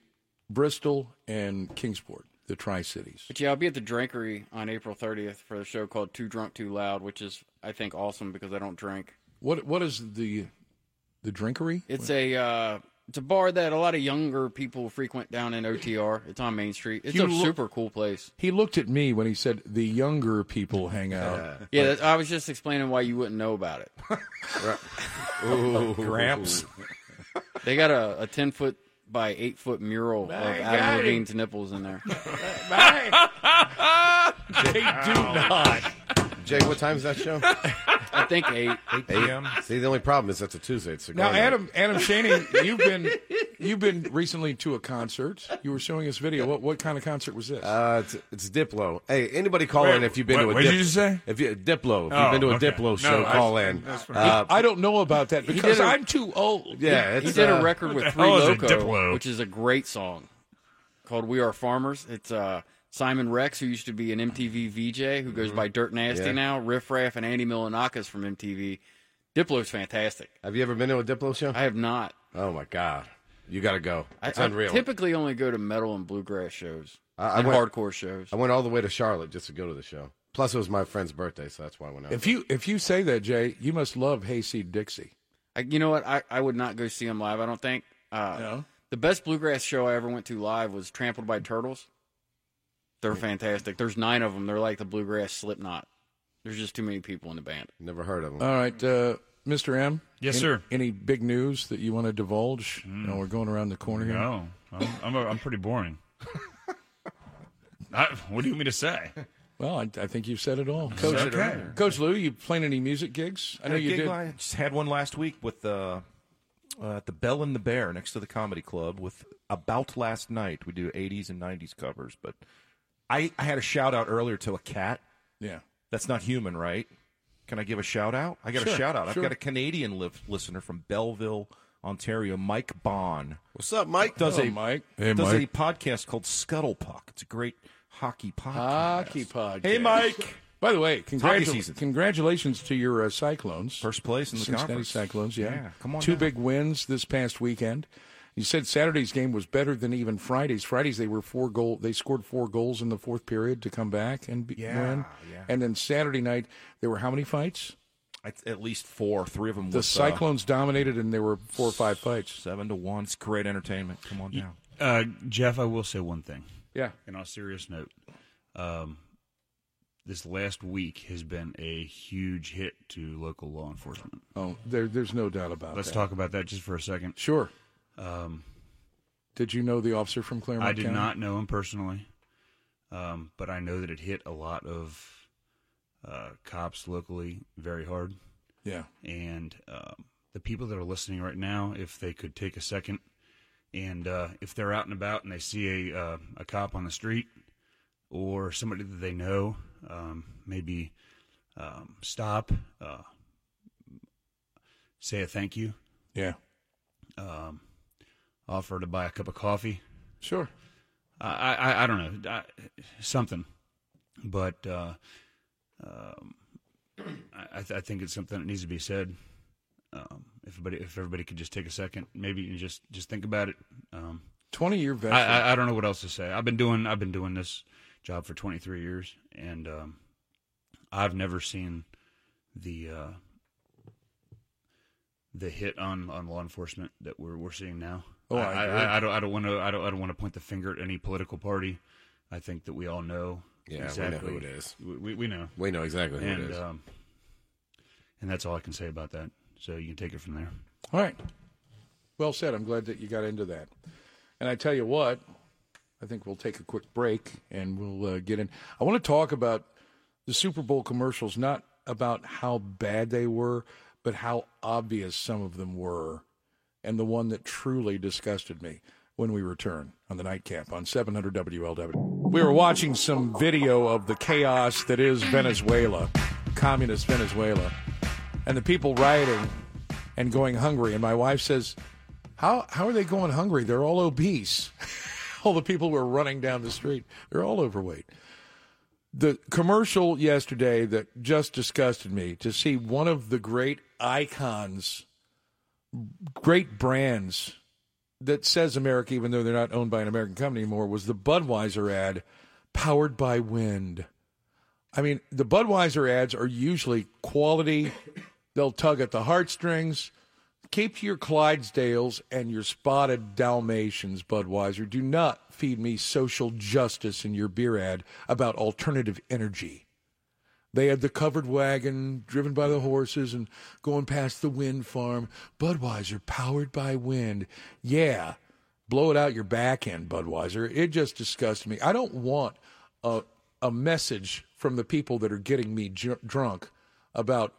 [SPEAKER 1] Bristol, and Kingsport, the Tri Cities.
[SPEAKER 6] But yeah, I'll be at the Drinkery on April 30th for a show called Too Drunk Too Loud, which is I think awesome because I don't drink.
[SPEAKER 1] What What is the the drinkery?
[SPEAKER 6] It's a uh, it's a bar that a lot of younger people frequent down in OTR. It's on Main Street. It's
[SPEAKER 1] You
[SPEAKER 6] a
[SPEAKER 1] look-
[SPEAKER 6] super cool place.
[SPEAKER 1] He looked at me when he said the younger people hang out.
[SPEAKER 6] Yeah, that, I was just explaining why you wouldn't know about
[SPEAKER 1] <laughs>
[SPEAKER 6] it.
[SPEAKER 5] Ooh.
[SPEAKER 1] Gramps.
[SPEAKER 6] they got a, a ten foot by eight foot mural of
[SPEAKER 1] My
[SPEAKER 6] Adam
[SPEAKER 1] God.
[SPEAKER 6] Levine's nipples in there.
[SPEAKER 26] <laughs>
[SPEAKER 1] they do not.
[SPEAKER 5] <laughs> Jay, what time is that show?
[SPEAKER 6] I think eight. Eight
[SPEAKER 5] p.m. See, the only problem is that's a Tuesday. It's cigar
[SPEAKER 1] Now,
[SPEAKER 5] night.
[SPEAKER 1] Adam, Adam Shaney, you've been you've been recently to a concert. You were showing us video. What what kind of concert was this?
[SPEAKER 5] Uh, it's, it's Diplo. Hey, anybody call
[SPEAKER 1] Wait,
[SPEAKER 5] in if you've been
[SPEAKER 1] what-
[SPEAKER 5] to a
[SPEAKER 1] what did you say?
[SPEAKER 5] If you Diplo, if
[SPEAKER 1] Oh,
[SPEAKER 5] you've been to a
[SPEAKER 1] okay.
[SPEAKER 5] Diplo
[SPEAKER 1] No,
[SPEAKER 5] show,
[SPEAKER 1] I-
[SPEAKER 5] call in.
[SPEAKER 1] that's what-
[SPEAKER 5] Uh,
[SPEAKER 1] I don't know about that
[SPEAKER 5] he did
[SPEAKER 1] because
[SPEAKER 5] a-
[SPEAKER 1] i I'm too old.
[SPEAKER 5] Yeah,
[SPEAKER 6] he
[SPEAKER 5] it's,
[SPEAKER 6] did
[SPEAKER 5] uh,
[SPEAKER 6] a record
[SPEAKER 5] What
[SPEAKER 6] with
[SPEAKER 5] the
[SPEAKER 6] Three
[SPEAKER 5] hell is a
[SPEAKER 6] Loco,
[SPEAKER 5] Diplo?
[SPEAKER 6] which is a great song called "We Are Farmers." It's uh, Simon Rex, who used to be an MTV VJ, who goes by Dirt Nasty
[SPEAKER 5] Mm-hmm. Yeah.
[SPEAKER 6] now. Riff Raff and Andy Milanakis from MTV. Diplo's fantastic.
[SPEAKER 5] Have you ever been to a Diplo show? I
[SPEAKER 6] have not.
[SPEAKER 5] Oh my god, you got to go.
[SPEAKER 6] I,
[SPEAKER 5] It's
[SPEAKER 6] I
[SPEAKER 5] unreal.
[SPEAKER 6] typically only go to metal and bluegrass shows.
[SPEAKER 5] I- I
[SPEAKER 6] and
[SPEAKER 5] went-
[SPEAKER 6] hardcore shows.
[SPEAKER 5] I went all the way to Charlotte just to go to the show. Plus, it was my friend's birthday, so that's why I went out.
[SPEAKER 1] If you if you say that, Jay, you must love Hayseed Dixie.
[SPEAKER 6] I, you know what? I, I would not go see him live. I don't think. Uh, The best bluegrass show I ever went to live was Trampled by Turtles. They're
[SPEAKER 3] Mm.
[SPEAKER 6] fantastic. There's nine of them. They're like the bluegrass Slipknot. There's just too many people in the band.
[SPEAKER 5] Never heard of them.
[SPEAKER 1] All right, uh, Mr. M.
[SPEAKER 4] Yes,
[SPEAKER 1] any-
[SPEAKER 4] sir. Mm.
[SPEAKER 1] Any big news that you want to divulge? No, we're going around the corner here.
[SPEAKER 4] No, I'm I'm, a, I'm pretty boring. <laughs> I, what do you want me to say?
[SPEAKER 1] Well, I, I think you've said it all,
[SPEAKER 4] Said
[SPEAKER 1] Coach.
[SPEAKER 4] it earlier.
[SPEAKER 1] Coach Lou, you playing any music gigs? I know
[SPEAKER 7] Had a
[SPEAKER 1] you
[SPEAKER 7] gig
[SPEAKER 1] did.
[SPEAKER 7] I just had one last week with the uh, at the Bell and the Bear next to the Comedy Club with About Last Night. We do 80s and 90s covers, but I, I had a shout out earlier to a cat.
[SPEAKER 1] Yeah.
[SPEAKER 7] That's not human, right? Can I give a shout out? I got a
[SPEAKER 1] Sure,
[SPEAKER 7] shout out.
[SPEAKER 1] sure.
[SPEAKER 7] I've got a Canadian liv- listener from Belleville, Ontario, Mike Bond.
[SPEAKER 5] What's up, Mike?
[SPEAKER 7] Does
[SPEAKER 1] Hello,
[SPEAKER 7] a
[SPEAKER 1] Mike. Hey,
[SPEAKER 7] Does
[SPEAKER 1] Mike.
[SPEAKER 7] a podcast called Scuttle Puck. It's a great hockey podcast.
[SPEAKER 1] Hockey podcast.
[SPEAKER 7] Hey, Mike.
[SPEAKER 1] By the way,
[SPEAKER 7] Hockey
[SPEAKER 1] congratu-
[SPEAKER 7] season.
[SPEAKER 1] congratulations to your uh, Cyclones. First
[SPEAKER 7] place in the
[SPEAKER 1] Cincinnati
[SPEAKER 7] conference.
[SPEAKER 1] Cyclones, yeah.
[SPEAKER 7] Yeah, come on
[SPEAKER 1] Two
[SPEAKER 7] down.
[SPEAKER 1] big wins this past weekend. You said Saturday's game was better than even Friday's. Friday's they were four goal. They scored four goals in the fourth period to come back and be-
[SPEAKER 7] Yeah,
[SPEAKER 1] win.
[SPEAKER 7] yeah.
[SPEAKER 1] And then Saturday night there were how many fights?
[SPEAKER 7] At, at least four, three of them.
[SPEAKER 1] The
[SPEAKER 7] with, uh,
[SPEAKER 1] Cyclones dominated, and there were four or five fights.
[SPEAKER 7] Seven to one. It's great entertainment. Come on down.
[SPEAKER 4] Uh, Jeff, I will say one thing.
[SPEAKER 1] Yeah.
[SPEAKER 4] In a serious note, um, this last week has been a huge hit to local law enforcement.
[SPEAKER 1] Oh, there, there's no doubt about
[SPEAKER 4] Let's
[SPEAKER 1] that.
[SPEAKER 4] talk about that just for a second.
[SPEAKER 1] Sure.
[SPEAKER 4] Um,
[SPEAKER 1] Did you know the officer from Claremont
[SPEAKER 4] I did
[SPEAKER 1] County?
[SPEAKER 4] not know him personally, um, but I know that it hit a lot of uh, cops locally very hard.
[SPEAKER 1] Yeah.
[SPEAKER 4] And um, the people that are listening right now, if they could take a second, and uh, if they're out and about and they see a uh, a cop on the street or somebody that they know, um, maybe um, stop, uh, say a thank you.
[SPEAKER 1] Yeah.
[SPEAKER 4] Um, offer to buy a cup of coffee.
[SPEAKER 1] Sure.
[SPEAKER 4] I I, I don't know I, something, but uh, um, I I th- I think it's something that needs to be said. Um, if everybody if everybody could just take a second, maybe and just just think about it. Um,
[SPEAKER 1] 20-year veteran.
[SPEAKER 4] I, I I don't know what else to say. I've been doing I've been doing this job for 23 years, and um, I've never seen the uh, the hit on, on law enforcement that we're we're seeing now.
[SPEAKER 1] Oh, I
[SPEAKER 4] I,
[SPEAKER 1] agree.
[SPEAKER 4] I, I don't I don't want to I don't I don't want to point the finger at any political party. I think that we all know
[SPEAKER 5] Yeah, we know
[SPEAKER 4] exactly
[SPEAKER 5] who it is.
[SPEAKER 4] We, we, we know
[SPEAKER 5] We know exactly who it
[SPEAKER 4] and,
[SPEAKER 5] is.
[SPEAKER 4] Um, and that's all I can say about that. So you can take it from there.
[SPEAKER 1] All right. Well said. I'm glad that you got into that. And I tell you what, I think we'll take a quick break and we'll uh, get in. I want to talk about the Super Bowl commercials, not about how bad they were, but how obvious some of them were. And the one that truly disgusted me when we return on the nightcap on 700 WLW. We were watching some video of the chaos that is Venezuela, communist Venezuela, and the people rioting and going hungry. And my wife says, "How how are they going hungry? They're all obese. <laughs> all the people who are running down the street, they're all overweight." The commercial yesterday that just disgusted me to see one of the great icons, great brands that says America, even though they're not owned by an American company anymore, was the Budweiser ad, powered by wind. I mean, the Budweiser ads are usually quality. They'll tug at the heartstrings. Keep your Clydesdales and your spotted Dalmatians, Budweiser. Do not feed me social justice in your beer ad about alternative energy. They had the covered wagon driven by the horses and going past the wind farm. Budweiser powered by wind. Yeah, blow it out your back end, Budweiser. It just disgusts me. I don't want a, a message from the people that are getting me ju- drunk about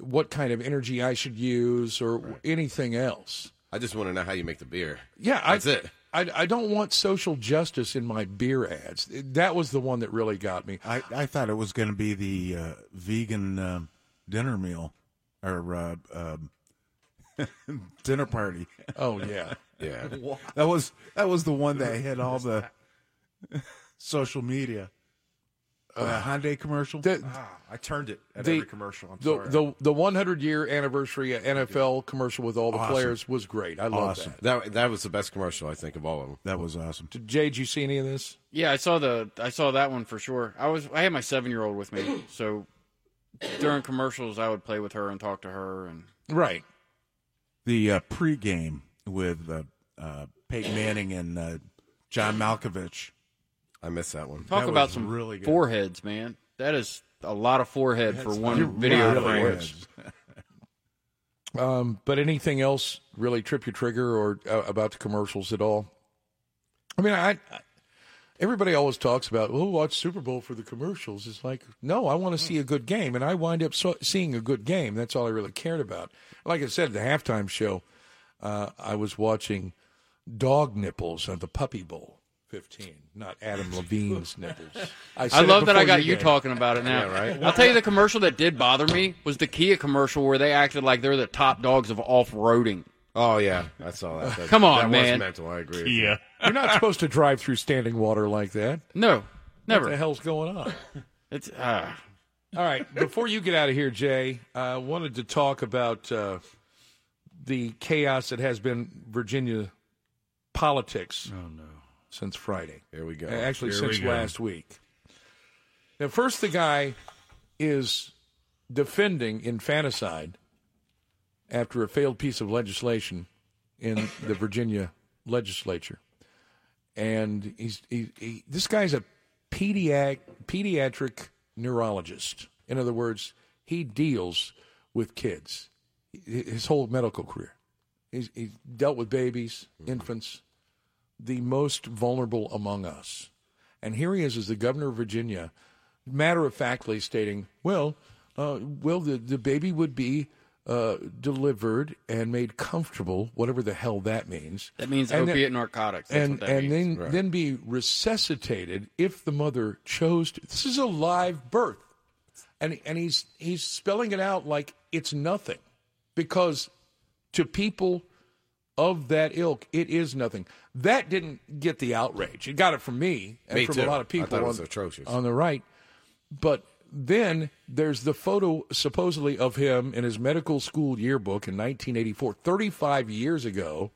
[SPEAKER 1] what kind of energy I should use or anything else.
[SPEAKER 5] I just want to know how you make the beer.
[SPEAKER 1] Yeah,
[SPEAKER 5] that's
[SPEAKER 1] I,
[SPEAKER 5] it.
[SPEAKER 1] I, I don't want social justice in my beer ads. That was the one that really got me.
[SPEAKER 3] I, I thought it was going to be the uh, vegan um dinner meal or uh, um, <laughs> dinner party.
[SPEAKER 1] Oh yeah,
[SPEAKER 3] <laughs>
[SPEAKER 5] yeah.
[SPEAKER 3] That was that was the one that hit all the <laughs> social media. Uh, Hyundai commercial.
[SPEAKER 7] Ah, I turned it at every commercial. I'm
[SPEAKER 1] the,
[SPEAKER 7] sorry.
[SPEAKER 1] the the 100 year anniversary NFL commercial with all the players was great. I love that.
[SPEAKER 5] That that was the best commercial I think of all of them.
[SPEAKER 3] That was awesome.
[SPEAKER 1] Did Jay, did you see any of this?
[SPEAKER 6] Yeah, I saw the I saw that one for sure. I was I had my seven year old
[SPEAKER 3] <coughs>
[SPEAKER 6] with me, so during commercials I would play with her and talk to her and
[SPEAKER 1] Right.
[SPEAKER 3] The uh, pregame with uh, uh, Peyton Manning and uh, John Malkovich.
[SPEAKER 5] I missed that one.
[SPEAKER 6] Talk
[SPEAKER 3] That
[SPEAKER 6] about
[SPEAKER 3] was
[SPEAKER 6] some
[SPEAKER 3] really good. <laughs>
[SPEAKER 6] foreheads, man. That is a lot of forehead for
[SPEAKER 3] That's
[SPEAKER 6] one
[SPEAKER 3] not-
[SPEAKER 6] video
[SPEAKER 3] Really
[SPEAKER 6] frame.
[SPEAKER 3] is.
[SPEAKER 1] Um, but anything else really trip your trigger or uh, about the commercials at all? I mean, I, I everybody always talks about oh, watch Super Bowl for the commercials. It's like no, I want to see a good game, and I wind up so, seeing a good game. That's all I really cared about. Like I said, the halftime show, uh, I was watching dog nipples on the Puppy Bowl. 15, not Adam
[SPEAKER 6] <laughs>
[SPEAKER 1] Levine's <laughs> nipples.
[SPEAKER 6] I,
[SPEAKER 1] said it
[SPEAKER 6] love that I
[SPEAKER 1] before
[SPEAKER 6] got you,
[SPEAKER 1] did.
[SPEAKER 6] talking about it now.
[SPEAKER 1] Yeah, right?
[SPEAKER 6] I'll tell you the commercial that did bother me was the Kia commercial where they acted like they're the top dogs of off-roading.
[SPEAKER 5] Oh yeah, I saw that. That-
[SPEAKER 6] Come on,
[SPEAKER 5] that was
[SPEAKER 6] man.
[SPEAKER 5] mental. I agree with you.
[SPEAKER 6] Yeah.
[SPEAKER 1] You're not <laughs> supposed to drive through standing water like that.
[SPEAKER 6] No, never.
[SPEAKER 1] What the hell's going on?
[SPEAKER 6] it's uh,
[SPEAKER 1] All right. Before you get out of here, Jay, I wanted to talk about uh, the chaos that has been Virginia politics. Oh no! Since Friday.
[SPEAKER 5] Here we go.
[SPEAKER 1] Actually,
[SPEAKER 5] Here
[SPEAKER 1] since
[SPEAKER 5] we go.
[SPEAKER 1] last week. Now, first, the guy is defending infanticide after a failed piece of legislation in the Virginia legislature, and he's he, he, this guy's a pediatric pediatric neurologist. In other words, he deals with kids. Hi- His whole medical career, he's, he's dealt with babies, infants, the most vulnerable among us. And here he is as the governor of Virginia, matter of factly stating, well, uh, well, the, the baby would be uh, delivered and made comfortable, whatever the hell that means.
[SPEAKER 6] That means
[SPEAKER 1] And
[SPEAKER 6] opiate narcotics. That's
[SPEAKER 1] and
[SPEAKER 6] what that
[SPEAKER 1] and
[SPEAKER 6] means.
[SPEAKER 1] then
[SPEAKER 6] Right.
[SPEAKER 1] then be resuscitated if the mother chose to. This is a live birth, and and he's he's spelling it out like it's nothing, because to people of that ilk, it is nothing. That didn't get the outrage. It got it from me and
[SPEAKER 5] Me
[SPEAKER 1] from
[SPEAKER 5] too.
[SPEAKER 1] a lot of
[SPEAKER 5] I
[SPEAKER 1] people
[SPEAKER 5] thought it
[SPEAKER 1] on,
[SPEAKER 5] was atrocious.
[SPEAKER 1] on the right. But then there's the photo supposedly of him in his medical school yearbook in 1984, 35 years ago.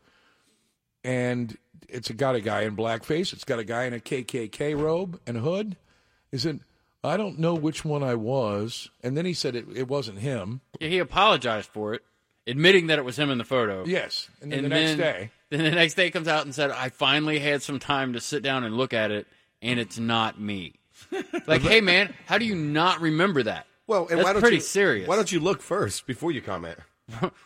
[SPEAKER 1] And it's got a guy in blackface. It's got a guy in a KKK robe and hood. Is it? I don't know which one I was. And then he said it, it wasn't him.
[SPEAKER 6] Yeah, he apologized for it, admitting that it was him in the photo.
[SPEAKER 1] Yes, and then the next day-
[SPEAKER 6] Then the next day he comes out and said, I finally had some time to sit down and look at it, and it's not me. like, hey, man, how do you not remember that?
[SPEAKER 5] Well, and
[SPEAKER 6] That's
[SPEAKER 5] why don't
[SPEAKER 6] pretty
[SPEAKER 5] you,
[SPEAKER 6] serious.
[SPEAKER 5] Why don't you look first before you comment?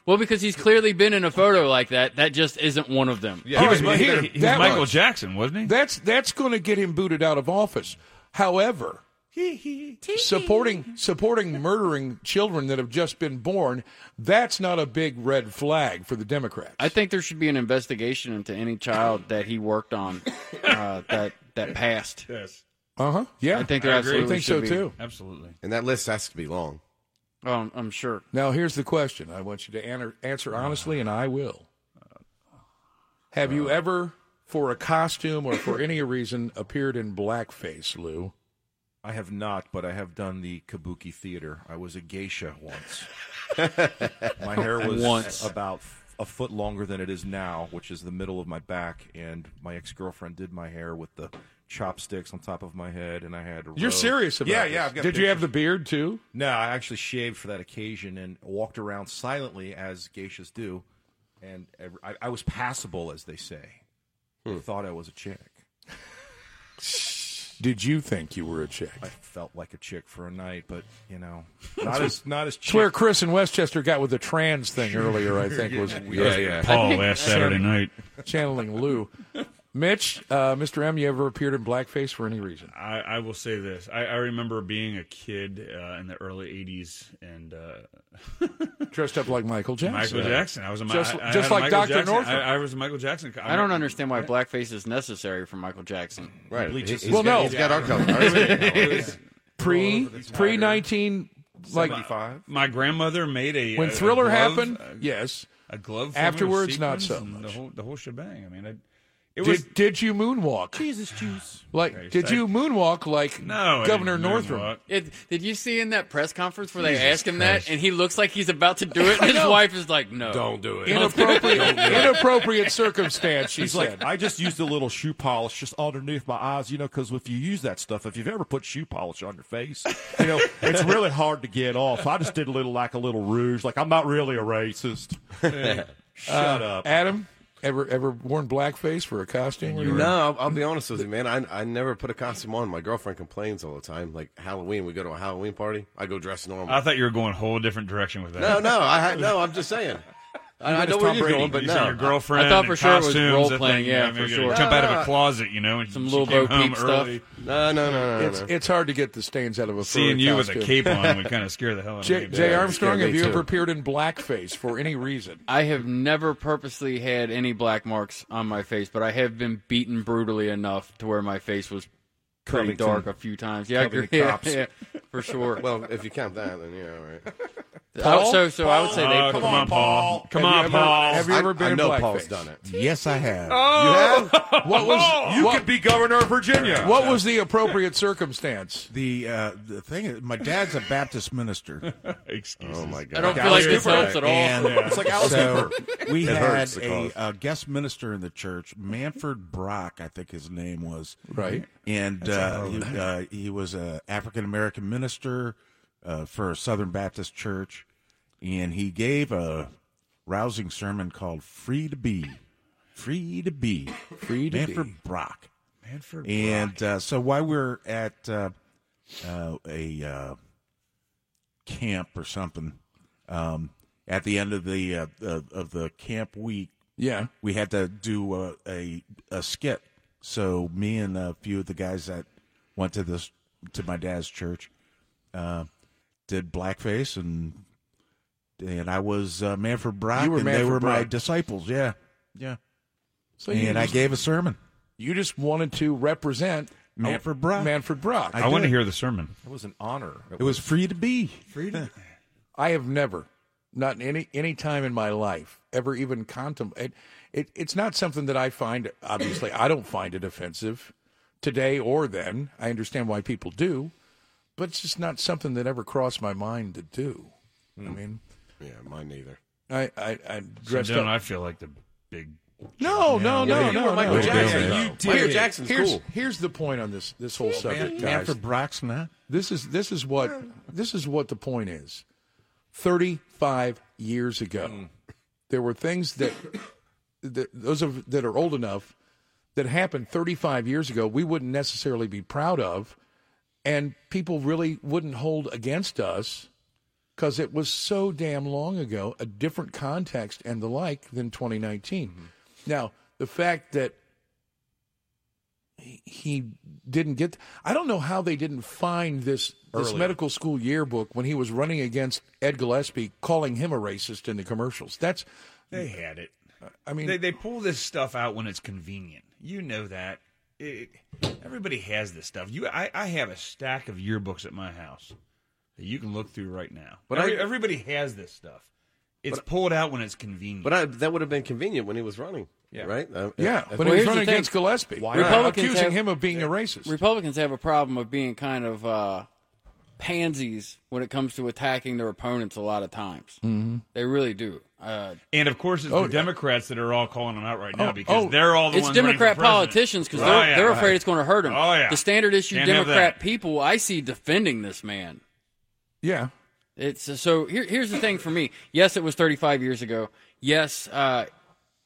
[SPEAKER 6] Well, because he's clearly been in a photo like that. That just isn't one of them.
[SPEAKER 5] Yeah, He was-
[SPEAKER 1] But here, that much.
[SPEAKER 4] Jackson, wasn't he?
[SPEAKER 1] That's that's going to get him booted out of office. However, supporting supporting murdering children that have just been born, that's not a big red flag for the Democrats.
[SPEAKER 6] I think there should be an investigation into any child that he worked on uh, that that passed.
[SPEAKER 4] Yes.
[SPEAKER 1] Uh huh. Yeah,
[SPEAKER 6] I think there absolutely should be.
[SPEAKER 4] Absolutely.
[SPEAKER 5] And that list has to be long.
[SPEAKER 6] Oh, I'm sure.
[SPEAKER 1] Now here's the question: I want you to answer, answer honestly, and I will. Have you ever, for a costume or for any reason, appeared in blackface, Lou?
[SPEAKER 7] I have not, but I have done the kabuki theater. I was a geisha
[SPEAKER 1] <laughs>
[SPEAKER 7] once. my hair was
[SPEAKER 6] Once.
[SPEAKER 7] about f- a foot longer than it is now, which is the middle of my back, and my ex girlfriend did my hair with the chopsticks on top of my head, and I had. A
[SPEAKER 1] You're
[SPEAKER 7] robe.
[SPEAKER 1] serious about
[SPEAKER 7] Yeah,
[SPEAKER 1] this.
[SPEAKER 7] yeah. I've got
[SPEAKER 1] Did you have the
[SPEAKER 7] pictures.
[SPEAKER 1] beard too?
[SPEAKER 7] No, I actually shaved for that occasion and walked around silently as geishas do, and ev- I, I was passable, as they say.
[SPEAKER 1] Hmm.
[SPEAKER 7] They thought I was a chick.
[SPEAKER 1] Did you think you were a chick?
[SPEAKER 7] I felt like a chick for a night, but you
[SPEAKER 1] <laughs>
[SPEAKER 7] know, not as not as
[SPEAKER 1] It's where
[SPEAKER 7] chick.
[SPEAKER 1] Chris in Westchester got with the trans thing earlier, I think was
[SPEAKER 7] Yeah, yeah.
[SPEAKER 4] Paul last Saturday night.
[SPEAKER 1] Channeling Lou. Mitch, uh, Mr. M, you ever appeared in blackface for any reason?
[SPEAKER 4] I, I will say this. I, I remember being a kid uh, in the early 80s and uh,
[SPEAKER 1] Dressed up like Michael Jackson.
[SPEAKER 4] Michael Jackson. I was a Mi-
[SPEAKER 1] Just,
[SPEAKER 4] I- I
[SPEAKER 1] just
[SPEAKER 4] had a
[SPEAKER 1] like
[SPEAKER 4] Michael
[SPEAKER 1] Dr.
[SPEAKER 4] Jackson.
[SPEAKER 1] Northrup.
[SPEAKER 4] I, I was a Michael Jackson.
[SPEAKER 6] I don't understand why blackface is necessary for Michael Jackson.
[SPEAKER 5] Right.
[SPEAKER 1] He- he's Well, got- no. he's got our color.
[SPEAKER 6] <laughs>
[SPEAKER 1] pre pre 19 like
[SPEAKER 4] My grandmother made a
[SPEAKER 1] When
[SPEAKER 4] a- a
[SPEAKER 1] Thriller
[SPEAKER 4] glove-
[SPEAKER 1] happened,
[SPEAKER 4] a-
[SPEAKER 1] yes.
[SPEAKER 4] a glove. for me with
[SPEAKER 1] Afterwards, not
[SPEAKER 4] sequins
[SPEAKER 1] so
[SPEAKER 4] and The
[SPEAKER 1] much.
[SPEAKER 4] whole, the whole shebang. I mean, it, it
[SPEAKER 1] Did,
[SPEAKER 4] was
[SPEAKER 1] did you moonwalk?
[SPEAKER 4] Jesus juice.
[SPEAKER 1] Like,
[SPEAKER 4] Christ,
[SPEAKER 1] did
[SPEAKER 4] I-
[SPEAKER 1] you moonwalk like
[SPEAKER 4] No, I
[SPEAKER 1] Governor
[SPEAKER 4] didn't
[SPEAKER 1] Northrup?
[SPEAKER 4] moonwalk.
[SPEAKER 6] It, did you see in that press conference where
[SPEAKER 4] Jesus
[SPEAKER 6] they ask him
[SPEAKER 4] Christ.
[SPEAKER 6] that, and he looks like he's about to do it,
[SPEAKER 1] I
[SPEAKER 6] and his
[SPEAKER 1] know.
[SPEAKER 6] wife is like, "No,
[SPEAKER 7] Don't do it.
[SPEAKER 6] Don't
[SPEAKER 1] Inappropriate,
[SPEAKER 6] do it."
[SPEAKER 1] inappropriate circumstance, she
[SPEAKER 7] She's
[SPEAKER 1] said.
[SPEAKER 7] like, I just used a little shoe polish just underneath my eyes, you know, because if you use that stuff, if you've ever put shoe polish on your face, you know, it's really hard to get off. I just did a little, like a little rouge. Like, I'm not really a racist. Shut
[SPEAKER 1] Uh,
[SPEAKER 7] up.
[SPEAKER 1] Adam? Ever ever worn blackface for a costume? or-
[SPEAKER 5] No, I'll, I'll be honest with you, man. I I never put a costume on. My girlfriend complains all the time. Like Halloween, we go to a Halloween party. I go dressed normal.
[SPEAKER 4] I thought you were going a whole different direction with that.
[SPEAKER 5] no, no, I no. I'm just saying. I,
[SPEAKER 4] You
[SPEAKER 5] I
[SPEAKER 4] went
[SPEAKER 5] know
[SPEAKER 4] as
[SPEAKER 5] where
[SPEAKER 4] Tom
[SPEAKER 5] you're
[SPEAKER 4] Brady.
[SPEAKER 5] going, but
[SPEAKER 4] You
[SPEAKER 5] no.
[SPEAKER 4] said your girlfriend.
[SPEAKER 5] I thought
[SPEAKER 4] and
[SPEAKER 5] for sure it was
[SPEAKER 4] costumes,
[SPEAKER 5] role
[SPEAKER 4] I think,
[SPEAKER 5] playing, yeah,
[SPEAKER 4] maybe
[SPEAKER 5] for
[SPEAKER 4] you
[SPEAKER 5] sure.
[SPEAKER 4] Jump out
[SPEAKER 5] No,
[SPEAKER 4] of
[SPEAKER 5] no,
[SPEAKER 4] a closet, you know, and
[SPEAKER 5] Some
[SPEAKER 4] she
[SPEAKER 5] little
[SPEAKER 4] came
[SPEAKER 5] Bo
[SPEAKER 4] home
[SPEAKER 5] Peep
[SPEAKER 4] early.
[SPEAKER 5] stuff. No, no, no, no, no,
[SPEAKER 1] It's
[SPEAKER 5] no.
[SPEAKER 1] it's hard to get the stains out of a.
[SPEAKER 4] Seeing
[SPEAKER 1] furry
[SPEAKER 4] you with a
[SPEAKER 1] costume.
[SPEAKER 4] cape
[SPEAKER 1] <laughs>
[SPEAKER 4] on would kinda scare the hell out of
[SPEAKER 1] J,
[SPEAKER 4] me.
[SPEAKER 1] J.
[SPEAKER 4] Yeah, it
[SPEAKER 1] Armstrong,
[SPEAKER 4] scared
[SPEAKER 1] have
[SPEAKER 4] me
[SPEAKER 1] you
[SPEAKER 4] too.
[SPEAKER 1] ever appeared in blackface for any reason?
[SPEAKER 6] I have never purposely had any black marks on my face, but I have been beaten brutally enough to where my face was pretty
[SPEAKER 5] Covington.
[SPEAKER 6] dark a few times. Yeah, I agree.
[SPEAKER 5] Covington
[SPEAKER 6] Yeah,
[SPEAKER 5] cops.
[SPEAKER 6] <laughs> yeah, for sure.
[SPEAKER 5] Well, if you count that, then yeah, all right.
[SPEAKER 6] Paul? so- so I would say they- Oh, come on, Paul. Come on, Paul.
[SPEAKER 1] Have you
[SPEAKER 5] I-
[SPEAKER 1] ever been
[SPEAKER 5] I
[SPEAKER 1] in
[SPEAKER 5] know
[SPEAKER 1] blackface?
[SPEAKER 5] Paul's done it.
[SPEAKER 3] Yes, I have.
[SPEAKER 1] Oh! What was
[SPEAKER 3] You
[SPEAKER 1] what-
[SPEAKER 3] could be governor of Virginia.
[SPEAKER 1] What was the appropriate circumstance?
[SPEAKER 3] The uh, the thing is, my dad's a Baptist
[SPEAKER 1] <laughs>
[SPEAKER 3] minister.
[SPEAKER 4] Excuse
[SPEAKER 3] Oh my
[SPEAKER 1] God. I don't feel like this helps at all. Yeah. <laughs> It's like Alice
[SPEAKER 3] so
[SPEAKER 1] Cooper.
[SPEAKER 3] we
[SPEAKER 1] It
[SPEAKER 3] had
[SPEAKER 1] hurts the
[SPEAKER 3] a,
[SPEAKER 1] cause.
[SPEAKER 3] uh guest minister in the church, Manford Brock, I think his name was.
[SPEAKER 1] Right.
[SPEAKER 3] and
[SPEAKER 1] That's
[SPEAKER 3] uh,
[SPEAKER 1] how I
[SPEAKER 3] he,
[SPEAKER 1] remember.
[SPEAKER 3] uh, he was a African American minister uh, for a Southern Baptist church, and he gave a rousing sermon called "Free to Be." Free to be,
[SPEAKER 1] free
[SPEAKER 3] to Manfred
[SPEAKER 4] be.
[SPEAKER 3] Brock,
[SPEAKER 4] Manfred
[SPEAKER 3] and uh, so while we were at uh, uh, a uh, camp or something, um, at the end of the uh, of, of the camp week,
[SPEAKER 1] Yeah.
[SPEAKER 3] we had to do a, a a skit. So me and a few of the guys that went to this to my dad's church uh, did blackface and and I was uh, Manfred Brock
[SPEAKER 1] You were
[SPEAKER 3] and they
[SPEAKER 1] Manfred
[SPEAKER 3] were my
[SPEAKER 1] Brock.
[SPEAKER 3] disciples. Yeah, yeah.
[SPEAKER 1] So you
[SPEAKER 3] and I
[SPEAKER 1] just-
[SPEAKER 3] gave a sermon.
[SPEAKER 1] You just wanted to represent Oh,
[SPEAKER 3] Manfred Brock.
[SPEAKER 1] Manfred Brock.
[SPEAKER 3] I I wanna did. hear
[SPEAKER 4] the sermon.
[SPEAKER 7] It was an honor.
[SPEAKER 3] It was free to be.
[SPEAKER 1] Free to <laughs> I have never, not in any any time in my life, ever even contemplate. It, it's not something that I find. Obviously, I don't find it offensive today or then. I understand why people do, but it's just not something that ever crossed my mind to do. I mean,
[SPEAKER 5] Hmm. Yeah, mine neither.
[SPEAKER 1] I I, I dressed
[SPEAKER 4] <laughs> So don't
[SPEAKER 1] up.
[SPEAKER 4] I feel like the big.
[SPEAKER 1] No, no, no,
[SPEAKER 4] Yeah,
[SPEAKER 1] no,
[SPEAKER 4] you
[SPEAKER 1] no.
[SPEAKER 4] were Michael Jackson. You did
[SPEAKER 1] Michael
[SPEAKER 4] it.
[SPEAKER 1] Jackson's
[SPEAKER 4] Here's-
[SPEAKER 1] here's, Here's the point on this this whole subject, guys.
[SPEAKER 3] Manfred Brock's not.
[SPEAKER 1] This is this is what this is what the point is. Thirty five years ago,
[SPEAKER 4] Mm.
[SPEAKER 1] there were things that, <coughs> that those of, that are old enough that happened thirty five years ago we wouldn't necessarily be proud of, and people really wouldn't hold against us because it was so damn long ago, a different context and the like than 2019.
[SPEAKER 4] Mm-hmm.
[SPEAKER 1] Now, the fact that he- he didn't get, I don't know how they didn't find this, this
[SPEAKER 7] Earlier.
[SPEAKER 1] medical school yearbook when he was running against Ed Gillespie, calling him a racist in the commercials. That's,
[SPEAKER 4] They had it.
[SPEAKER 1] I mean,
[SPEAKER 4] Mm. they, they pull this stuff out when it's convenient. You know that. It, everybody has this stuff. You, I, I have a stack of yearbooks at my house that you can look through right now.
[SPEAKER 5] But
[SPEAKER 4] But
[SPEAKER 5] I-
[SPEAKER 4] everybody has this stuff. It's pulled out when it's convenient.
[SPEAKER 5] But I, that would have been convenient when he was running. Yeah. Right. Uh,
[SPEAKER 1] yeah,
[SPEAKER 5] I- I
[SPEAKER 1] but
[SPEAKER 5] think-
[SPEAKER 1] he was running against Gillespie,
[SPEAKER 6] Republicans
[SPEAKER 1] accusing
[SPEAKER 6] have-
[SPEAKER 1] him of being a racist.
[SPEAKER 6] Republicans have a problem of being kind of uh, pansies when it comes to attacking their opponents a lot of times.
[SPEAKER 1] Mm-hmm.
[SPEAKER 4] Mhm.
[SPEAKER 6] They really do. Uh,
[SPEAKER 4] And of course,
[SPEAKER 1] Oh.
[SPEAKER 4] it's the Democrats that are all calling them out right now
[SPEAKER 6] Oh,
[SPEAKER 4] because
[SPEAKER 6] oh,
[SPEAKER 4] they're all the
[SPEAKER 6] it's
[SPEAKER 4] ones running for
[SPEAKER 6] Democrat
[SPEAKER 4] president.
[SPEAKER 6] politicians because
[SPEAKER 4] Oh,
[SPEAKER 6] they're,
[SPEAKER 4] yeah,
[SPEAKER 6] they're
[SPEAKER 4] right.
[SPEAKER 6] afraid it's going to hurt them.
[SPEAKER 4] Oh yeah,
[SPEAKER 6] The standard issue
[SPEAKER 4] Can't have
[SPEAKER 6] Democrat people I see defending this man.
[SPEAKER 1] Yeah.
[SPEAKER 6] It's uh, so here, here's the thing for me. Yes, it was 35 years ago. Yes, uh,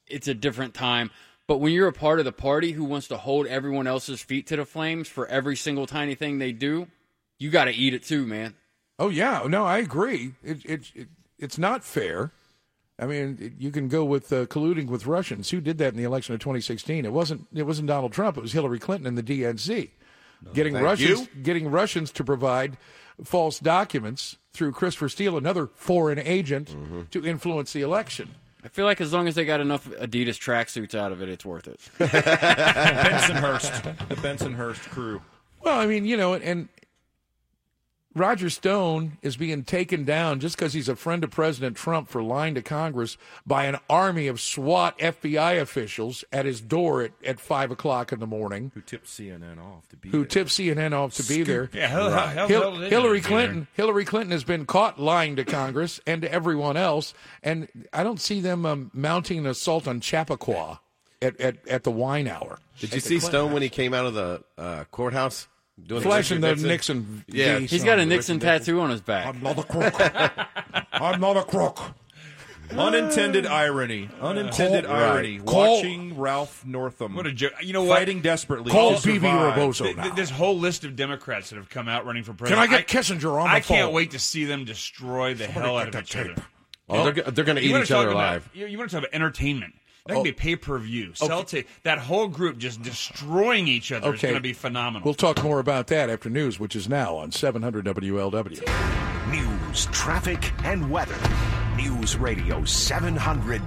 [SPEAKER 6] it's a different time. But when you're a part of the party who wants to hold everyone else's feet to the flames for every single tiny thing they do, you got to eat it too, man.
[SPEAKER 1] Oh yeah, no, I agree. It it, it it's not fair. I mean, it- you can go with uh, colluding with Russians. Who did that in the election of 2016? It wasn't it wasn't Donald Trump. It was Hillary Clinton and the DNC, getting
[SPEAKER 5] Thank
[SPEAKER 1] Russians getting Russians to provide false documents through Christopher Steele, another foreign agent, to influence the election.
[SPEAKER 6] I feel like as long as they got enough Adidas tracksuits out of it, it's
[SPEAKER 7] <laughs>
[SPEAKER 6] worth it.
[SPEAKER 7] Bensonhurst, the Bensonhurst crew.
[SPEAKER 1] Well, I mean, you know, and Roger Stone is being taken down just because he's a friend of President Trump for lying to Congress by an army of SWAT FBI officials at his door at, at 5 o'clock in the morning.
[SPEAKER 7] Who tipped CNN off to be
[SPEAKER 1] Who
[SPEAKER 7] there.
[SPEAKER 1] tipped CNN off to be
[SPEAKER 7] Scoop.
[SPEAKER 1] there?
[SPEAKER 7] Yeah, how- how- how the
[SPEAKER 1] Hil-
[SPEAKER 7] hell did they
[SPEAKER 1] Hillary
[SPEAKER 7] get there?
[SPEAKER 1] Clinton. Hillary Clinton has been caught lying to Congress and to everyone else, and I don't see them um, mounting an assault on Chappaqua at, at, at the wine hour.
[SPEAKER 5] Did you see Stone when he came out of the uh, courthouse? Doing
[SPEAKER 1] Flashing
[SPEAKER 5] Richard
[SPEAKER 1] the Nixon v-
[SPEAKER 5] Yeah,
[SPEAKER 1] V He's got a
[SPEAKER 5] Richard
[SPEAKER 1] Nixon <laughs>
[SPEAKER 6] Tattoo on his back.
[SPEAKER 3] I'm not a crook. I'm not a crook.
[SPEAKER 7] Unintended
[SPEAKER 1] Uh,
[SPEAKER 7] irony. Unintended
[SPEAKER 9] Call-
[SPEAKER 7] irony.
[SPEAKER 9] right. Call-
[SPEAKER 7] Watching Ralph Northam.
[SPEAKER 4] What a joke! You know what?
[SPEAKER 7] Fighting desperately. to survive.
[SPEAKER 4] Th- th- This whole list of Democrats that have come out running for
[SPEAKER 7] I
[SPEAKER 4] president.
[SPEAKER 7] get Kissinger on the
[SPEAKER 4] I can't
[SPEAKER 7] phone?
[SPEAKER 4] wait to see them destroy the hell out of each other.
[SPEAKER 5] Oh, they're go- they're gonna
[SPEAKER 4] You
[SPEAKER 5] eat
[SPEAKER 4] wanna
[SPEAKER 5] each other
[SPEAKER 4] talk about-
[SPEAKER 5] alive.
[SPEAKER 4] you, you want to talk about entertainment? That can
[SPEAKER 1] Oh.
[SPEAKER 4] be pay per view.
[SPEAKER 1] Okay.
[SPEAKER 4] Sell ta- that whole group just destroying each other is
[SPEAKER 1] Okay.
[SPEAKER 4] going to be phenomenal.
[SPEAKER 1] We'll talk more about that after news, which is now on 700 WLW.
[SPEAKER 27] News, traffic, and weather. News Radio 700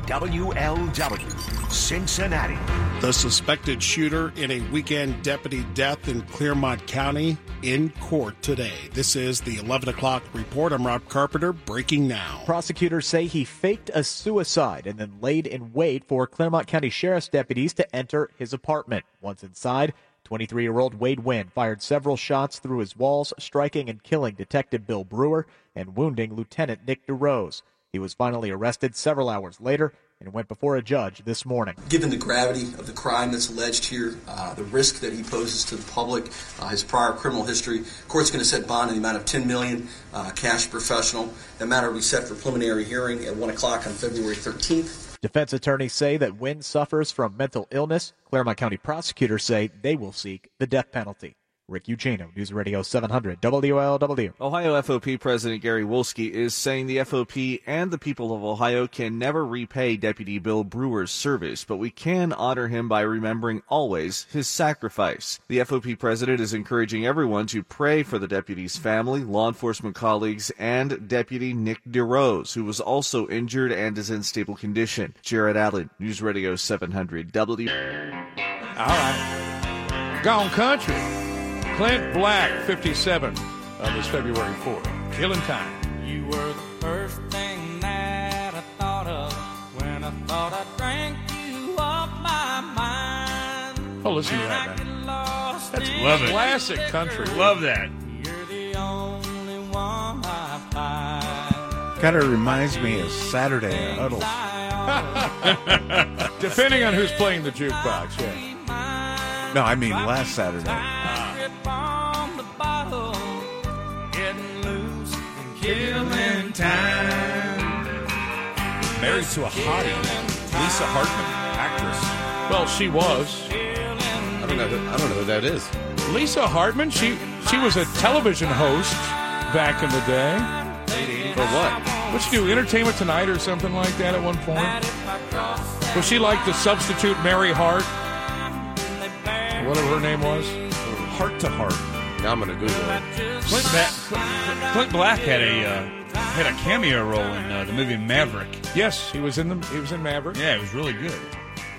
[SPEAKER 27] WLW, Cincinnati.
[SPEAKER 2] The suspected shooter in a weekend deputy death in Clearmont County in court today. This is the 11 o'clock report. I'm Rob Carpenter, breaking now.
[SPEAKER 28] Prosecutors say he faked a suicide and then laid in wait for Claremont County Sheriff's deputies to enter his apartment. Once inside, 23 year old Wade Wynn fired several shots through his walls, striking and killing Detective Bill Brewer and wounding Lieutenant Nick DeRose. He was finally arrested several hours later and went before a judge this morning.
[SPEAKER 16] Given the gravity of the crime that's alleged here, uh, the risk that he poses to the public, uh, his prior criminal history, court's going to set bond in the amount of ten million uh, cash professional. That matter will be set for preliminary hearing at one o'clock on February thirteenth.
[SPEAKER 28] Defense attorneys say that Wynn suffers from mental illness. Claremont County prosecutors say they will seek the death penalty. Rick Eugenio, News Radio 700 WLW.
[SPEAKER 29] Ohio FOP President Gary Wolski is saying the FOP and the people of Ohio can never repay Deputy Bill Brewer's service, but we can honor him by remembering always his sacrifice. The FOP president is encouraging everyone to pray for the deputy's family, law enforcement colleagues, and Deputy Nick DeRose, who was also injured and is in stable condition. Jared Allen, News Radio 700 W.
[SPEAKER 1] All right. Gone Country. Clint Black, 57, on this February 4th. Killing time.
[SPEAKER 26] You were the first thing that I thought of when I thought I drank you off my mind.
[SPEAKER 1] Oh, listen to that, man.
[SPEAKER 26] Lost
[SPEAKER 1] That's
[SPEAKER 26] in
[SPEAKER 1] love it. Classic country.
[SPEAKER 4] Love that.
[SPEAKER 26] You're the only one I find.
[SPEAKER 3] Kind of reminds me of Saturday at Huddle.
[SPEAKER 1] <laughs> Depending on who's playing the jukebox, yeah.
[SPEAKER 3] No, I mean last Saturday.
[SPEAKER 26] Grip on the bottle, getting loose and killing time.
[SPEAKER 7] Married to a hottie, Lisa Hartman, actress.
[SPEAKER 1] Well, she was.
[SPEAKER 5] I don't know. who- I don't know who that is.
[SPEAKER 1] Lisa Hartman, she, she was a television host back in the day. For what? What she do? Entertainment Tonight or something like that at one point? Was she like the substitute Mary Hart? Whatever her name was?
[SPEAKER 7] Heart to Heart.
[SPEAKER 5] Now I'm going to Google it.
[SPEAKER 4] Clint, Ba- Clint- Clint Black had a uh, had a cameo role in uh, the movie Maverick.
[SPEAKER 1] Yes, he was in the he was in Maverick.
[SPEAKER 4] Yeah, it was really good.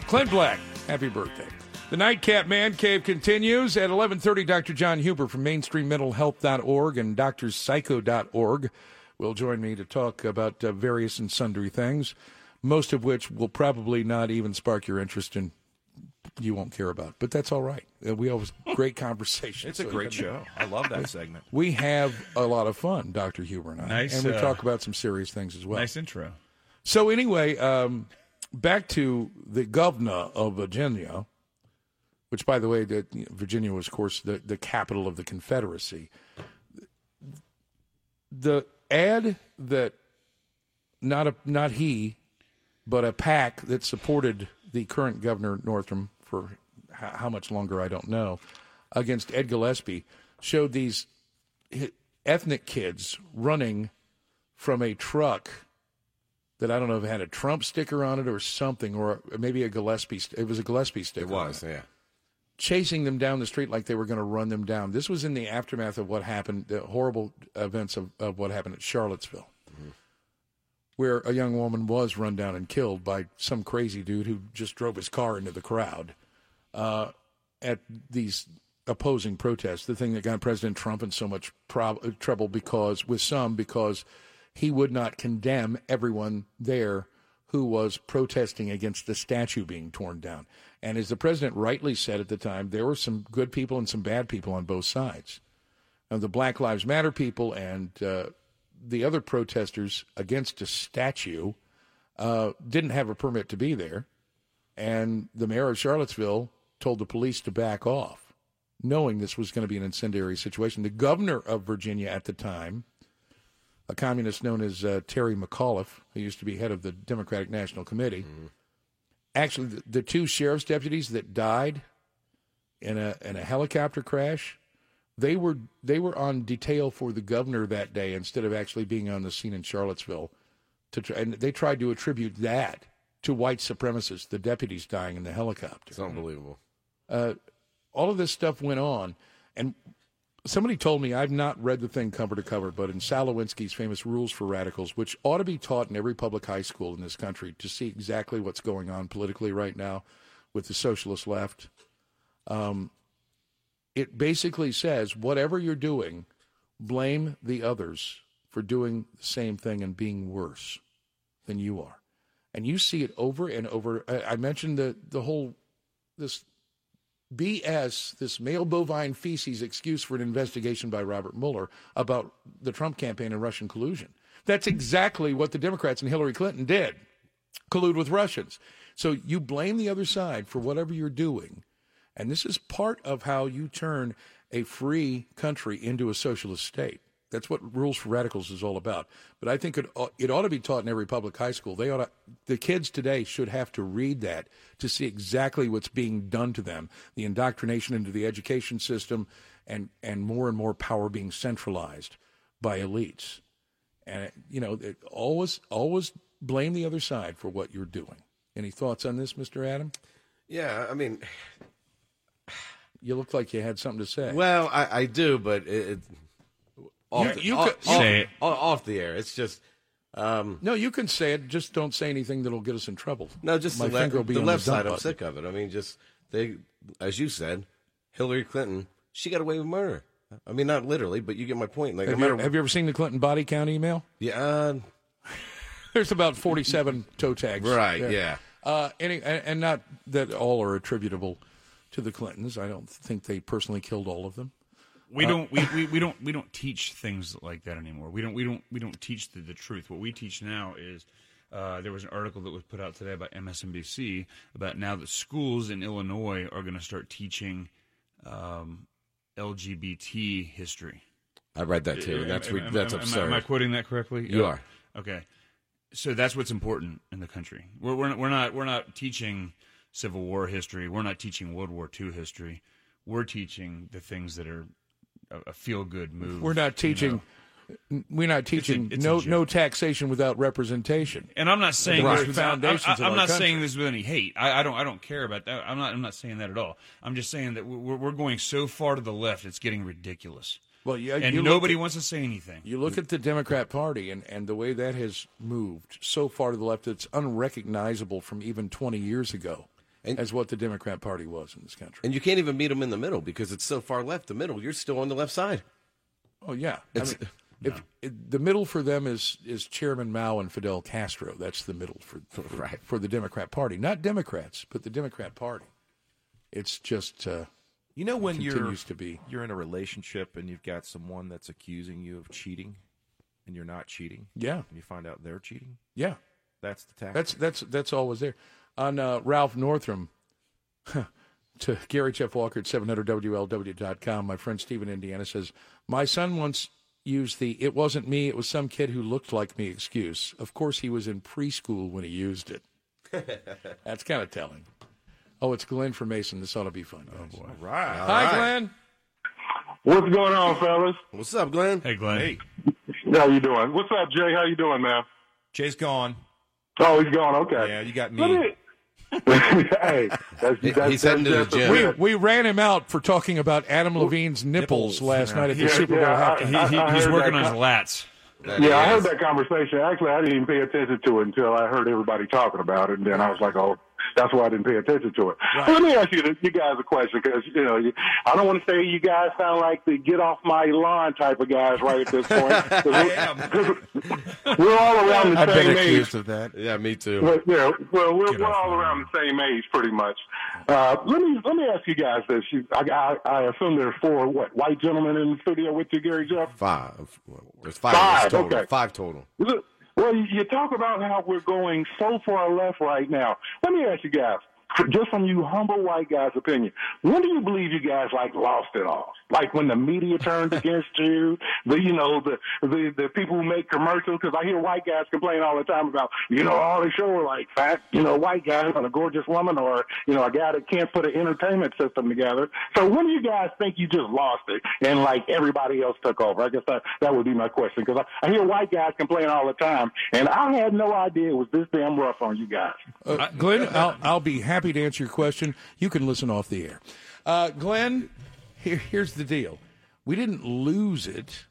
[SPEAKER 1] Clint Black, happy birthday. The Nightcap Man Cave continues at 11:30. Dr. John Huber from MainstreamMentalHealth.org and DrPsycho.org will join me to talk about uh, various and sundry things, most of which will probably not even spark your interest in. You won't care about, but that's all right. Uh, we
[SPEAKER 4] <laughs>
[SPEAKER 1] always great conversation.
[SPEAKER 7] It's a
[SPEAKER 1] so it
[SPEAKER 7] great
[SPEAKER 1] doesn't-
[SPEAKER 7] show. I love that segment.
[SPEAKER 1] We have a lot of fun, Dr. Huber and I.
[SPEAKER 4] Nice,
[SPEAKER 1] and we
[SPEAKER 4] uh,
[SPEAKER 1] talk about some serious things as well.
[SPEAKER 4] Nice intro.
[SPEAKER 1] So anyway, um, back to the governor of Virginia, which, by the way, that you know, Virginia was, of course, the, the capital of the Confederacy. The ad that not a not he, but a pack that supported the current governor Northam for h- how much longer I don't know, against Ed Gillespie, showed these hi- ethnic kids running from a truck that I don't know if it had a Trump sticker on it or something, or maybe a Gillespie. St- it was a Gillespie sticker. It was,
[SPEAKER 5] yeah.
[SPEAKER 1] Chasing them down the street like they were going to run them down. This was in the aftermath of what happened, the horrible events of, of what happened at Charlottesville, where a young woman was run down and killed by some crazy dude who just drove his car into the crowd uh, at these opposing protests. The thing that got President Trump in so much prob- trouble because with some because he would not condemn everyone there who was protesting against the statue being torn down. And as the president rightly said at the time, there were some good people and some bad people on both sides. And the Black Lives Matter people and uh, the other protesters against a statue uh, didn't have a permit to be there. And the mayor of Charlottesville told the police to back off, knowing this was going to be an incendiary situation. The governor of Virginia at the time, a communist known as uh, Terry McAuliffe, who used to be head of the Democratic National Committee. Actually, the, the two sheriff's deputies that died in a in a helicopter crash, they were they were on detail for the governor that day instead of actually being on the scene in Charlottesville. To try, and they tried to attribute that to white supremacists, the deputies dying in the helicopter.
[SPEAKER 5] It's unbelievable.
[SPEAKER 1] Uh, all of this stuff went on, and somebody told me I've not read the thing cover to cover, but in Salowinski's famous Rules for Radicals, which ought to be taught in every public high school in this country to see exactly what's going on politically right now with the socialist left. Um, it basically says whatever you're doing, blame the others for doing the same thing and being worse than you are. And you see it over and over. I, I mentioned the, the whole this BS, this male bovine feces excuse for an investigation by Robert Mueller about the Trump campaign and Russian collusion. That's exactly what the Democrats and Hillary Clinton did collude with Russians. So you blame the other side for whatever you're doing. And this is part of how you turn a free country into a socialist state. That's what Rules for Radicals is all about. But I think it, ought- it ought to be taught in every public high school. They ought to, the kids today should have to read that to see exactly what's being done to them the indoctrination into the education system and, and more and more power being centralized by elites. And, it, you know, it always, always blame the other side for what you're doing. Any thoughts on this, Mr. Adam?
[SPEAKER 5] Yeah, I mean,
[SPEAKER 1] You look like you had something to say.
[SPEAKER 5] well, I, I do, but it, it off,
[SPEAKER 1] You-
[SPEAKER 5] the,
[SPEAKER 1] you
[SPEAKER 5] off,
[SPEAKER 1] could-
[SPEAKER 5] off-
[SPEAKER 1] Say it.
[SPEAKER 5] off- off the air. It's just um,
[SPEAKER 1] No, you can say it. Just don't say anything that'll get us in trouble.
[SPEAKER 5] No, just
[SPEAKER 1] my
[SPEAKER 5] the, le-
[SPEAKER 1] finger will be
[SPEAKER 5] the
[SPEAKER 1] on
[SPEAKER 5] left
[SPEAKER 1] the dump
[SPEAKER 5] side. I'm
[SPEAKER 1] button.
[SPEAKER 5] sick of it. I mean, just they, as you said, Hillary Clinton, she got away with murder. I mean, not literally, but you get my point. Like,
[SPEAKER 1] Have,
[SPEAKER 5] no
[SPEAKER 1] you,
[SPEAKER 5] matter
[SPEAKER 1] have you ever seen the Clinton body count email? <laughs>
[SPEAKER 5] yeah, uh,
[SPEAKER 1] There's about 47 toe tags.
[SPEAKER 5] Right,
[SPEAKER 1] there.
[SPEAKER 5] yeah.
[SPEAKER 1] Uh, any, and, and not that all are attributable to the Clintons. I don't think they personally killed all of them.
[SPEAKER 4] We
[SPEAKER 1] Uh,
[SPEAKER 4] don't we, we, we don't we don't teach things like that anymore. We don't we don't we don't teach the, the truth. What we teach now is uh, there was an article that was put out today by MSNBC about now that schools in Illinois are going to start teaching um, LGBT history.
[SPEAKER 5] I read that too.
[SPEAKER 4] Am-
[SPEAKER 5] That's
[SPEAKER 4] am-
[SPEAKER 5] re-
[SPEAKER 4] am-
[SPEAKER 5] that's
[SPEAKER 4] am I-
[SPEAKER 5] absurd.
[SPEAKER 4] Am I quoting that correctly?
[SPEAKER 5] You
[SPEAKER 4] Uh,
[SPEAKER 5] are.
[SPEAKER 4] Okay. So that's what's important in the country. We're we're, we're not we're not teaching Civil War history. We're not teaching World War II history. We're teaching the things that are a, a feel good move.
[SPEAKER 1] We're not
[SPEAKER 4] you know.
[SPEAKER 1] teaching. n- We're not teaching
[SPEAKER 4] it's a
[SPEAKER 1] no
[SPEAKER 4] joke.
[SPEAKER 1] no taxation without representation.
[SPEAKER 4] And I'm not saying
[SPEAKER 1] Right.
[SPEAKER 4] this with, I,
[SPEAKER 1] Foundations of
[SPEAKER 4] I,
[SPEAKER 1] our
[SPEAKER 4] I'm not
[SPEAKER 1] country.
[SPEAKER 4] saying this with any hate. I, I don't. I don't care about that. I'm not. I'm not saying that at all. I'm just saying that we're, we're going so far to the left, it's getting ridiculous.
[SPEAKER 1] Well, yeah,
[SPEAKER 4] and
[SPEAKER 1] you look
[SPEAKER 4] nobody
[SPEAKER 1] at-
[SPEAKER 4] wants to say anything.
[SPEAKER 1] You look at the Democrat Party and, and the way that has moved so far to the left, it's unrecognizable from even 20 years ago as what the Democrat Party was in this country.
[SPEAKER 5] and you can't even meet them in the middle because it's so far left. The middle, you're still on the left side.
[SPEAKER 1] Oh, yeah. I
[SPEAKER 5] It's-
[SPEAKER 1] mean, if, it- the middle for them is, is Chairman Mao and Fidel Castro. That's the middle for,
[SPEAKER 5] <laughs>
[SPEAKER 1] for, for the Democrat Party. Not Democrats, but the Democrat Party. It's just. Uh,
[SPEAKER 7] You know when you're
[SPEAKER 1] continues to be.
[SPEAKER 7] you're in a relationship and you've got someone that's accusing you of cheating, and you're not cheating.
[SPEAKER 1] Yeah.
[SPEAKER 7] and you find out they're cheating.
[SPEAKER 1] Yeah.
[SPEAKER 7] That's the tactic.
[SPEAKER 1] That's that's that's always there. On uh, Ralph Northam <laughs> to Gary Jeff Walker at 700WLW.com, my friend Steve in Indiana says, My son once used the it wasn't me, it was some kid who looked like me excuse. Of course, he was in preschool when he used it. That's kind of telling. Oh, it's Glenn from Mason. This ought to be fun. Guys. All
[SPEAKER 7] Oh, right.
[SPEAKER 1] Hi, Glenn.
[SPEAKER 30] What's going on, fellas?
[SPEAKER 5] What's up, Glenn?
[SPEAKER 4] Hey, Glenn. Hey.
[SPEAKER 30] How you doing? What's up, Jay? How you doing, man?
[SPEAKER 7] Jay's gone.
[SPEAKER 30] Oh, he's gone. Okay.
[SPEAKER 7] Yeah, you got
[SPEAKER 30] Let
[SPEAKER 7] me.
[SPEAKER 30] <laughs> hey, that's, that's, that's, that's a real-
[SPEAKER 1] We, we ran him out for talking about Adam Levine's nipples, last night at the
[SPEAKER 30] Yeah,
[SPEAKER 1] Super Bowl.
[SPEAKER 30] yeah,
[SPEAKER 1] halftime.
[SPEAKER 30] I- I- He- he- I he's heard working that. on his
[SPEAKER 4] lats.
[SPEAKER 30] yeah, I heard that conversation. Actually, I didn't even pay attention to it until I heard everybody talking about it, and then I was like, "Oh, that's why I didn't pay attention to it." Let me ask you, this, you guys, a question because you know you- I don't want to say you guys sound like the get off my lawn type of guys right at this
[SPEAKER 7] <laughs>
[SPEAKER 30] point. 'Cause <laughs> we're, we're all around the
[SPEAKER 5] I've
[SPEAKER 30] same
[SPEAKER 5] been
[SPEAKER 30] age.
[SPEAKER 5] accused of that. Yeah, me too.
[SPEAKER 30] Well, yeah, well, we're, we're all around the same age, pretty much. Uh, let me let me ask you guys this. You, I, I, I assume there are four what white gentlemen in the studio with you, Gary Jeff.
[SPEAKER 5] Five. There's five, of us
[SPEAKER 30] Five,
[SPEAKER 5] total.
[SPEAKER 30] okay.
[SPEAKER 5] Five total.
[SPEAKER 30] Look, well, you talk about how we're going so far left right now. Let me ask you guys. just from you humble white guys' opinion, when do you believe you guys like lost it all? Like when the media turned against you, the you know the the, the people who make commercials. Because I hear white guys complain all the time about you know all they show are like fat you know white guys and a gorgeous woman or you know a guy that can't put an entertainment system together. So when do you guys think you just lost it and like everybody else took over? I guess that that would be my question because I, I hear white guys complain all the time, and I had no idea it was this damn rough on you guys.
[SPEAKER 1] Uh, Glenn, I'll, I'll be happy to answer your question. You can listen off the air. Uh, Glenn, here, here's the deal: we didn't lose it,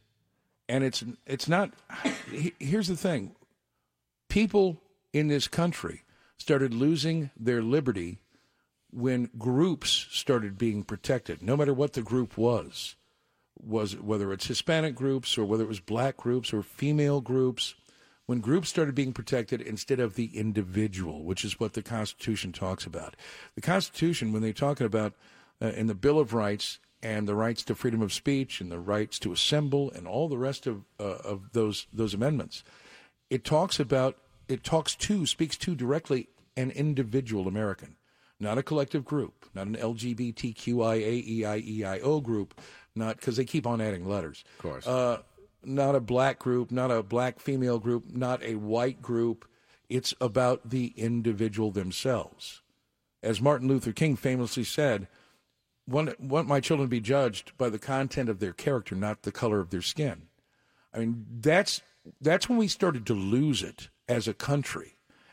[SPEAKER 1] and it's it's not. he- Here's the thing: people in this country started losing their liberty when groups started being protected, no matter what the group was, was whether it's Hispanic groups or whether it was black groups or female groups, when groups started being protected instead of the individual, which is what the Constitution talks about. The Constitution, when they're talking about uh, in the Bill of Rights and the rights to freedom of speech and the rights to assemble and all the rest of uh, of those those amendments, it talks about it talks to speaks to directly an individual American, not a collective group, not an E LGBTQIAEIEIO group, not because they keep on adding letters. Of course. Uh, not a black group, not a black female group, not a white group. It's about the individual themselves. As Martin Luther King famously said, want, want my children to be judged by the content of their character, not the color of their skin. I mean, that's that's when we started to lose it as a country,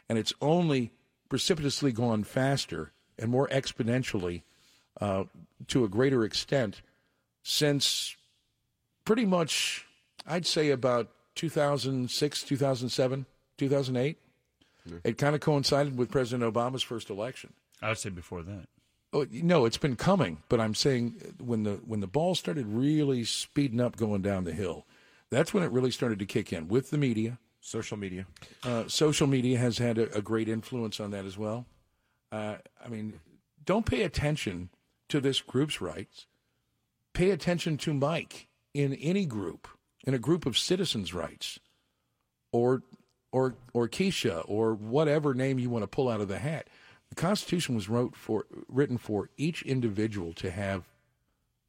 [SPEAKER 1] and it's only precipitously gone faster and more exponentially uh, to a greater extent since pretty much, I'd say about 2006, 2007, 2008. It kind of coincided with President Obama's first election.
[SPEAKER 4] I would say before that.
[SPEAKER 1] Oh, no, it's been coming, but I'm saying uh, when the when the ball started really speeding up going down the hill, that's when it really started to kick in with the media.
[SPEAKER 7] Social media.
[SPEAKER 1] Uh, social media has had a, a great influence on that as well. Uh, I mean, don't pay attention to this group's rights. Pay attention to Mike in any group, in a group of citizens' rights, or or or Keisha or whatever name you want to pull out of the hat. The Constitution was wrote for written for each individual to have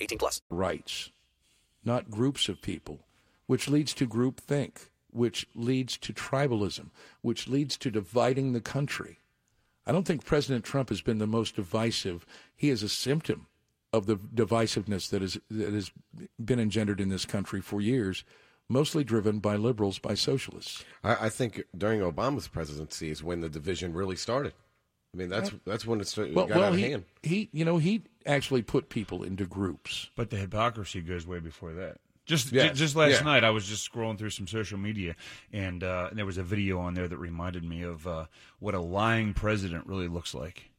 [SPEAKER 15] 18 plus.
[SPEAKER 1] rights, not groups of people, which leads to groupthink, which leads to tribalism, which leads to dividing the country. I don't think President Trump has been the most divisive. He is a symptom of the divisiveness that, is, that has been engendered in this country for years, mostly driven by liberals, by socialists.
[SPEAKER 5] I, I think during Obama's presidency is when the division really started. I mean, that's that's when it started,
[SPEAKER 1] Well,
[SPEAKER 5] got
[SPEAKER 1] well
[SPEAKER 5] out of
[SPEAKER 1] he,
[SPEAKER 5] hand.
[SPEAKER 1] he, you know, he actually put people into groups.
[SPEAKER 4] But the hypocrisy goes way before that. Just ju-
[SPEAKER 1] Yes,
[SPEAKER 4] just last
[SPEAKER 1] yeah.
[SPEAKER 4] night, I was just scrolling through some social media, and, uh, there was a video on there that reminded me of uh, what a lying president really looks like.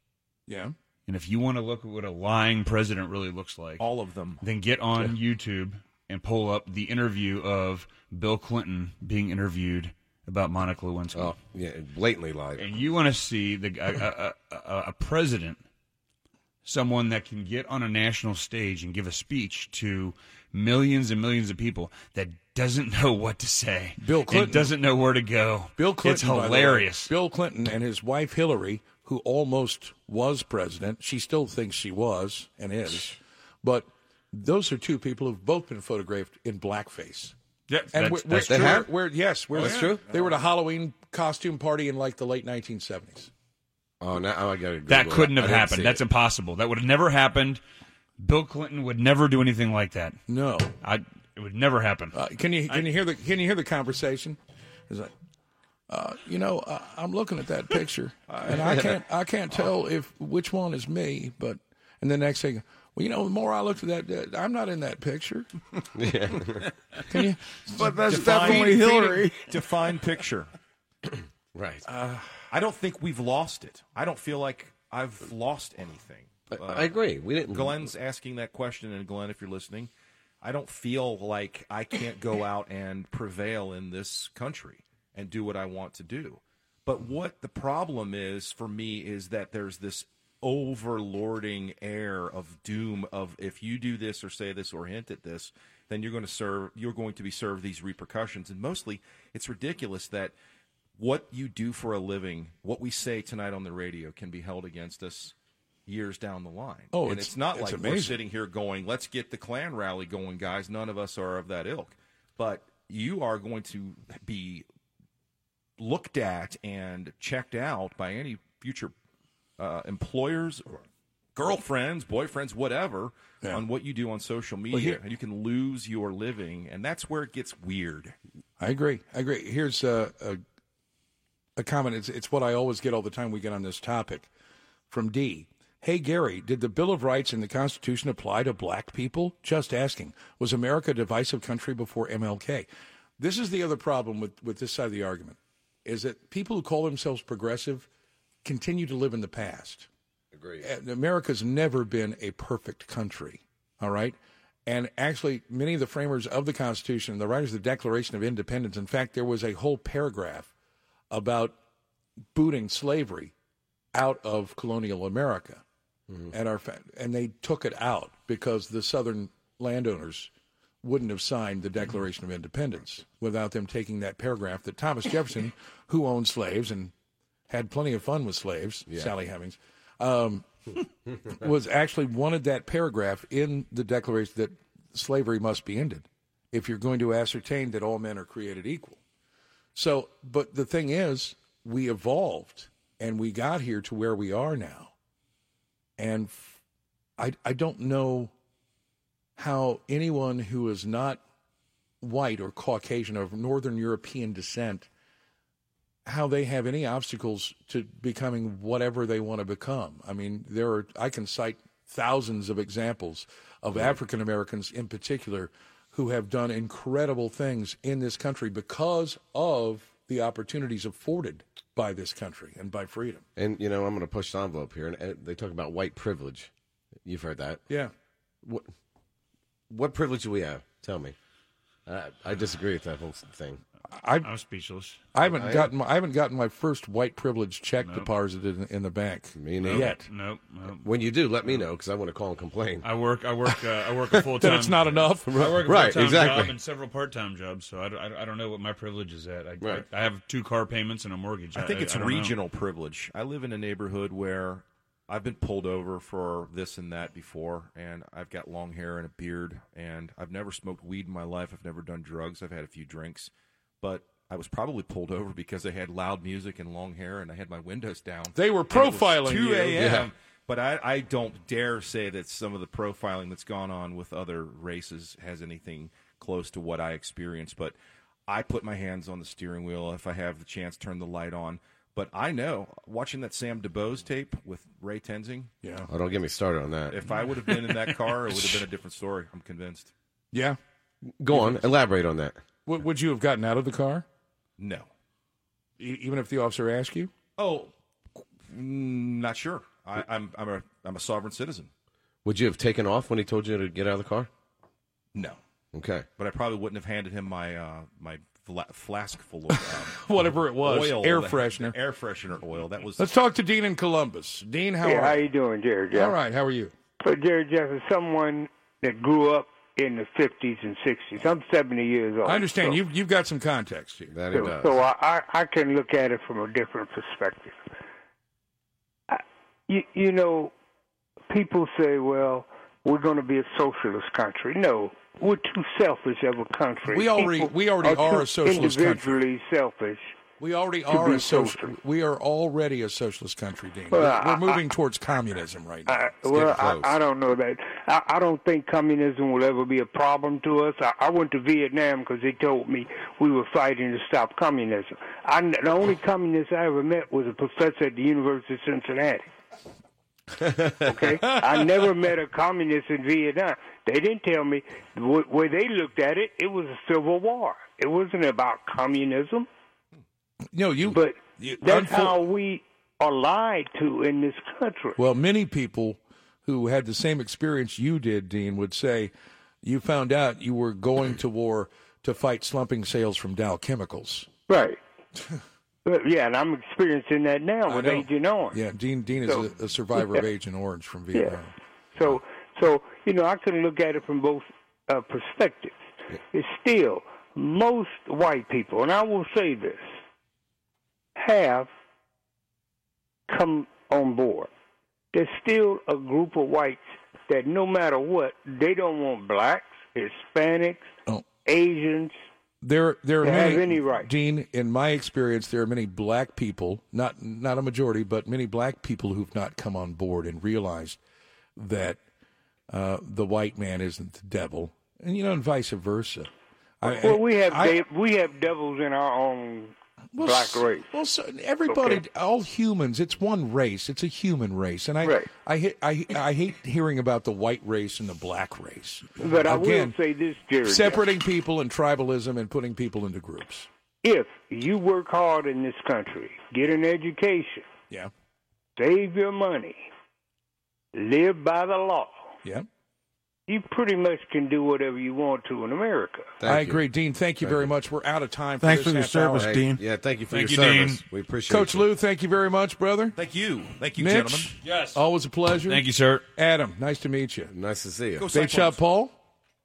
[SPEAKER 1] Yeah.
[SPEAKER 4] And if you want to look at what a lying president really looks like,
[SPEAKER 7] all of them,
[SPEAKER 4] then get on YouTube and pull up the interview of Bill Clinton being interviewed about Monica Lewinsky. Oh,
[SPEAKER 5] yeah, blatantly lied.
[SPEAKER 4] And you want to see the a, a, a, a president, someone that can get on a national stage and give a speech to millions and millions of people that doesn't know what to say.
[SPEAKER 1] Bill
[SPEAKER 4] and
[SPEAKER 1] Clinton
[SPEAKER 4] doesn't know where to go.
[SPEAKER 1] Bill Clinton.
[SPEAKER 4] It's
[SPEAKER 1] by the way,
[SPEAKER 4] hilarious.
[SPEAKER 1] Bill Clinton and his wife Hillary, who almost was president, she still thinks she was and is, but those are two people who've both been photographed in blackface.
[SPEAKER 4] Yeah,
[SPEAKER 1] and
[SPEAKER 4] that's- Oh.
[SPEAKER 1] we're-
[SPEAKER 4] that's
[SPEAKER 1] we're,
[SPEAKER 4] true.
[SPEAKER 1] we're- we're- yes, we're,
[SPEAKER 5] That's true.
[SPEAKER 1] They were at a Halloween costume party in like the late 1970s.
[SPEAKER 5] Oh, now I got to.
[SPEAKER 4] That couldn't have happened. That's impossible. That would have never happened. Bill Clinton would never do anything like that.
[SPEAKER 1] No,
[SPEAKER 4] I. It would never happen.
[SPEAKER 1] Can you can you hear the can you hear the conversation? It's like, uh, you know, uh, I'm looking at
[SPEAKER 7] <laughs>
[SPEAKER 1] that picture, and I can't I can't tell if which one is me. But and the next thing, well, you know, the more I looked at that, uh, I'm not in that picture.
[SPEAKER 5] Yeah.
[SPEAKER 1] Can you?
[SPEAKER 7] But that's definitely Hillary.
[SPEAKER 1] <laughs>
[SPEAKER 7] Define picture.
[SPEAKER 5] right.
[SPEAKER 7] Uh, I don't think we've lost it. I don't feel like I've lost anything. Uh,
[SPEAKER 5] I agree. We didn't-
[SPEAKER 7] Glenn's asking that question, and Glenn, if you're listening, I don't feel like I can't
[SPEAKER 5] <coughs>
[SPEAKER 7] go out and prevail in this country and do what I want to do. But what the problem is for me is that there's this overlording air of doom of if you do this or say this or hint at this, then you're going to serve you're going to be served these repercussions. And mostly it's ridiculous that what you do for a living, what we say tonight on the radio can be held against us years down the line.
[SPEAKER 1] Oh,
[SPEAKER 7] and
[SPEAKER 1] it's-
[SPEAKER 7] it's, not
[SPEAKER 1] it's
[SPEAKER 7] like we're
[SPEAKER 1] amazing.
[SPEAKER 7] sitting here going, let's get the Klan rally going, guys. None of us are of that ilk. But you are going to be looked at and checked out by any future uh, employers or girlfriends, boyfriends, whatever, on what you do on social media.
[SPEAKER 1] here-
[SPEAKER 7] and you can lose your living, and that's where it gets weird.
[SPEAKER 1] I agree. I agree. Here's a, a, a comment. It's, it's what I always get all the time we get on this topic from D. Hey, Gary, did the Bill of Rights and the Constitution apply to black people? Just asking. Was America a divisive country before MLK? This is the other problem with, with this side of the argument is that people who call themselves progressive continue to live in the past.
[SPEAKER 5] Agreed.
[SPEAKER 1] Uh, America's never been a perfect country, all right? And actually, many of the framers of the Constitution and the writers of the Declaration of Independence, in fact, there was a whole paragraph about booting slavery out of colonial America. And, our, fa- and they took it out because the Southern landowners wouldn't have signed the Declaration of Independence without them taking that paragraph that Thomas Jefferson, who owned slaves and had plenty of fun with slaves,
[SPEAKER 23] Yeah.
[SPEAKER 1] Sally Hemings, um, <laughs> was actually wanted that paragraph in the Declaration that slavery must be ended if you're going to ascertain that all men are created equal. So, but the thing is, we evolved and we got here to where we are now. And f- I, I don't know how anyone who is not white or Caucasian or of Northern European descent, how they have any obstacles to becoming whatever they want to become. I mean, there are, I can cite thousands of examples of African Americans in particular who have done incredible things in this country because of the opportunities afforded by this country and by freedom.
[SPEAKER 5] And you know, I'm going to push the envelope here. And uh, they talk about white privilege. You've heard that.
[SPEAKER 1] Yeah.
[SPEAKER 5] What what privilege do we have? Tell me. I, I disagree with that whole thing.
[SPEAKER 1] I,
[SPEAKER 4] I'm speechless.
[SPEAKER 1] I haven't gotten my, I haven't gotten my first white privilege check deposited in, in the bank
[SPEAKER 5] me neither.
[SPEAKER 1] yet.
[SPEAKER 4] Nope. nope.
[SPEAKER 5] When you do, let me know because I want to call and complain.
[SPEAKER 4] I work. I work. Uh, I work a
[SPEAKER 1] <laughs>
[SPEAKER 4] full
[SPEAKER 5] <laughs>
[SPEAKER 4] time.
[SPEAKER 5] Then it's not enough.
[SPEAKER 4] I work a
[SPEAKER 5] Right,
[SPEAKER 4] full-time
[SPEAKER 5] exactly.
[SPEAKER 4] job and several part time jobs. So I don't, I don't- I don't know what my privilege is at. I,
[SPEAKER 7] Right.
[SPEAKER 4] I, I have two car payments and a mortgage.
[SPEAKER 7] I think it's
[SPEAKER 4] don't know.
[SPEAKER 7] regional privilege. I live in a neighborhood where I've been pulled over for this and that before, and I've got long hair and a beard, and I've never smoked weed in my life. I've never done drugs. I've had a few drinks, but I was probably pulled over because they had loud music and long hair, and I had my windows down.
[SPEAKER 1] They were
[SPEAKER 7] And it was
[SPEAKER 1] profiling you.
[SPEAKER 7] Two a.m.
[SPEAKER 1] Yeah.
[SPEAKER 7] But I, I don't dare say that some of the profiling that's gone on with other races has anything close to what I experienced. But I put my hands on the steering wheel if I have the chance, turn the light on. But I know watching that Sam DeBose tape with Ray Tenzing.
[SPEAKER 1] Yeah.
[SPEAKER 5] Oh, don't get me started on that.
[SPEAKER 7] If I would have been in that car, it would have been a different story. I'm convinced.
[SPEAKER 1] <laughs> Yeah.
[SPEAKER 5] Go on, elaborate on that.
[SPEAKER 1] Would would you have gotten out of the car?
[SPEAKER 7] No.
[SPEAKER 1] E- even if the officer asked you?
[SPEAKER 7] Oh, mm, not sure. I, I'm I'm a I'm a sovereign citizen.
[SPEAKER 5] Would you have taken off when he told you to get out of the car?
[SPEAKER 7] No.
[SPEAKER 5] Okay.
[SPEAKER 7] But I probably wouldn't have handed him my uh, my fla- flask full of um,
[SPEAKER 1] <laughs> Whatever it was,
[SPEAKER 7] oil,
[SPEAKER 1] air
[SPEAKER 7] that-
[SPEAKER 1] freshener.
[SPEAKER 7] air freshener oil. That was
[SPEAKER 1] Let's talk to Dean in Columbus. Dean, how
[SPEAKER 25] Hey,
[SPEAKER 1] are
[SPEAKER 25] how you doing, Jerry Jeff?
[SPEAKER 1] All right, how are you?
[SPEAKER 25] So, Jerry Jeff is someone that grew up in the 50s and 60s. I'm 70 years old.
[SPEAKER 1] I understand.
[SPEAKER 25] so,
[SPEAKER 1] You've you've got some context here.
[SPEAKER 5] That
[SPEAKER 25] So, so I, I I can look at it from a different perspective. I, you, you know, people say, well, we're going to be a socialist country. No, we're too selfish of a country.
[SPEAKER 1] We already-
[SPEAKER 25] People
[SPEAKER 1] we already are
[SPEAKER 25] too
[SPEAKER 1] a socialist country.
[SPEAKER 25] individually selfish.
[SPEAKER 1] We already
[SPEAKER 25] to
[SPEAKER 1] are
[SPEAKER 25] be
[SPEAKER 1] a social. We are already a socialist country, Dean.
[SPEAKER 25] Well,
[SPEAKER 1] we're, we're
[SPEAKER 25] I-
[SPEAKER 1] moving towards communism right now.
[SPEAKER 25] I,
[SPEAKER 1] It's
[SPEAKER 25] well,
[SPEAKER 1] getting
[SPEAKER 25] I,
[SPEAKER 1] close.
[SPEAKER 25] I don't know that. I, I don't think communism will ever be a problem to us. I, I went to Vietnam because they told me we were fighting to stop communism. I, the
[SPEAKER 1] <laughs>
[SPEAKER 25] only communist I ever met was a professor at the University of Cincinnati. okay, I
[SPEAKER 1] <laughs>
[SPEAKER 25] never met a communist in Vietnam. They didn't tell me wh- where they looked at it. It was a civil war. It wasn't about communism.
[SPEAKER 1] No, you.
[SPEAKER 25] But
[SPEAKER 1] you-
[SPEAKER 25] that's
[SPEAKER 1] unfo-
[SPEAKER 25] how we are lied to in this country.
[SPEAKER 1] Well, many people who had the same experience you did, Dean, would say you found out you were going to war to fight slumping sales from Dow Chemicals. <laughs>
[SPEAKER 25] Right. but yeah, and I'm experiencing that now with
[SPEAKER 1] know.
[SPEAKER 25] Agent Orange.
[SPEAKER 1] Yeah, Dean Dean is
[SPEAKER 25] So-
[SPEAKER 1] a, a survivor of
[SPEAKER 25] Yeah.
[SPEAKER 1] Agent Orange from
[SPEAKER 25] Yeah.
[SPEAKER 1] Vietnam.
[SPEAKER 25] So, so you know, I can look at it from both uh, perspectives. It's still most white people, and I will say this, have come on board. There's still a group of whites that, no matter what, they don't want blacks, Hispanics, Asians.
[SPEAKER 1] Oh, There, there are
[SPEAKER 25] To have
[SPEAKER 1] many,
[SPEAKER 25] any right.
[SPEAKER 1] Dean. In my experience, there are many black people, not not a majority, but many black people who've not come on board and realized that uh, the white man isn't the devil, and you know, and vice versa. I-
[SPEAKER 25] well, we have
[SPEAKER 1] I-
[SPEAKER 25] de- we have devils in our own
[SPEAKER 1] Well,
[SPEAKER 25] black
[SPEAKER 1] s-
[SPEAKER 25] race.
[SPEAKER 1] Well, so everybody,
[SPEAKER 25] Okay.
[SPEAKER 1] all humans, it's one race. It's a human race, and I, I, hate- I, I hate hearing about the white race and the black race.
[SPEAKER 25] But I
[SPEAKER 1] Again,
[SPEAKER 25] will say this, Jerry.
[SPEAKER 1] separating people and tribalism and putting people into groups.
[SPEAKER 25] If you work hard in this country, get an education,
[SPEAKER 1] Yeah,
[SPEAKER 25] save your money, live by the law,
[SPEAKER 1] yeah.
[SPEAKER 25] you pretty much can do whatever you want to in America.
[SPEAKER 1] I agree, Dean. Thank you very much. We're out of time. For
[SPEAKER 25] Thanks
[SPEAKER 1] this
[SPEAKER 25] for your
[SPEAKER 1] half hour.
[SPEAKER 25] service, Hey, Dean. yeah, thank you for your service. We appreciate
[SPEAKER 1] Coach
[SPEAKER 25] you.
[SPEAKER 1] Lou. Thank you very much, brother.
[SPEAKER 7] Thank you. Thank you,
[SPEAKER 1] Mitch,
[SPEAKER 7] gentlemen.
[SPEAKER 1] Yes, always a pleasure.
[SPEAKER 7] Thank you,
[SPEAKER 1] sir. Adam, nice to meet you.
[SPEAKER 5] Nice to see you.
[SPEAKER 1] Go Big shot, Paul.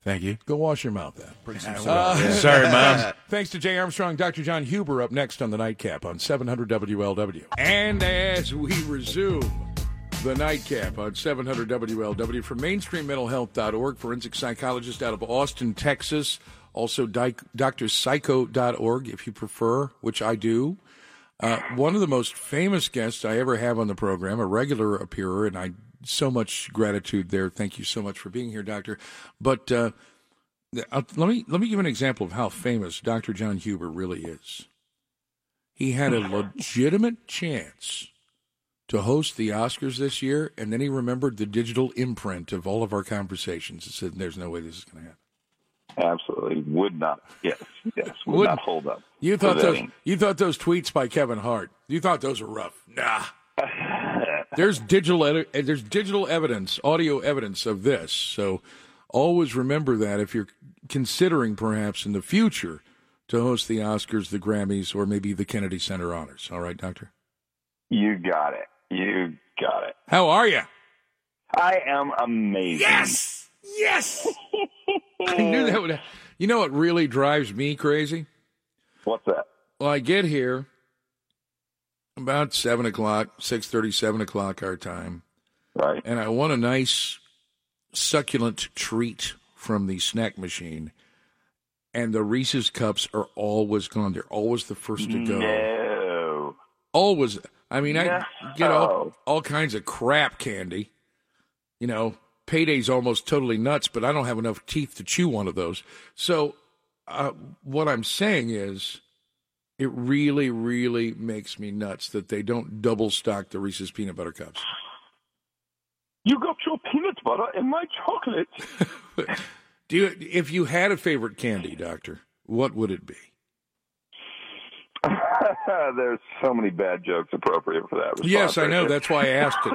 [SPEAKER 3] Thank you.
[SPEAKER 1] Go wash your mouth then.
[SPEAKER 5] Bring
[SPEAKER 7] some
[SPEAKER 1] Uh, <laughs>
[SPEAKER 3] Sorry, Mom.
[SPEAKER 1] Thanks to Jay Armstrong, Dr. John Huber up next on the nightcap on 700 WLW. And as we resume the nightcap on 700 WLW from mainstreammentalhealth.org, forensic psychologist out of Austin, Texas, also di- drpsycho.org if you prefer, which I do. Uh, one of the most famous guests I ever have on the program, a regular appearer, and I so much gratitude there. Thank you so much for being here, Doctor. But uh, I'll, let me let me give an example of how famous Dr. John Huber really is. He had a legitimate chance to host the Oscars this year, and then he remembered the digital imprint of all of our conversations and said, "There's no way this is going to happen."
[SPEAKER 23] Absolutely would not. Yes, yes, would,
[SPEAKER 1] Would-
[SPEAKER 23] not hold up.
[SPEAKER 1] You
[SPEAKER 23] for
[SPEAKER 1] thought those
[SPEAKER 23] vetting.
[SPEAKER 1] you thought those tweets by Kevin Hart. You thought those were rough.
[SPEAKER 23] <laughs>
[SPEAKER 1] Nah. there's digital edi- eh, there's digital evidence, audio evidence of this. So always remember that if you're considering perhaps in the future to host the Oscars, the Grammys, or maybe the Kennedy Center Honors. All right, Doctor.
[SPEAKER 23] You got it. You got it.
[SPEAKER 1] How are you?
[SPEAKER 23] I am amazing. <laughs>
[SPEAKER 1] Yes. Yes. I knew that would. You know what really drives me crazy?
[SPEAKER 23] What's that?
[SPEAKER 1] Well, I get here about seven o'clock, six thirty, seven o'clock our time,
[SPEAKER 23] right?
[SPEAKER 1] And I want a nice succulent treat from the snack machine, and the Reese's cups are always gone. They're always the first to go.
[SPEAKER 23] No.
[SPEAKER 1] Always. I mean, I
[SPEAKER 23] No.
[SPEAKER 1] get all all kinds of crap candy. You know, payday's almost totally nuts, but I don't have enough teeth to chew one of those. So, uh, what I'm saying is, it really, really makes me nuts that they don't double stock the Reese's peanut butter cups.
[SPEAKER 23] You got your peanut butter in my chocolate.
[SPEAKER 1] <laughs> Do you, if you had a favorite candy, Doctor, what would it be?
[SPEAKER 23] There's so many bad jokes appropriate for that. Response
[SPEAKER 1] Yes, I
[SPEAKER 23] right
[SPEAKER 1] know.
[SPEAKER 23] there.
[SPEAKER 1] That's why I asked it.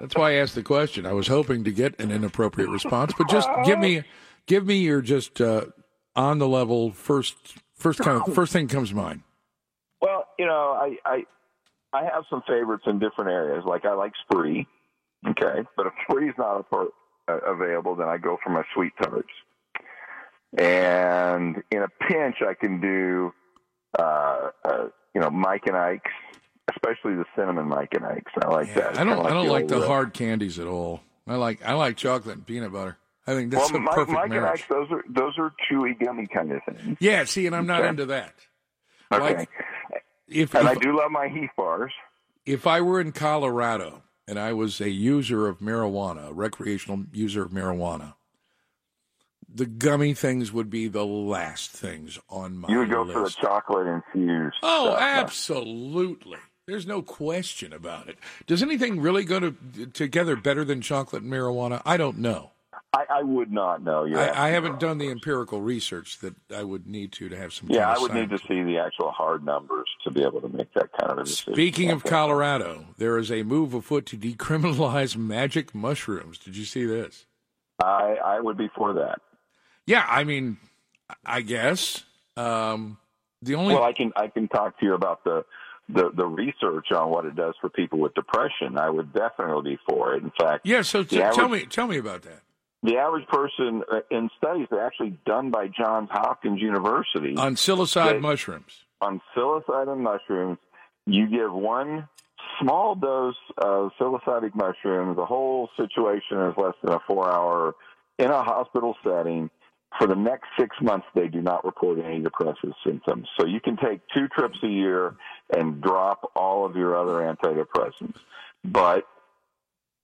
[SPEAKER 1] That's why I asked the question. I was hoping to get an inappropriate response, but just give me, give me your just uh, on the level first, first kind of first thing comes to mind.
[SPEAKER 23] <laughs> Well, you know, I, I I have some favorites in different areas. Like I like Spree, okay, but if Spree's not a part, uh, available, then I go for my sweet tarts. And in a pinch, I can do, uh, uh, you know, Mike and Ike's, especially the cinnamon Mike and Ike's. I like that. It's
[SPEAKER 1] I don't,
[SPEAKER 23] kinda
[SPEAKER 1] I don't
[SPEAKER 23] the
[SPEAKER 1] like
[SPEAKER 23] old,
[SPEAKER 1] the
[SPEAKER 23] uh,
[SPEAKER 1] hard candies at all. I like, I like chocolate and peanut butter. I think
[SPEAKER 23] Well,
[SPEAKER 1] that's a
[SPEAKER 23] Mike,
[SPEAKER 1] perfect
[SPEAKER 23] Mike and
[SPEAKER 1] marriage.
[SPEAKER 23] Ike's, those are those are chewy gummy kind of things.
[SPEAKER 1] Yeah, see, and I'm not
[SPEAKER 23] Okay.
[SPEAKER 1] into that.
[SPEAKER 23] Okay.
[SPEAKER 1] Like, if,
[SPEAKER 23] and I
[SPEAKER 1] if-
[SPEAKER 23] do love my Heath bars.
[SPEAKER 1] if I were in Colorado and I was a user of marijuana, a recreational user of marijuana, the gummy things would be the last things on my
[SPEAKER 23] You would go for the
[SPEAKER 1] list.
[SPEAKER 23] chocolate infused.
[SPEAKER 1] oh,
[SPEAKER 23] stuff, huh?
[SPEAKER 1] absolutely. There's no question about it. Does anything really go to, together better than chocolate and marijuana? I don't know.
[SPEAKER 23] I, I would not know. You're absolutely
[SPEAKER 1] I, I haven't done the empirical research that I would need to to have some.
[SPEAKER 23] Yeah,
[SPEAKER 1] kind
[SPEAKER 23] I
[SPEAKER 1] of
[SPEAKER 23] would need to see the actual hard numbers to be able to make that kind of a decision.
[SPEAKER 1] Speaking of
[SPEAKER 23] Okay.
[SPEAKER 1] Colorado, there is a move afoot to decriminalize <laughs> magic mushrooms. Did you see this?
[SPEAKER 23] I I would be for that.
[SPEAKER 1] Yeah, I mean, I guess um, the only
[SPEAKER 23] well, I can I can talk to you about the. The, the research on what it does for people with depression, I would definitely be for it. In fact,
[SPEAKER 1] yeah. So t-
[SPEAKER 23] the
[SPEAKER 1] tell
[SPEAKER 23] average-
[SPEAKER 1] me, tell me about that.
[SPEAKER 23] the average person uh, in studies that are actually done by Johns Hopkins University
[SPEAKER 1] On psilocybe
[SPEAKER 23] They-
[SPEAKER 1] mushrooms.
[SPEAKER 23] on psilocybin mushrooms, you give one small dose of psilocybic mushrooms. The whole situation is less than a four hour in a hospital setting. For the next six months, they do not report any depressive symptoms. So you can take two trips a year and drop all of your other antidepressants. But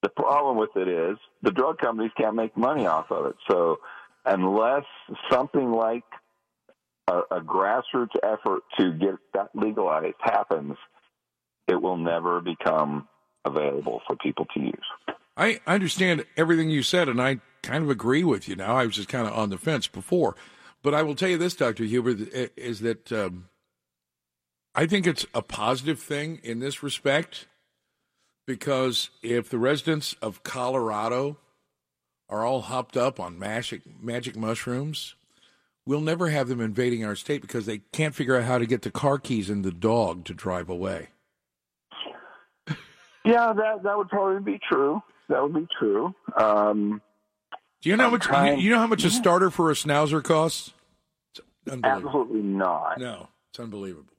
[SPEAKER 23] the problem with it is the drug companies can't make money off of it. So unless something like a, a grassroots effort to get that legalized happens, it will never become available for people to use.
[SPEAKER 1] I, I understand everything you said, and I kind of agree with you now. I was just kind of on the fence before. But I will tell you this, Dr. Huber, th- i- is that um, I think it's a positive thing in this respect because if the residents of Colorado are all hopped up on magic, magic mushrooms, we'll never have them invading our state because they can't figure out how to get the car keys and the dog to drive away.
[SPEAKER 23] Yeah, that that would probably be true. That would be true. Um,
[SPEAKER 1] Do you know how
[SPEAKER 23] I'm
[SPEAKER 1] much
[SPEAKER 23] trying-
[SPEAKER 1] you know how much a starter for a schnauzer costs? It's unbelievable.
[SPEAKER 23] Absolutely not.
[SPEAKER 1] No, it's unbelievable.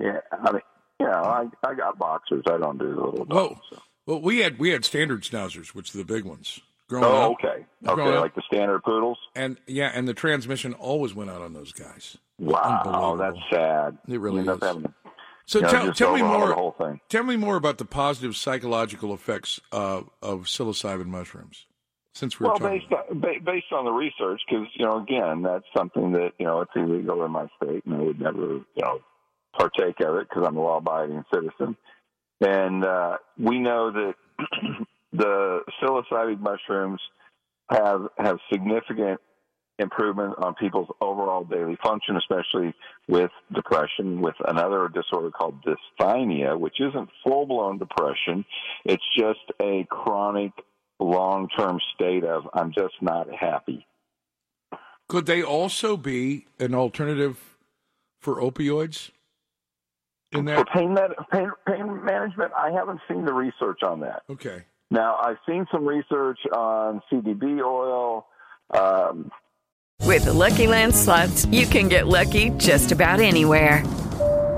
[SPEAKER 23] Yeah, I mean, yeah, I I got boxers. I don't do the little.
[SPEAKER 1] Whoa. Well, we had we had standard schnauzers, which are the big ones. Growing
[SPEAKER 23] oh,
[SPEAKER 1] up,
[SPEAKER 23] okay,
[SPEAKER 1] Growing
[SPEAKER 23] okay,
[SPEAKER 1] up.
[SPEAKER 23] like the standard poodles.
[SPEAKER 1] and yeah, and the transmission always went out on those guys.
[SPEAKER 23] Wow, that's sad.
[SPEAKER 1] It really
[SPEAKER 23] You end up
[SPEAKER 1] is.
[SPEAKER 23] having-
[SPEAKER 1] So
[SPEAKER 23] you know,
[SPEAKER 1] tell,
[SPEAKER 23] just
[SPEAKER 1] tell me
[SPEAKER 23] overhaul
[SPEAKER 1] more.
[SPEAKER 23] The whole thing.
[SPEAKER 1] Tell me more about the positive psychological effects uh, of psilocybin mushrooms. Since we were
[SPEAKER 23] well,
[SPEAKER 1] talking,
[SPEAKER 23] based on, ba- based on the research, because you know, again, that's something that you know it's illegal in my state, and I would never you know partake of it because I'm a law-abiding citizen. And uh, we know that <clears throat> the psilocybic mushrooms have have significant improvement on people's overall daily function, especially with depression, with another disorder called dysthymia, which isn't full blown depression. It's just a chronic, long term state of I'm just not happy.
[SPEAKER 1] could they also be an alternative for opioids?
[SPEAKER 23] For
[SPEAKER 1] In that,
[SPEAKER 23] pain, med- pain, pain management, I haven't seen the research on that.
[SPEAKER 1] okay.
[SPEAKER 23] Now, I've seen some research on CBD oil. Um,
[SPEAKER 21] With the Lucky Land slots, you can get lucky just about anywhere.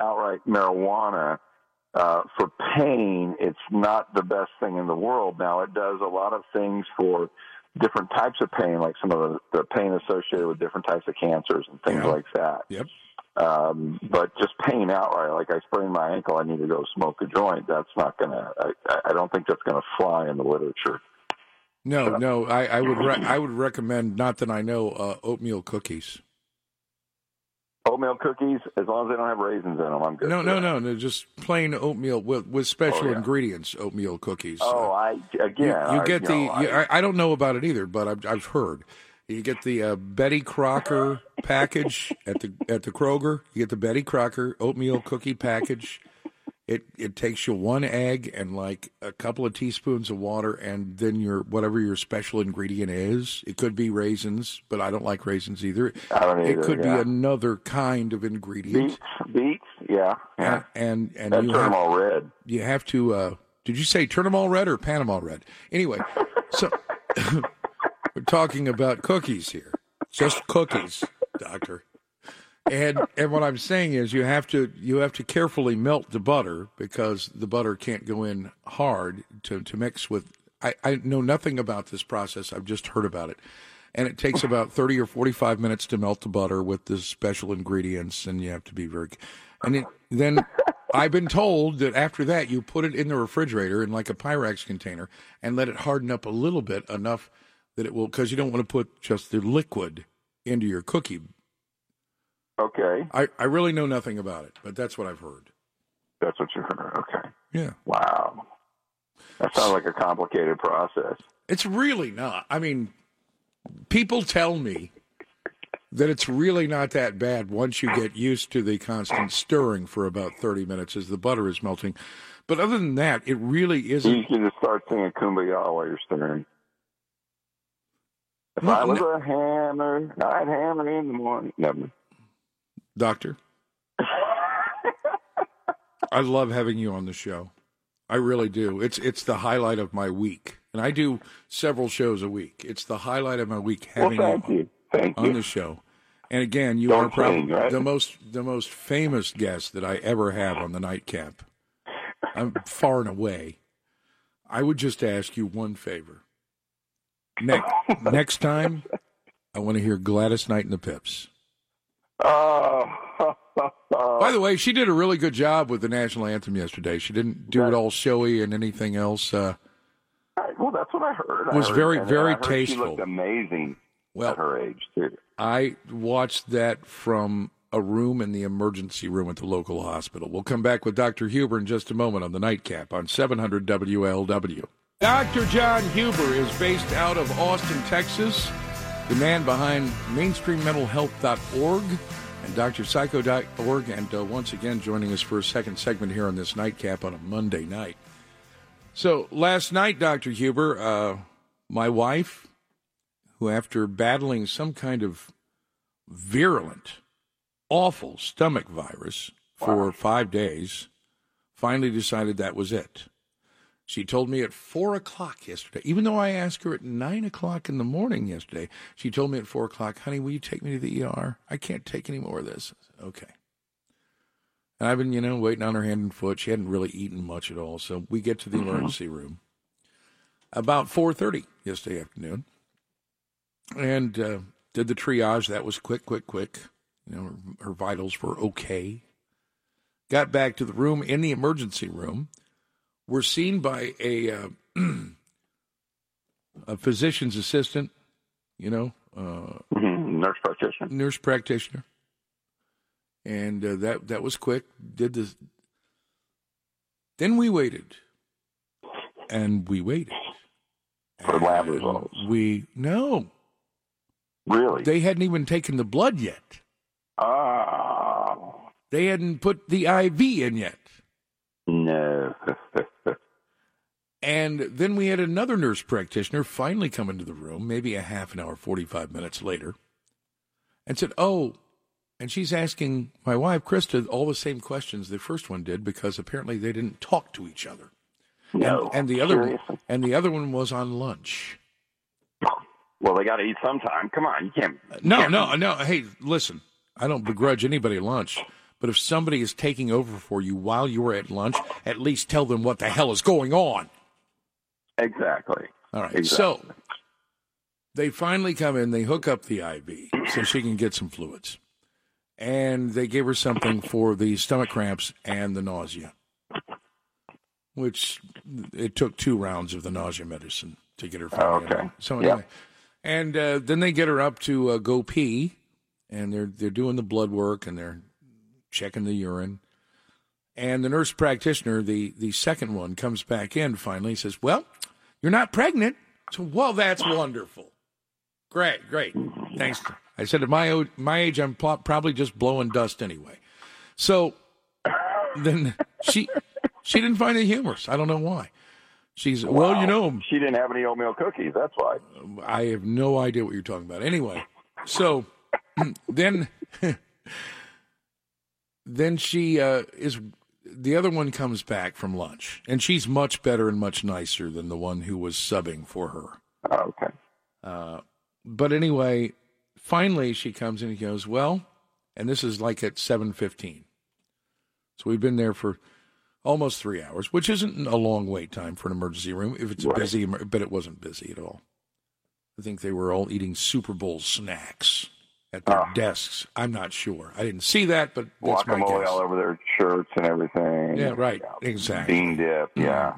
[SPEAKER 23] outright marijuana uh, for pain. It's not the best thing in the world. Now it does a lot of things for different types of pain, like some of the, the pain associated with different types of cancers and things like that.
[SPEAKER 1] Yep.
[SPEAKER 23] Um, but just pain outright, like I sprained my ankle, I need to go smoke a joint. That's not gonna. I, I- I don't think that's gonna fly in the literature.
[SPEAKER 1] No, no, I, I would re- I would recommend not that I know uh, oatmeal cookies.
[SPEAKER 23] Oatmeal cookies, as long as they don't have raisins in them, I'm good.
[SPEAKER 1] No, no, no, no, just plain oatmeal with with special ingredients oatmeal cookies.
[SPEAKER 23] Oh,
[SPEAKER 1] Uh,
[SPEAKER 23] I
[SPEAKER 1] you,
[SPEAKER 23] again.
[SPEAKER 1] you
[SPEAKER 23] I-
[SPEAKER 1] get
[SPEAKER 23] you
[SPEAKER 1] the.
[SPEAKER 23] know, I-
[SPEAKER 1] you, I, I don't know about it either, but I've, I've heard you get the uh, Betty Crocker package at the at the Kroger. You get the Betty Crocker oatmeal cookie package. It it takes you one egg and like a couple of teaspoons of water, and then your whatever your special ingredient is. It could be raisins, but I don't like raisins either.
[SPEAKER 23] I don't either,
[SPEAKER 1] it could
[SPEAKER 23] yeah.
[SPEAKER 1] be another kind of ingredient.
[SPEAKER 23] Beets, yeah, yeah.
[SPEAKER 1] And and,
[SPEAKER 23] That
[SPEAKER 1] you
[SPEAKER 23] turn
[SPEAKER 1] have,
[SPEAKER 23] them all red.
[SPEAKER 1] You have to. Uh, did you say turn them all red or pan them all red? Anyway, so <laughs> we're talking about cookies here, just cookies, doctor. And and what I'm saying is you have to you have to carefully melt the butter because the butter can't go in hard to, to mix with. I, I know nothing about this process. I've just heard about it, and it takes about 30 or 45 minutes to melt the butter with the special ingredients and you have to be very and it, then i've been told that after that you put it in the refrigerator in like a pyrex container and let it harden up a little bit enough that it will because you don't want to put just the liquid into your cookie
[SPEAKER 23] Okay.
[SPEAKER 1] I, I really know nothing about it but that's what i've heard
[SPEAKER 23] That's what you heard. Okay.
[SPEAKER 1] Yeah.
[SPEAKER 23] Wow. That sounds like a complicated process.
[SPEAKER 1] It's really not. I mean, people tell me that it's really not that bad once you get used to the constant stirring for about 30 minutes as the butter is melting. But other than that, it really
[SPEAKER 23] You
[SPEAKER 1] isn't.
[SPEAKER 23] can just start singing Kumbaya while you're stirring. If I was a hammer, I'd hammer in the morning. Never mind.
[SPEAKER 1] Doctor, I love having you on the show. I really do. It's it's the highlight of my week, and I do several shows a week. It's the highlight of my week
[SPEAKER 23] Well,
[SPEAKER 1] having
[SPEAKER 23] thank
[SPEAKER 1] you,
[SPEAKER 23] you. Thank
[SPEAKER 1] on
[SPEAKER 23] you.
[SPEAKER 1] the show. And again, you
[SPEAKER 23] Don't
[SPEAKER 1] are probably
[SPEAKER 23] change, right?
[SPEAKER 1] the most the most famous guest that I ever have on the nightcap. I'm far and away. I would just ask you one favor. Next
[SPEAKER 23] <laughs>
[SPEAKER 1] next time, I want to hear Gladys Knight and the Pips.
[SPEAKER 23] Oh. <laughs>
[SPEAKER 1] By the way, she did a really good job with the national anthem yesterday. She didn't do it all showy and anything else. Uh,
[SPEAKER 23] well, that's what I heard. I
[SPEAKER 1] Was
[SPEAKER 23] heard-
[SPEAKER 1] very,
[SPEAKER 23] and
[SPEAKER 1] very
[SPEAKER 23] I heard
[SPEAKER 1] tasteful.
[SPEAKER 23] She looked amazing at her age too.
[SPEAKER 1] I watched that from a room in the emergency room at the local hospital. We'll come back with Dr. Huber in just a moment on the nightcap on 700 WLW. Dr. John Huber is based out of Austin, Texas, the man behind mainstreammentalhealth.org and drpsycho.org. And uh, once again, joining us for a second segment here on this nightcap on a Monday night. So last night, Dr. Huber, uh, my wife, who after battling some kind of virulent, awful stomach virus for five days, finally decided that was it. She told me at four o'clock yesterday, even though I asked her at nine o'clock in the morning yesterday, she told me at four o'clock, honey, will you take me to the ER? I can't take any more of this. I said, Okay. And I've been, you know, waiting on her hand and foot. She hadn't really eaten much at all. So we get to the
[SPEAKER 23] Mhm.
[SPEAKER 1] emergency room about 4.30 yesterday afternoon and uh, did the triage. That was quick, quick, quick. You know, her, her vitals were okay. Got back to the room in the emergency room. Were seen by a uh, <clears throat> a physician's assistant. You know, uh,
[SPEAKER 23] Mm-hmm. Nurse practitioner.
[SPEAKER 1] nurse practitioner, and uh, that that was quick. Did this. Then we waited, and we waited
[SPEAKER 23] For lab results.
[SPEAKER 1] We no.
[SPEAKER 23] Really?
[SPEAKER 1] They hadn't even taken the blood yet.
[SPEAKER 23] Oh.
[SPEAKER 1] They hadn't put the IV in yet.
[SPEAKER 23] No.
[SPEAKER 1] <laughs> And then we had another nurse practitioner finally come into the room, maybe a half an hour, 45 minutes later, and said, Oh, and she's asking my wife, Krista, all the same questions the first one did because apparently they didn't talk to each other.
[SPEAKER 23] No.
[SPEAKER 1] And, and the other one,
[SPEAKER 23] Seriously?
[SPEAKER 1] and the other one was on lunch.
[SPEAKER 23] Well, they got to eat sometime. Come on, you can't.
[SPEAKER 1] No, no, no. Hey, listen, I don't begrudge anybody lunch, but if somebody is taking over for you while you're at lunch, at least tell them what the hell is going on.
[SPEAKER 23] Exactly.
[SPEAKER 1] All right.
[SPEAKER 23] Exactly.
[SPEAKER 1] So they finally come in, they hook up the IV so she can get some fluids. And they give her something for the stomach cramps and the nausea, which it took two rounds of the nausea medicine to get her. finally
[SPEAKER 23] Okay.
[SPEAKER 1] out. So
[SPEAKER 23] Yeah.
[SPEAKER 1] anyway, and uh, then they get her up to uh, go pee, and they're they're doing the blood work and they're checking the urine. And the nurse practitioner, the the second one, comes back in finally. Says, "Well, you're not pregnant." So, well, that's wonderful. Great, great. Thanks. I said, at my o- my age, I'm pl- probably just blowing dust anyway. So then she she didn't find it humorous. I don't know why. She's well, you know,
[SPEAKER 23] she didn't have any oatmeal cookies. That's why.
[SPEAKER 1] I have no idea what you're talking about. Anyway, so <clears throat> then <laughs> then she uh, is the other one comes back from lunch, and she's much better and much nicer than the one who was subbing for her.
[SPEAKER 23] Oh, okay.
[SPEAKER 1] Uh, but anyway, finally she comes in and goes, "Well," and this is like at seven fifteen. So we've been there for almost three hours, which isn't a long wait time for an emergency room if it's
[SPEAKER 23] Right.
[SPEAKER 1] busy, but it wasn't busy at all. I think they were all eating Super Bowl snacks at their desks. I'm not sure. I didn't see that, but that's my
[SPEAKER 23] Uh-huh. Guacamole
[SPEAKER 1] guess.
[SPEAKER 23] all over their shirts and everything.
[SPEAKER 1] Yeah, right. Exactly.
[SPEAKER 23] Bean dip. Yeah.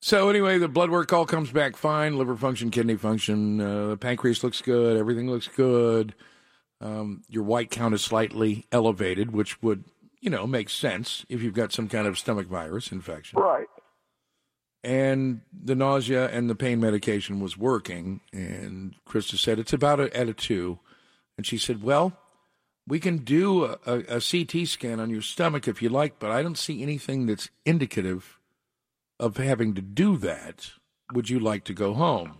[SPEAKER 1] So anyway, the blood work all comes back fine. Liver function, kidney function, uh, pancreas looks good. Everything looks good. Um, your white count is slightly elevated, which would, you know, make sense if you've got some kind of stomach virus infection.
[SPEAKER 23] Right.
[SPEAKER 1] And the nausea and the pain medication was working. And Krista said it's about a, at a two, and she said, "Well, we can do a, a, a CT scan on your stomach if you like, but I don't see anything that's indicative of having to do that. Would you like to go home?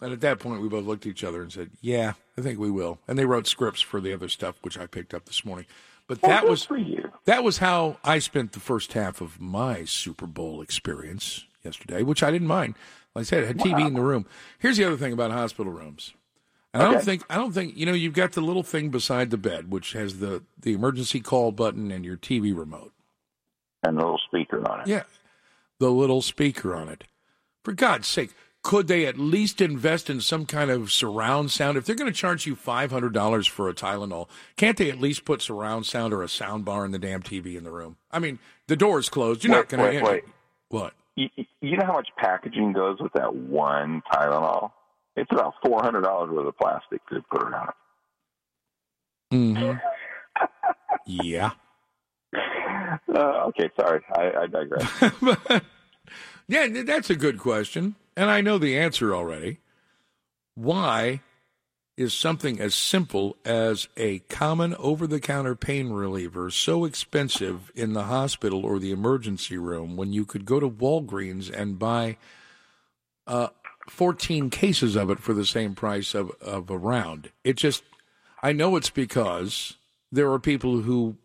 [SPEAKER 1] And at that point, we both looked at each other and said, Yeah, I think we will. And they wrote scripts for the other stuff, which I picked up this morning. But
[SPEAKER 23] Well,
[SPEAKER 1] that
[SPEAKER 23] good
[SPEAKER 1] was
[SPEAKER 23] for you.
[SPEAKER 1] that was how I spent the first half of my Super Bowl experience yesterday, which I didn't mind. Like I said, I had TV in the room. Here's the other thing about hospital rooms. And I don't
[SPEAKER 23] Okay.
[SPEAKER 1] think I don't think you know you've got the little thing beside the bed which has the the emergency call button and your TV remote.
[SPEAKER 23] And a little speaker on it.
[SPEAKER 1] Yeah. The little speaker on it. For God's sake, could they at least invest in some kind of surround sound? If they're going to charge you $500 for a Tylenol, can't they at least put surround sound or a sound bar in the damn TV in the room? I mean, the door is closed. You're not
[SPEAKER 23] Wait,
[SPEAKER 1] going
[SPEAKER 23] wait,
[SPEAKER 1] to.
[SPEAKER 23] wait.
[SPEAKER 1] What?
[SPEAKER 23] You, you know how much packaging goes with that one Tylenol? It's about four hundred dollars worth of plastic they put around it. Mm-hmm.
[SPEAKER 1] yeah.
[SPEAKER 23] <laughs> Uh, okay, sorry, I, I digress.
[SPEAKER 1] <laughs> Yeah, th- that's a good question. And I know the answer already. Why is something as simple as a common over the counter pain reliever so expensive in the hospital or the emergency room when you could go to Walgreens and buy uh, 14 cases of it for the same price of, of a round? It just, I know it's because there are people who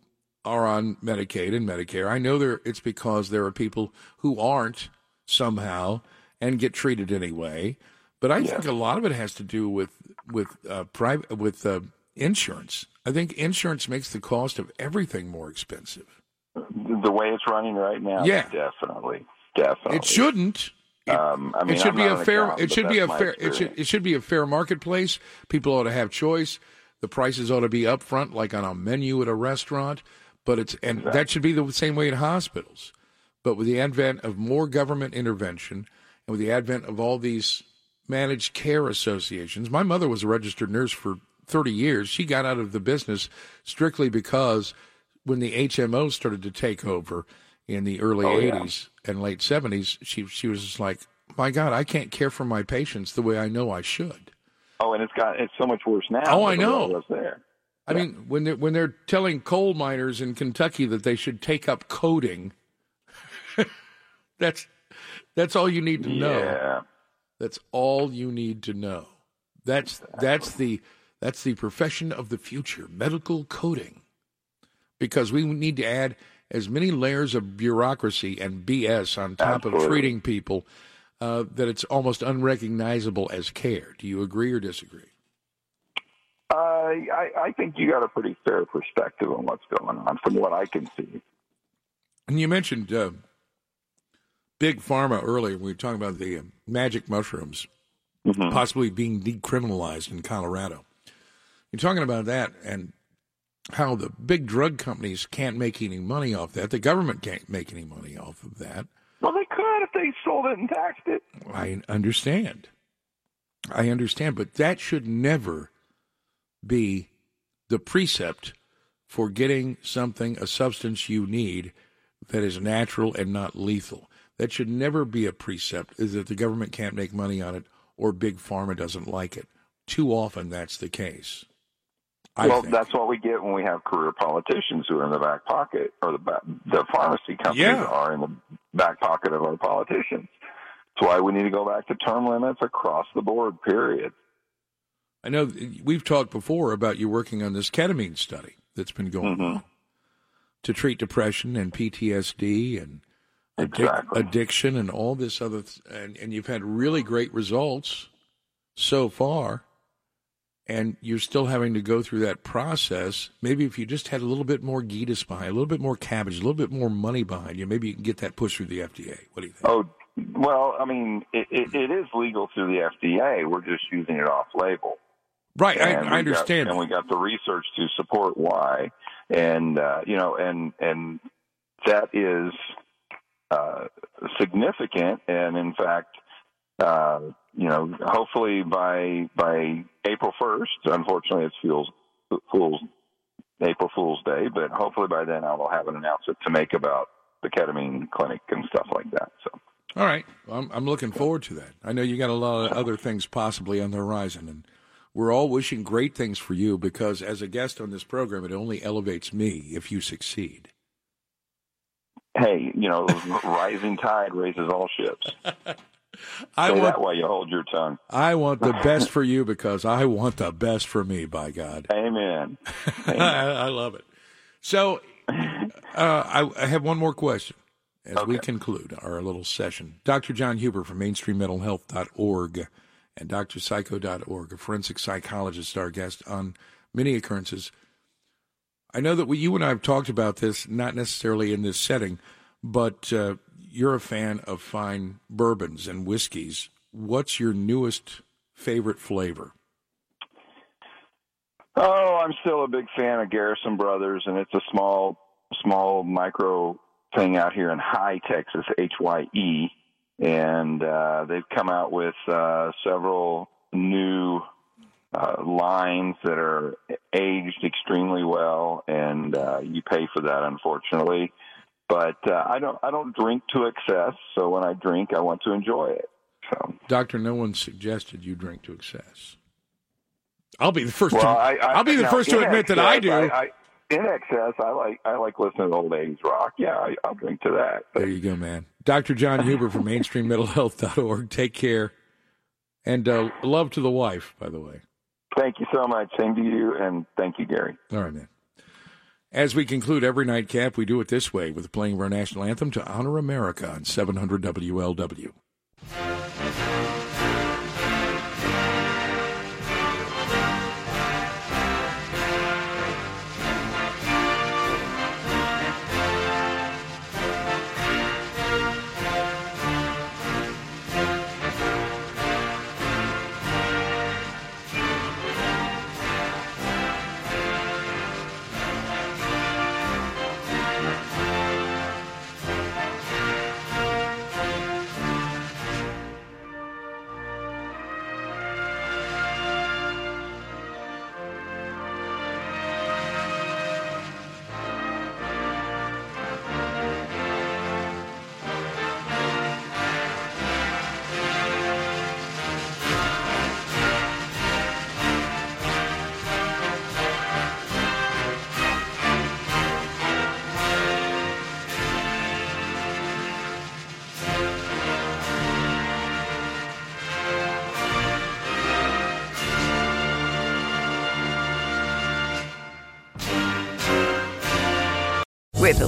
[SPEAKER 1] are on Medicaid and Medicare. I know there it's because there are people who aren't somehow and get treated anyway. But I think a lot of it has to do with with uh, private with uh, insurance. I think insurance makes the cost of everything more expensive.
[SPEAKER 23] the way it's running right now,
[SPEAKER 1] Yeah.
[SPEAKER 23] definitely, definitely.
[SPEAKER 1] It shouldn't.
[SPEAKER 23] Um, I mean,
[SPEAKER 1] it should
[SPEAKER 23] I'm
[SPEAKER 1] be
[SPEAKER 23] not
[SPEAKER 1] a
[SPEAKER 23] an
[SPEAKER 1] fair.
[SPEAKER 23] accountant,
[SPEAKER 1] It
[SPEAKER 23] but
[SPEAKER 1] should be
[SPEAKER 23] that's
[SPEAKER 1] a
[SPEAKER 23] my
[SPEAKER 1] fair. It should,
[SPEAKER 23] experience.
[SPEAKER 1] it should be a fair marketplace. People ought to have choice. The prices ought to be upfront, like on a menu at a restaurant. But it's and that should be the same way in hospitals. But with the advent of more government intervention and with the advent of all these managed care associations, my mother was a registered nurse for 30 years. She got out of the business strictly because when the HMOs started to take over in the early
[SPEAKER 23] Oh, yeah.
[SPEAKER 1] 80s and late 70s, she she was just like, "My God, I can't care for my patients the way I know I should."
[SPEAKER 23] Oh, and it's got it's so much worse now.
[SPEAKER 1] Oh, I
[SPEAKER 23] than it
[SPEAKER 1] know.
[SPEAKER 23] was there.
[SPEAKER 1] I mean, when they're, when they're telling coal miners in Kentucky that they should take up coding, <laughs> that's that's all you need to know.
[SPEAKER 23] Yeah.
[SPEAKER 1] That's all you need to know. That's that's the that's the profession of the future, medical coding. Because we need to add as many layers of bureaucracy and BS on top
[SPEAKER 23] Absolutely.
[SPEAKER 1] of treating people uh, that it's almost unrecognizable as care. Do you agree or disagree?
[SPEAKER 23] Uh, I, I think you got a pretty fair perspective on what's going on from what I can see.
[SPEAKER 1] And you mentioned uh, big pharma earlier. We were talking about the uh, magic mushrooms
[SPEAKER 23] Mm-hmm.
[SPEAKER 1] possibly being decriminalized in Colorado. You're talking about that and how the big drug companies can't make any money off that. The government can't make any money off of that.
[SPEAKER 23] Well, they could if they sold it and taxed it.
[SPEAKER 1] I understand. I understand, but that should never be the precept for getting something, a substance you need that is natural and not lethal. That should never be a precept, is that the government can't make money on it or big pharma doesn't like it. Too often that's the case. I
[SPEAKER 23] well,
[SPEAKER 1] think.
[SPEAKER 23] that's what we get when we have career politicians who are in the back pocket, or the ba- the pharmacy companies
[SPEAKER 1] Yeah.
[SPEAKER 23] are in the back pocket of our politicians. That's why we need to go back to term limits across the board. Period.
[SPEAKER 1] I know th- we've talked before about you working on this ketamine study that's been going on to treat depression and PTSD and addic- addiction and all this other, th- and, and you've had really great results so far. And you're still having to go through that process. Maybe if you just had a little bit more Gitas behind, a little bit more cabbage, a little bit more money behind you, maybe you can get that pushed through the FDA. What do you think?
[SPEAKER 23] Oh, Well, I mean, it, it, it is legal through the FDA. We're just using it off label.
[SPEAKER 1] Right, I-
[SPEAKER 23] And we
[SPEAKER 1] I
[SPEAKER 23] got-
[SPEAKER 1] understand.
[SPEAKER 23] and we got the research to support why, and uh, you know, and and that is uh, significant. And in fact, uh, you know, hopefully by by April first. Unfortunately, it's Fool's Fool's April Fool's Day, but hopefully by then I will have an announcement to make about the ketamine clinic and stuff like that. So.
[SPEAKER 1] All right. I'm, I'm looking forward to that. I know you got a lot of other things possibly on the horizon, and we're all wishing great things for you because as a guest on this program, it only elevates me if you succeed.
[SPEAKER 23] hey, you know, <laughs> rising tide raises all ships.
[SPEAKER 1] I
[SPEAKER 23] Say
[SPEAKER 1] want-
[SPEAKER 23] that while you hold your tongue.
[SPEAKER 1] I want the
[SPEAKER 23] <laughs>
[SPEAKER 1] best for you because I want the best for me, by God. <laughs>
[SPEAKER 23] Amen.
[SPEAKER 1] I love it. So uh, I, I have one more question as we conclude our little session. Dr. John Huber from MainstreamMentalHealth.org and DrPsycho.org, a forensic psychologist, our guest on many occurrences. I know that we, you and I have talked about this, not necessarily in this setting, but uh, you're a fan of fine bourbons and whiskeys. What's your newest favorite flavor?
[SPEAKER 23] Oh, I'm still a big fan of Garrison Brothers, and it's a small, small micro thing out here in High Texas, H Y E, and uh, they've come out with uh, several new uh, lines that are aged extremely well, and uh, you pay for that, unfortunately. But uh, I don't, I don't drink to excess. So when I drink, I want to enjoy it. Um,
[SPEAKER 1] Doctor, no one suggested you drink to excess. I'll be the first
[SPEAKER 23] Well,
[SPEAKER 1] to.
[SPEAKER 23] I, I,
[SPEAKER 1] will be the
[SPEAKER 23] now,
[SPEAKER 1] first to
[SPEAKER 23] in
[SPEAKER 1] admit that
[SPEAKER 23] excess,
[SPEAKER 1] I do.
[SPEAKER 23] I, in excess, I like I like listening to old eighties rock. Yeah, I, I'll drink to that.
[SPEAKER 1] there you go, man.
[SPEAKER 23] <laughs>
[SPEAKER 1] Dr. John Huber from MainstreamMentalHealth.org. Take care, and uh, love to the wife, by the way.
[SPEAKER 23] Thank you so much. Same to you, and thank you, Gary.
[SPEAKER 1] All right, man. As we conclude every nightcap, we do it this way with the playing of our national anthem to honor America on 700 WLW.
[SPEAKER 21] With the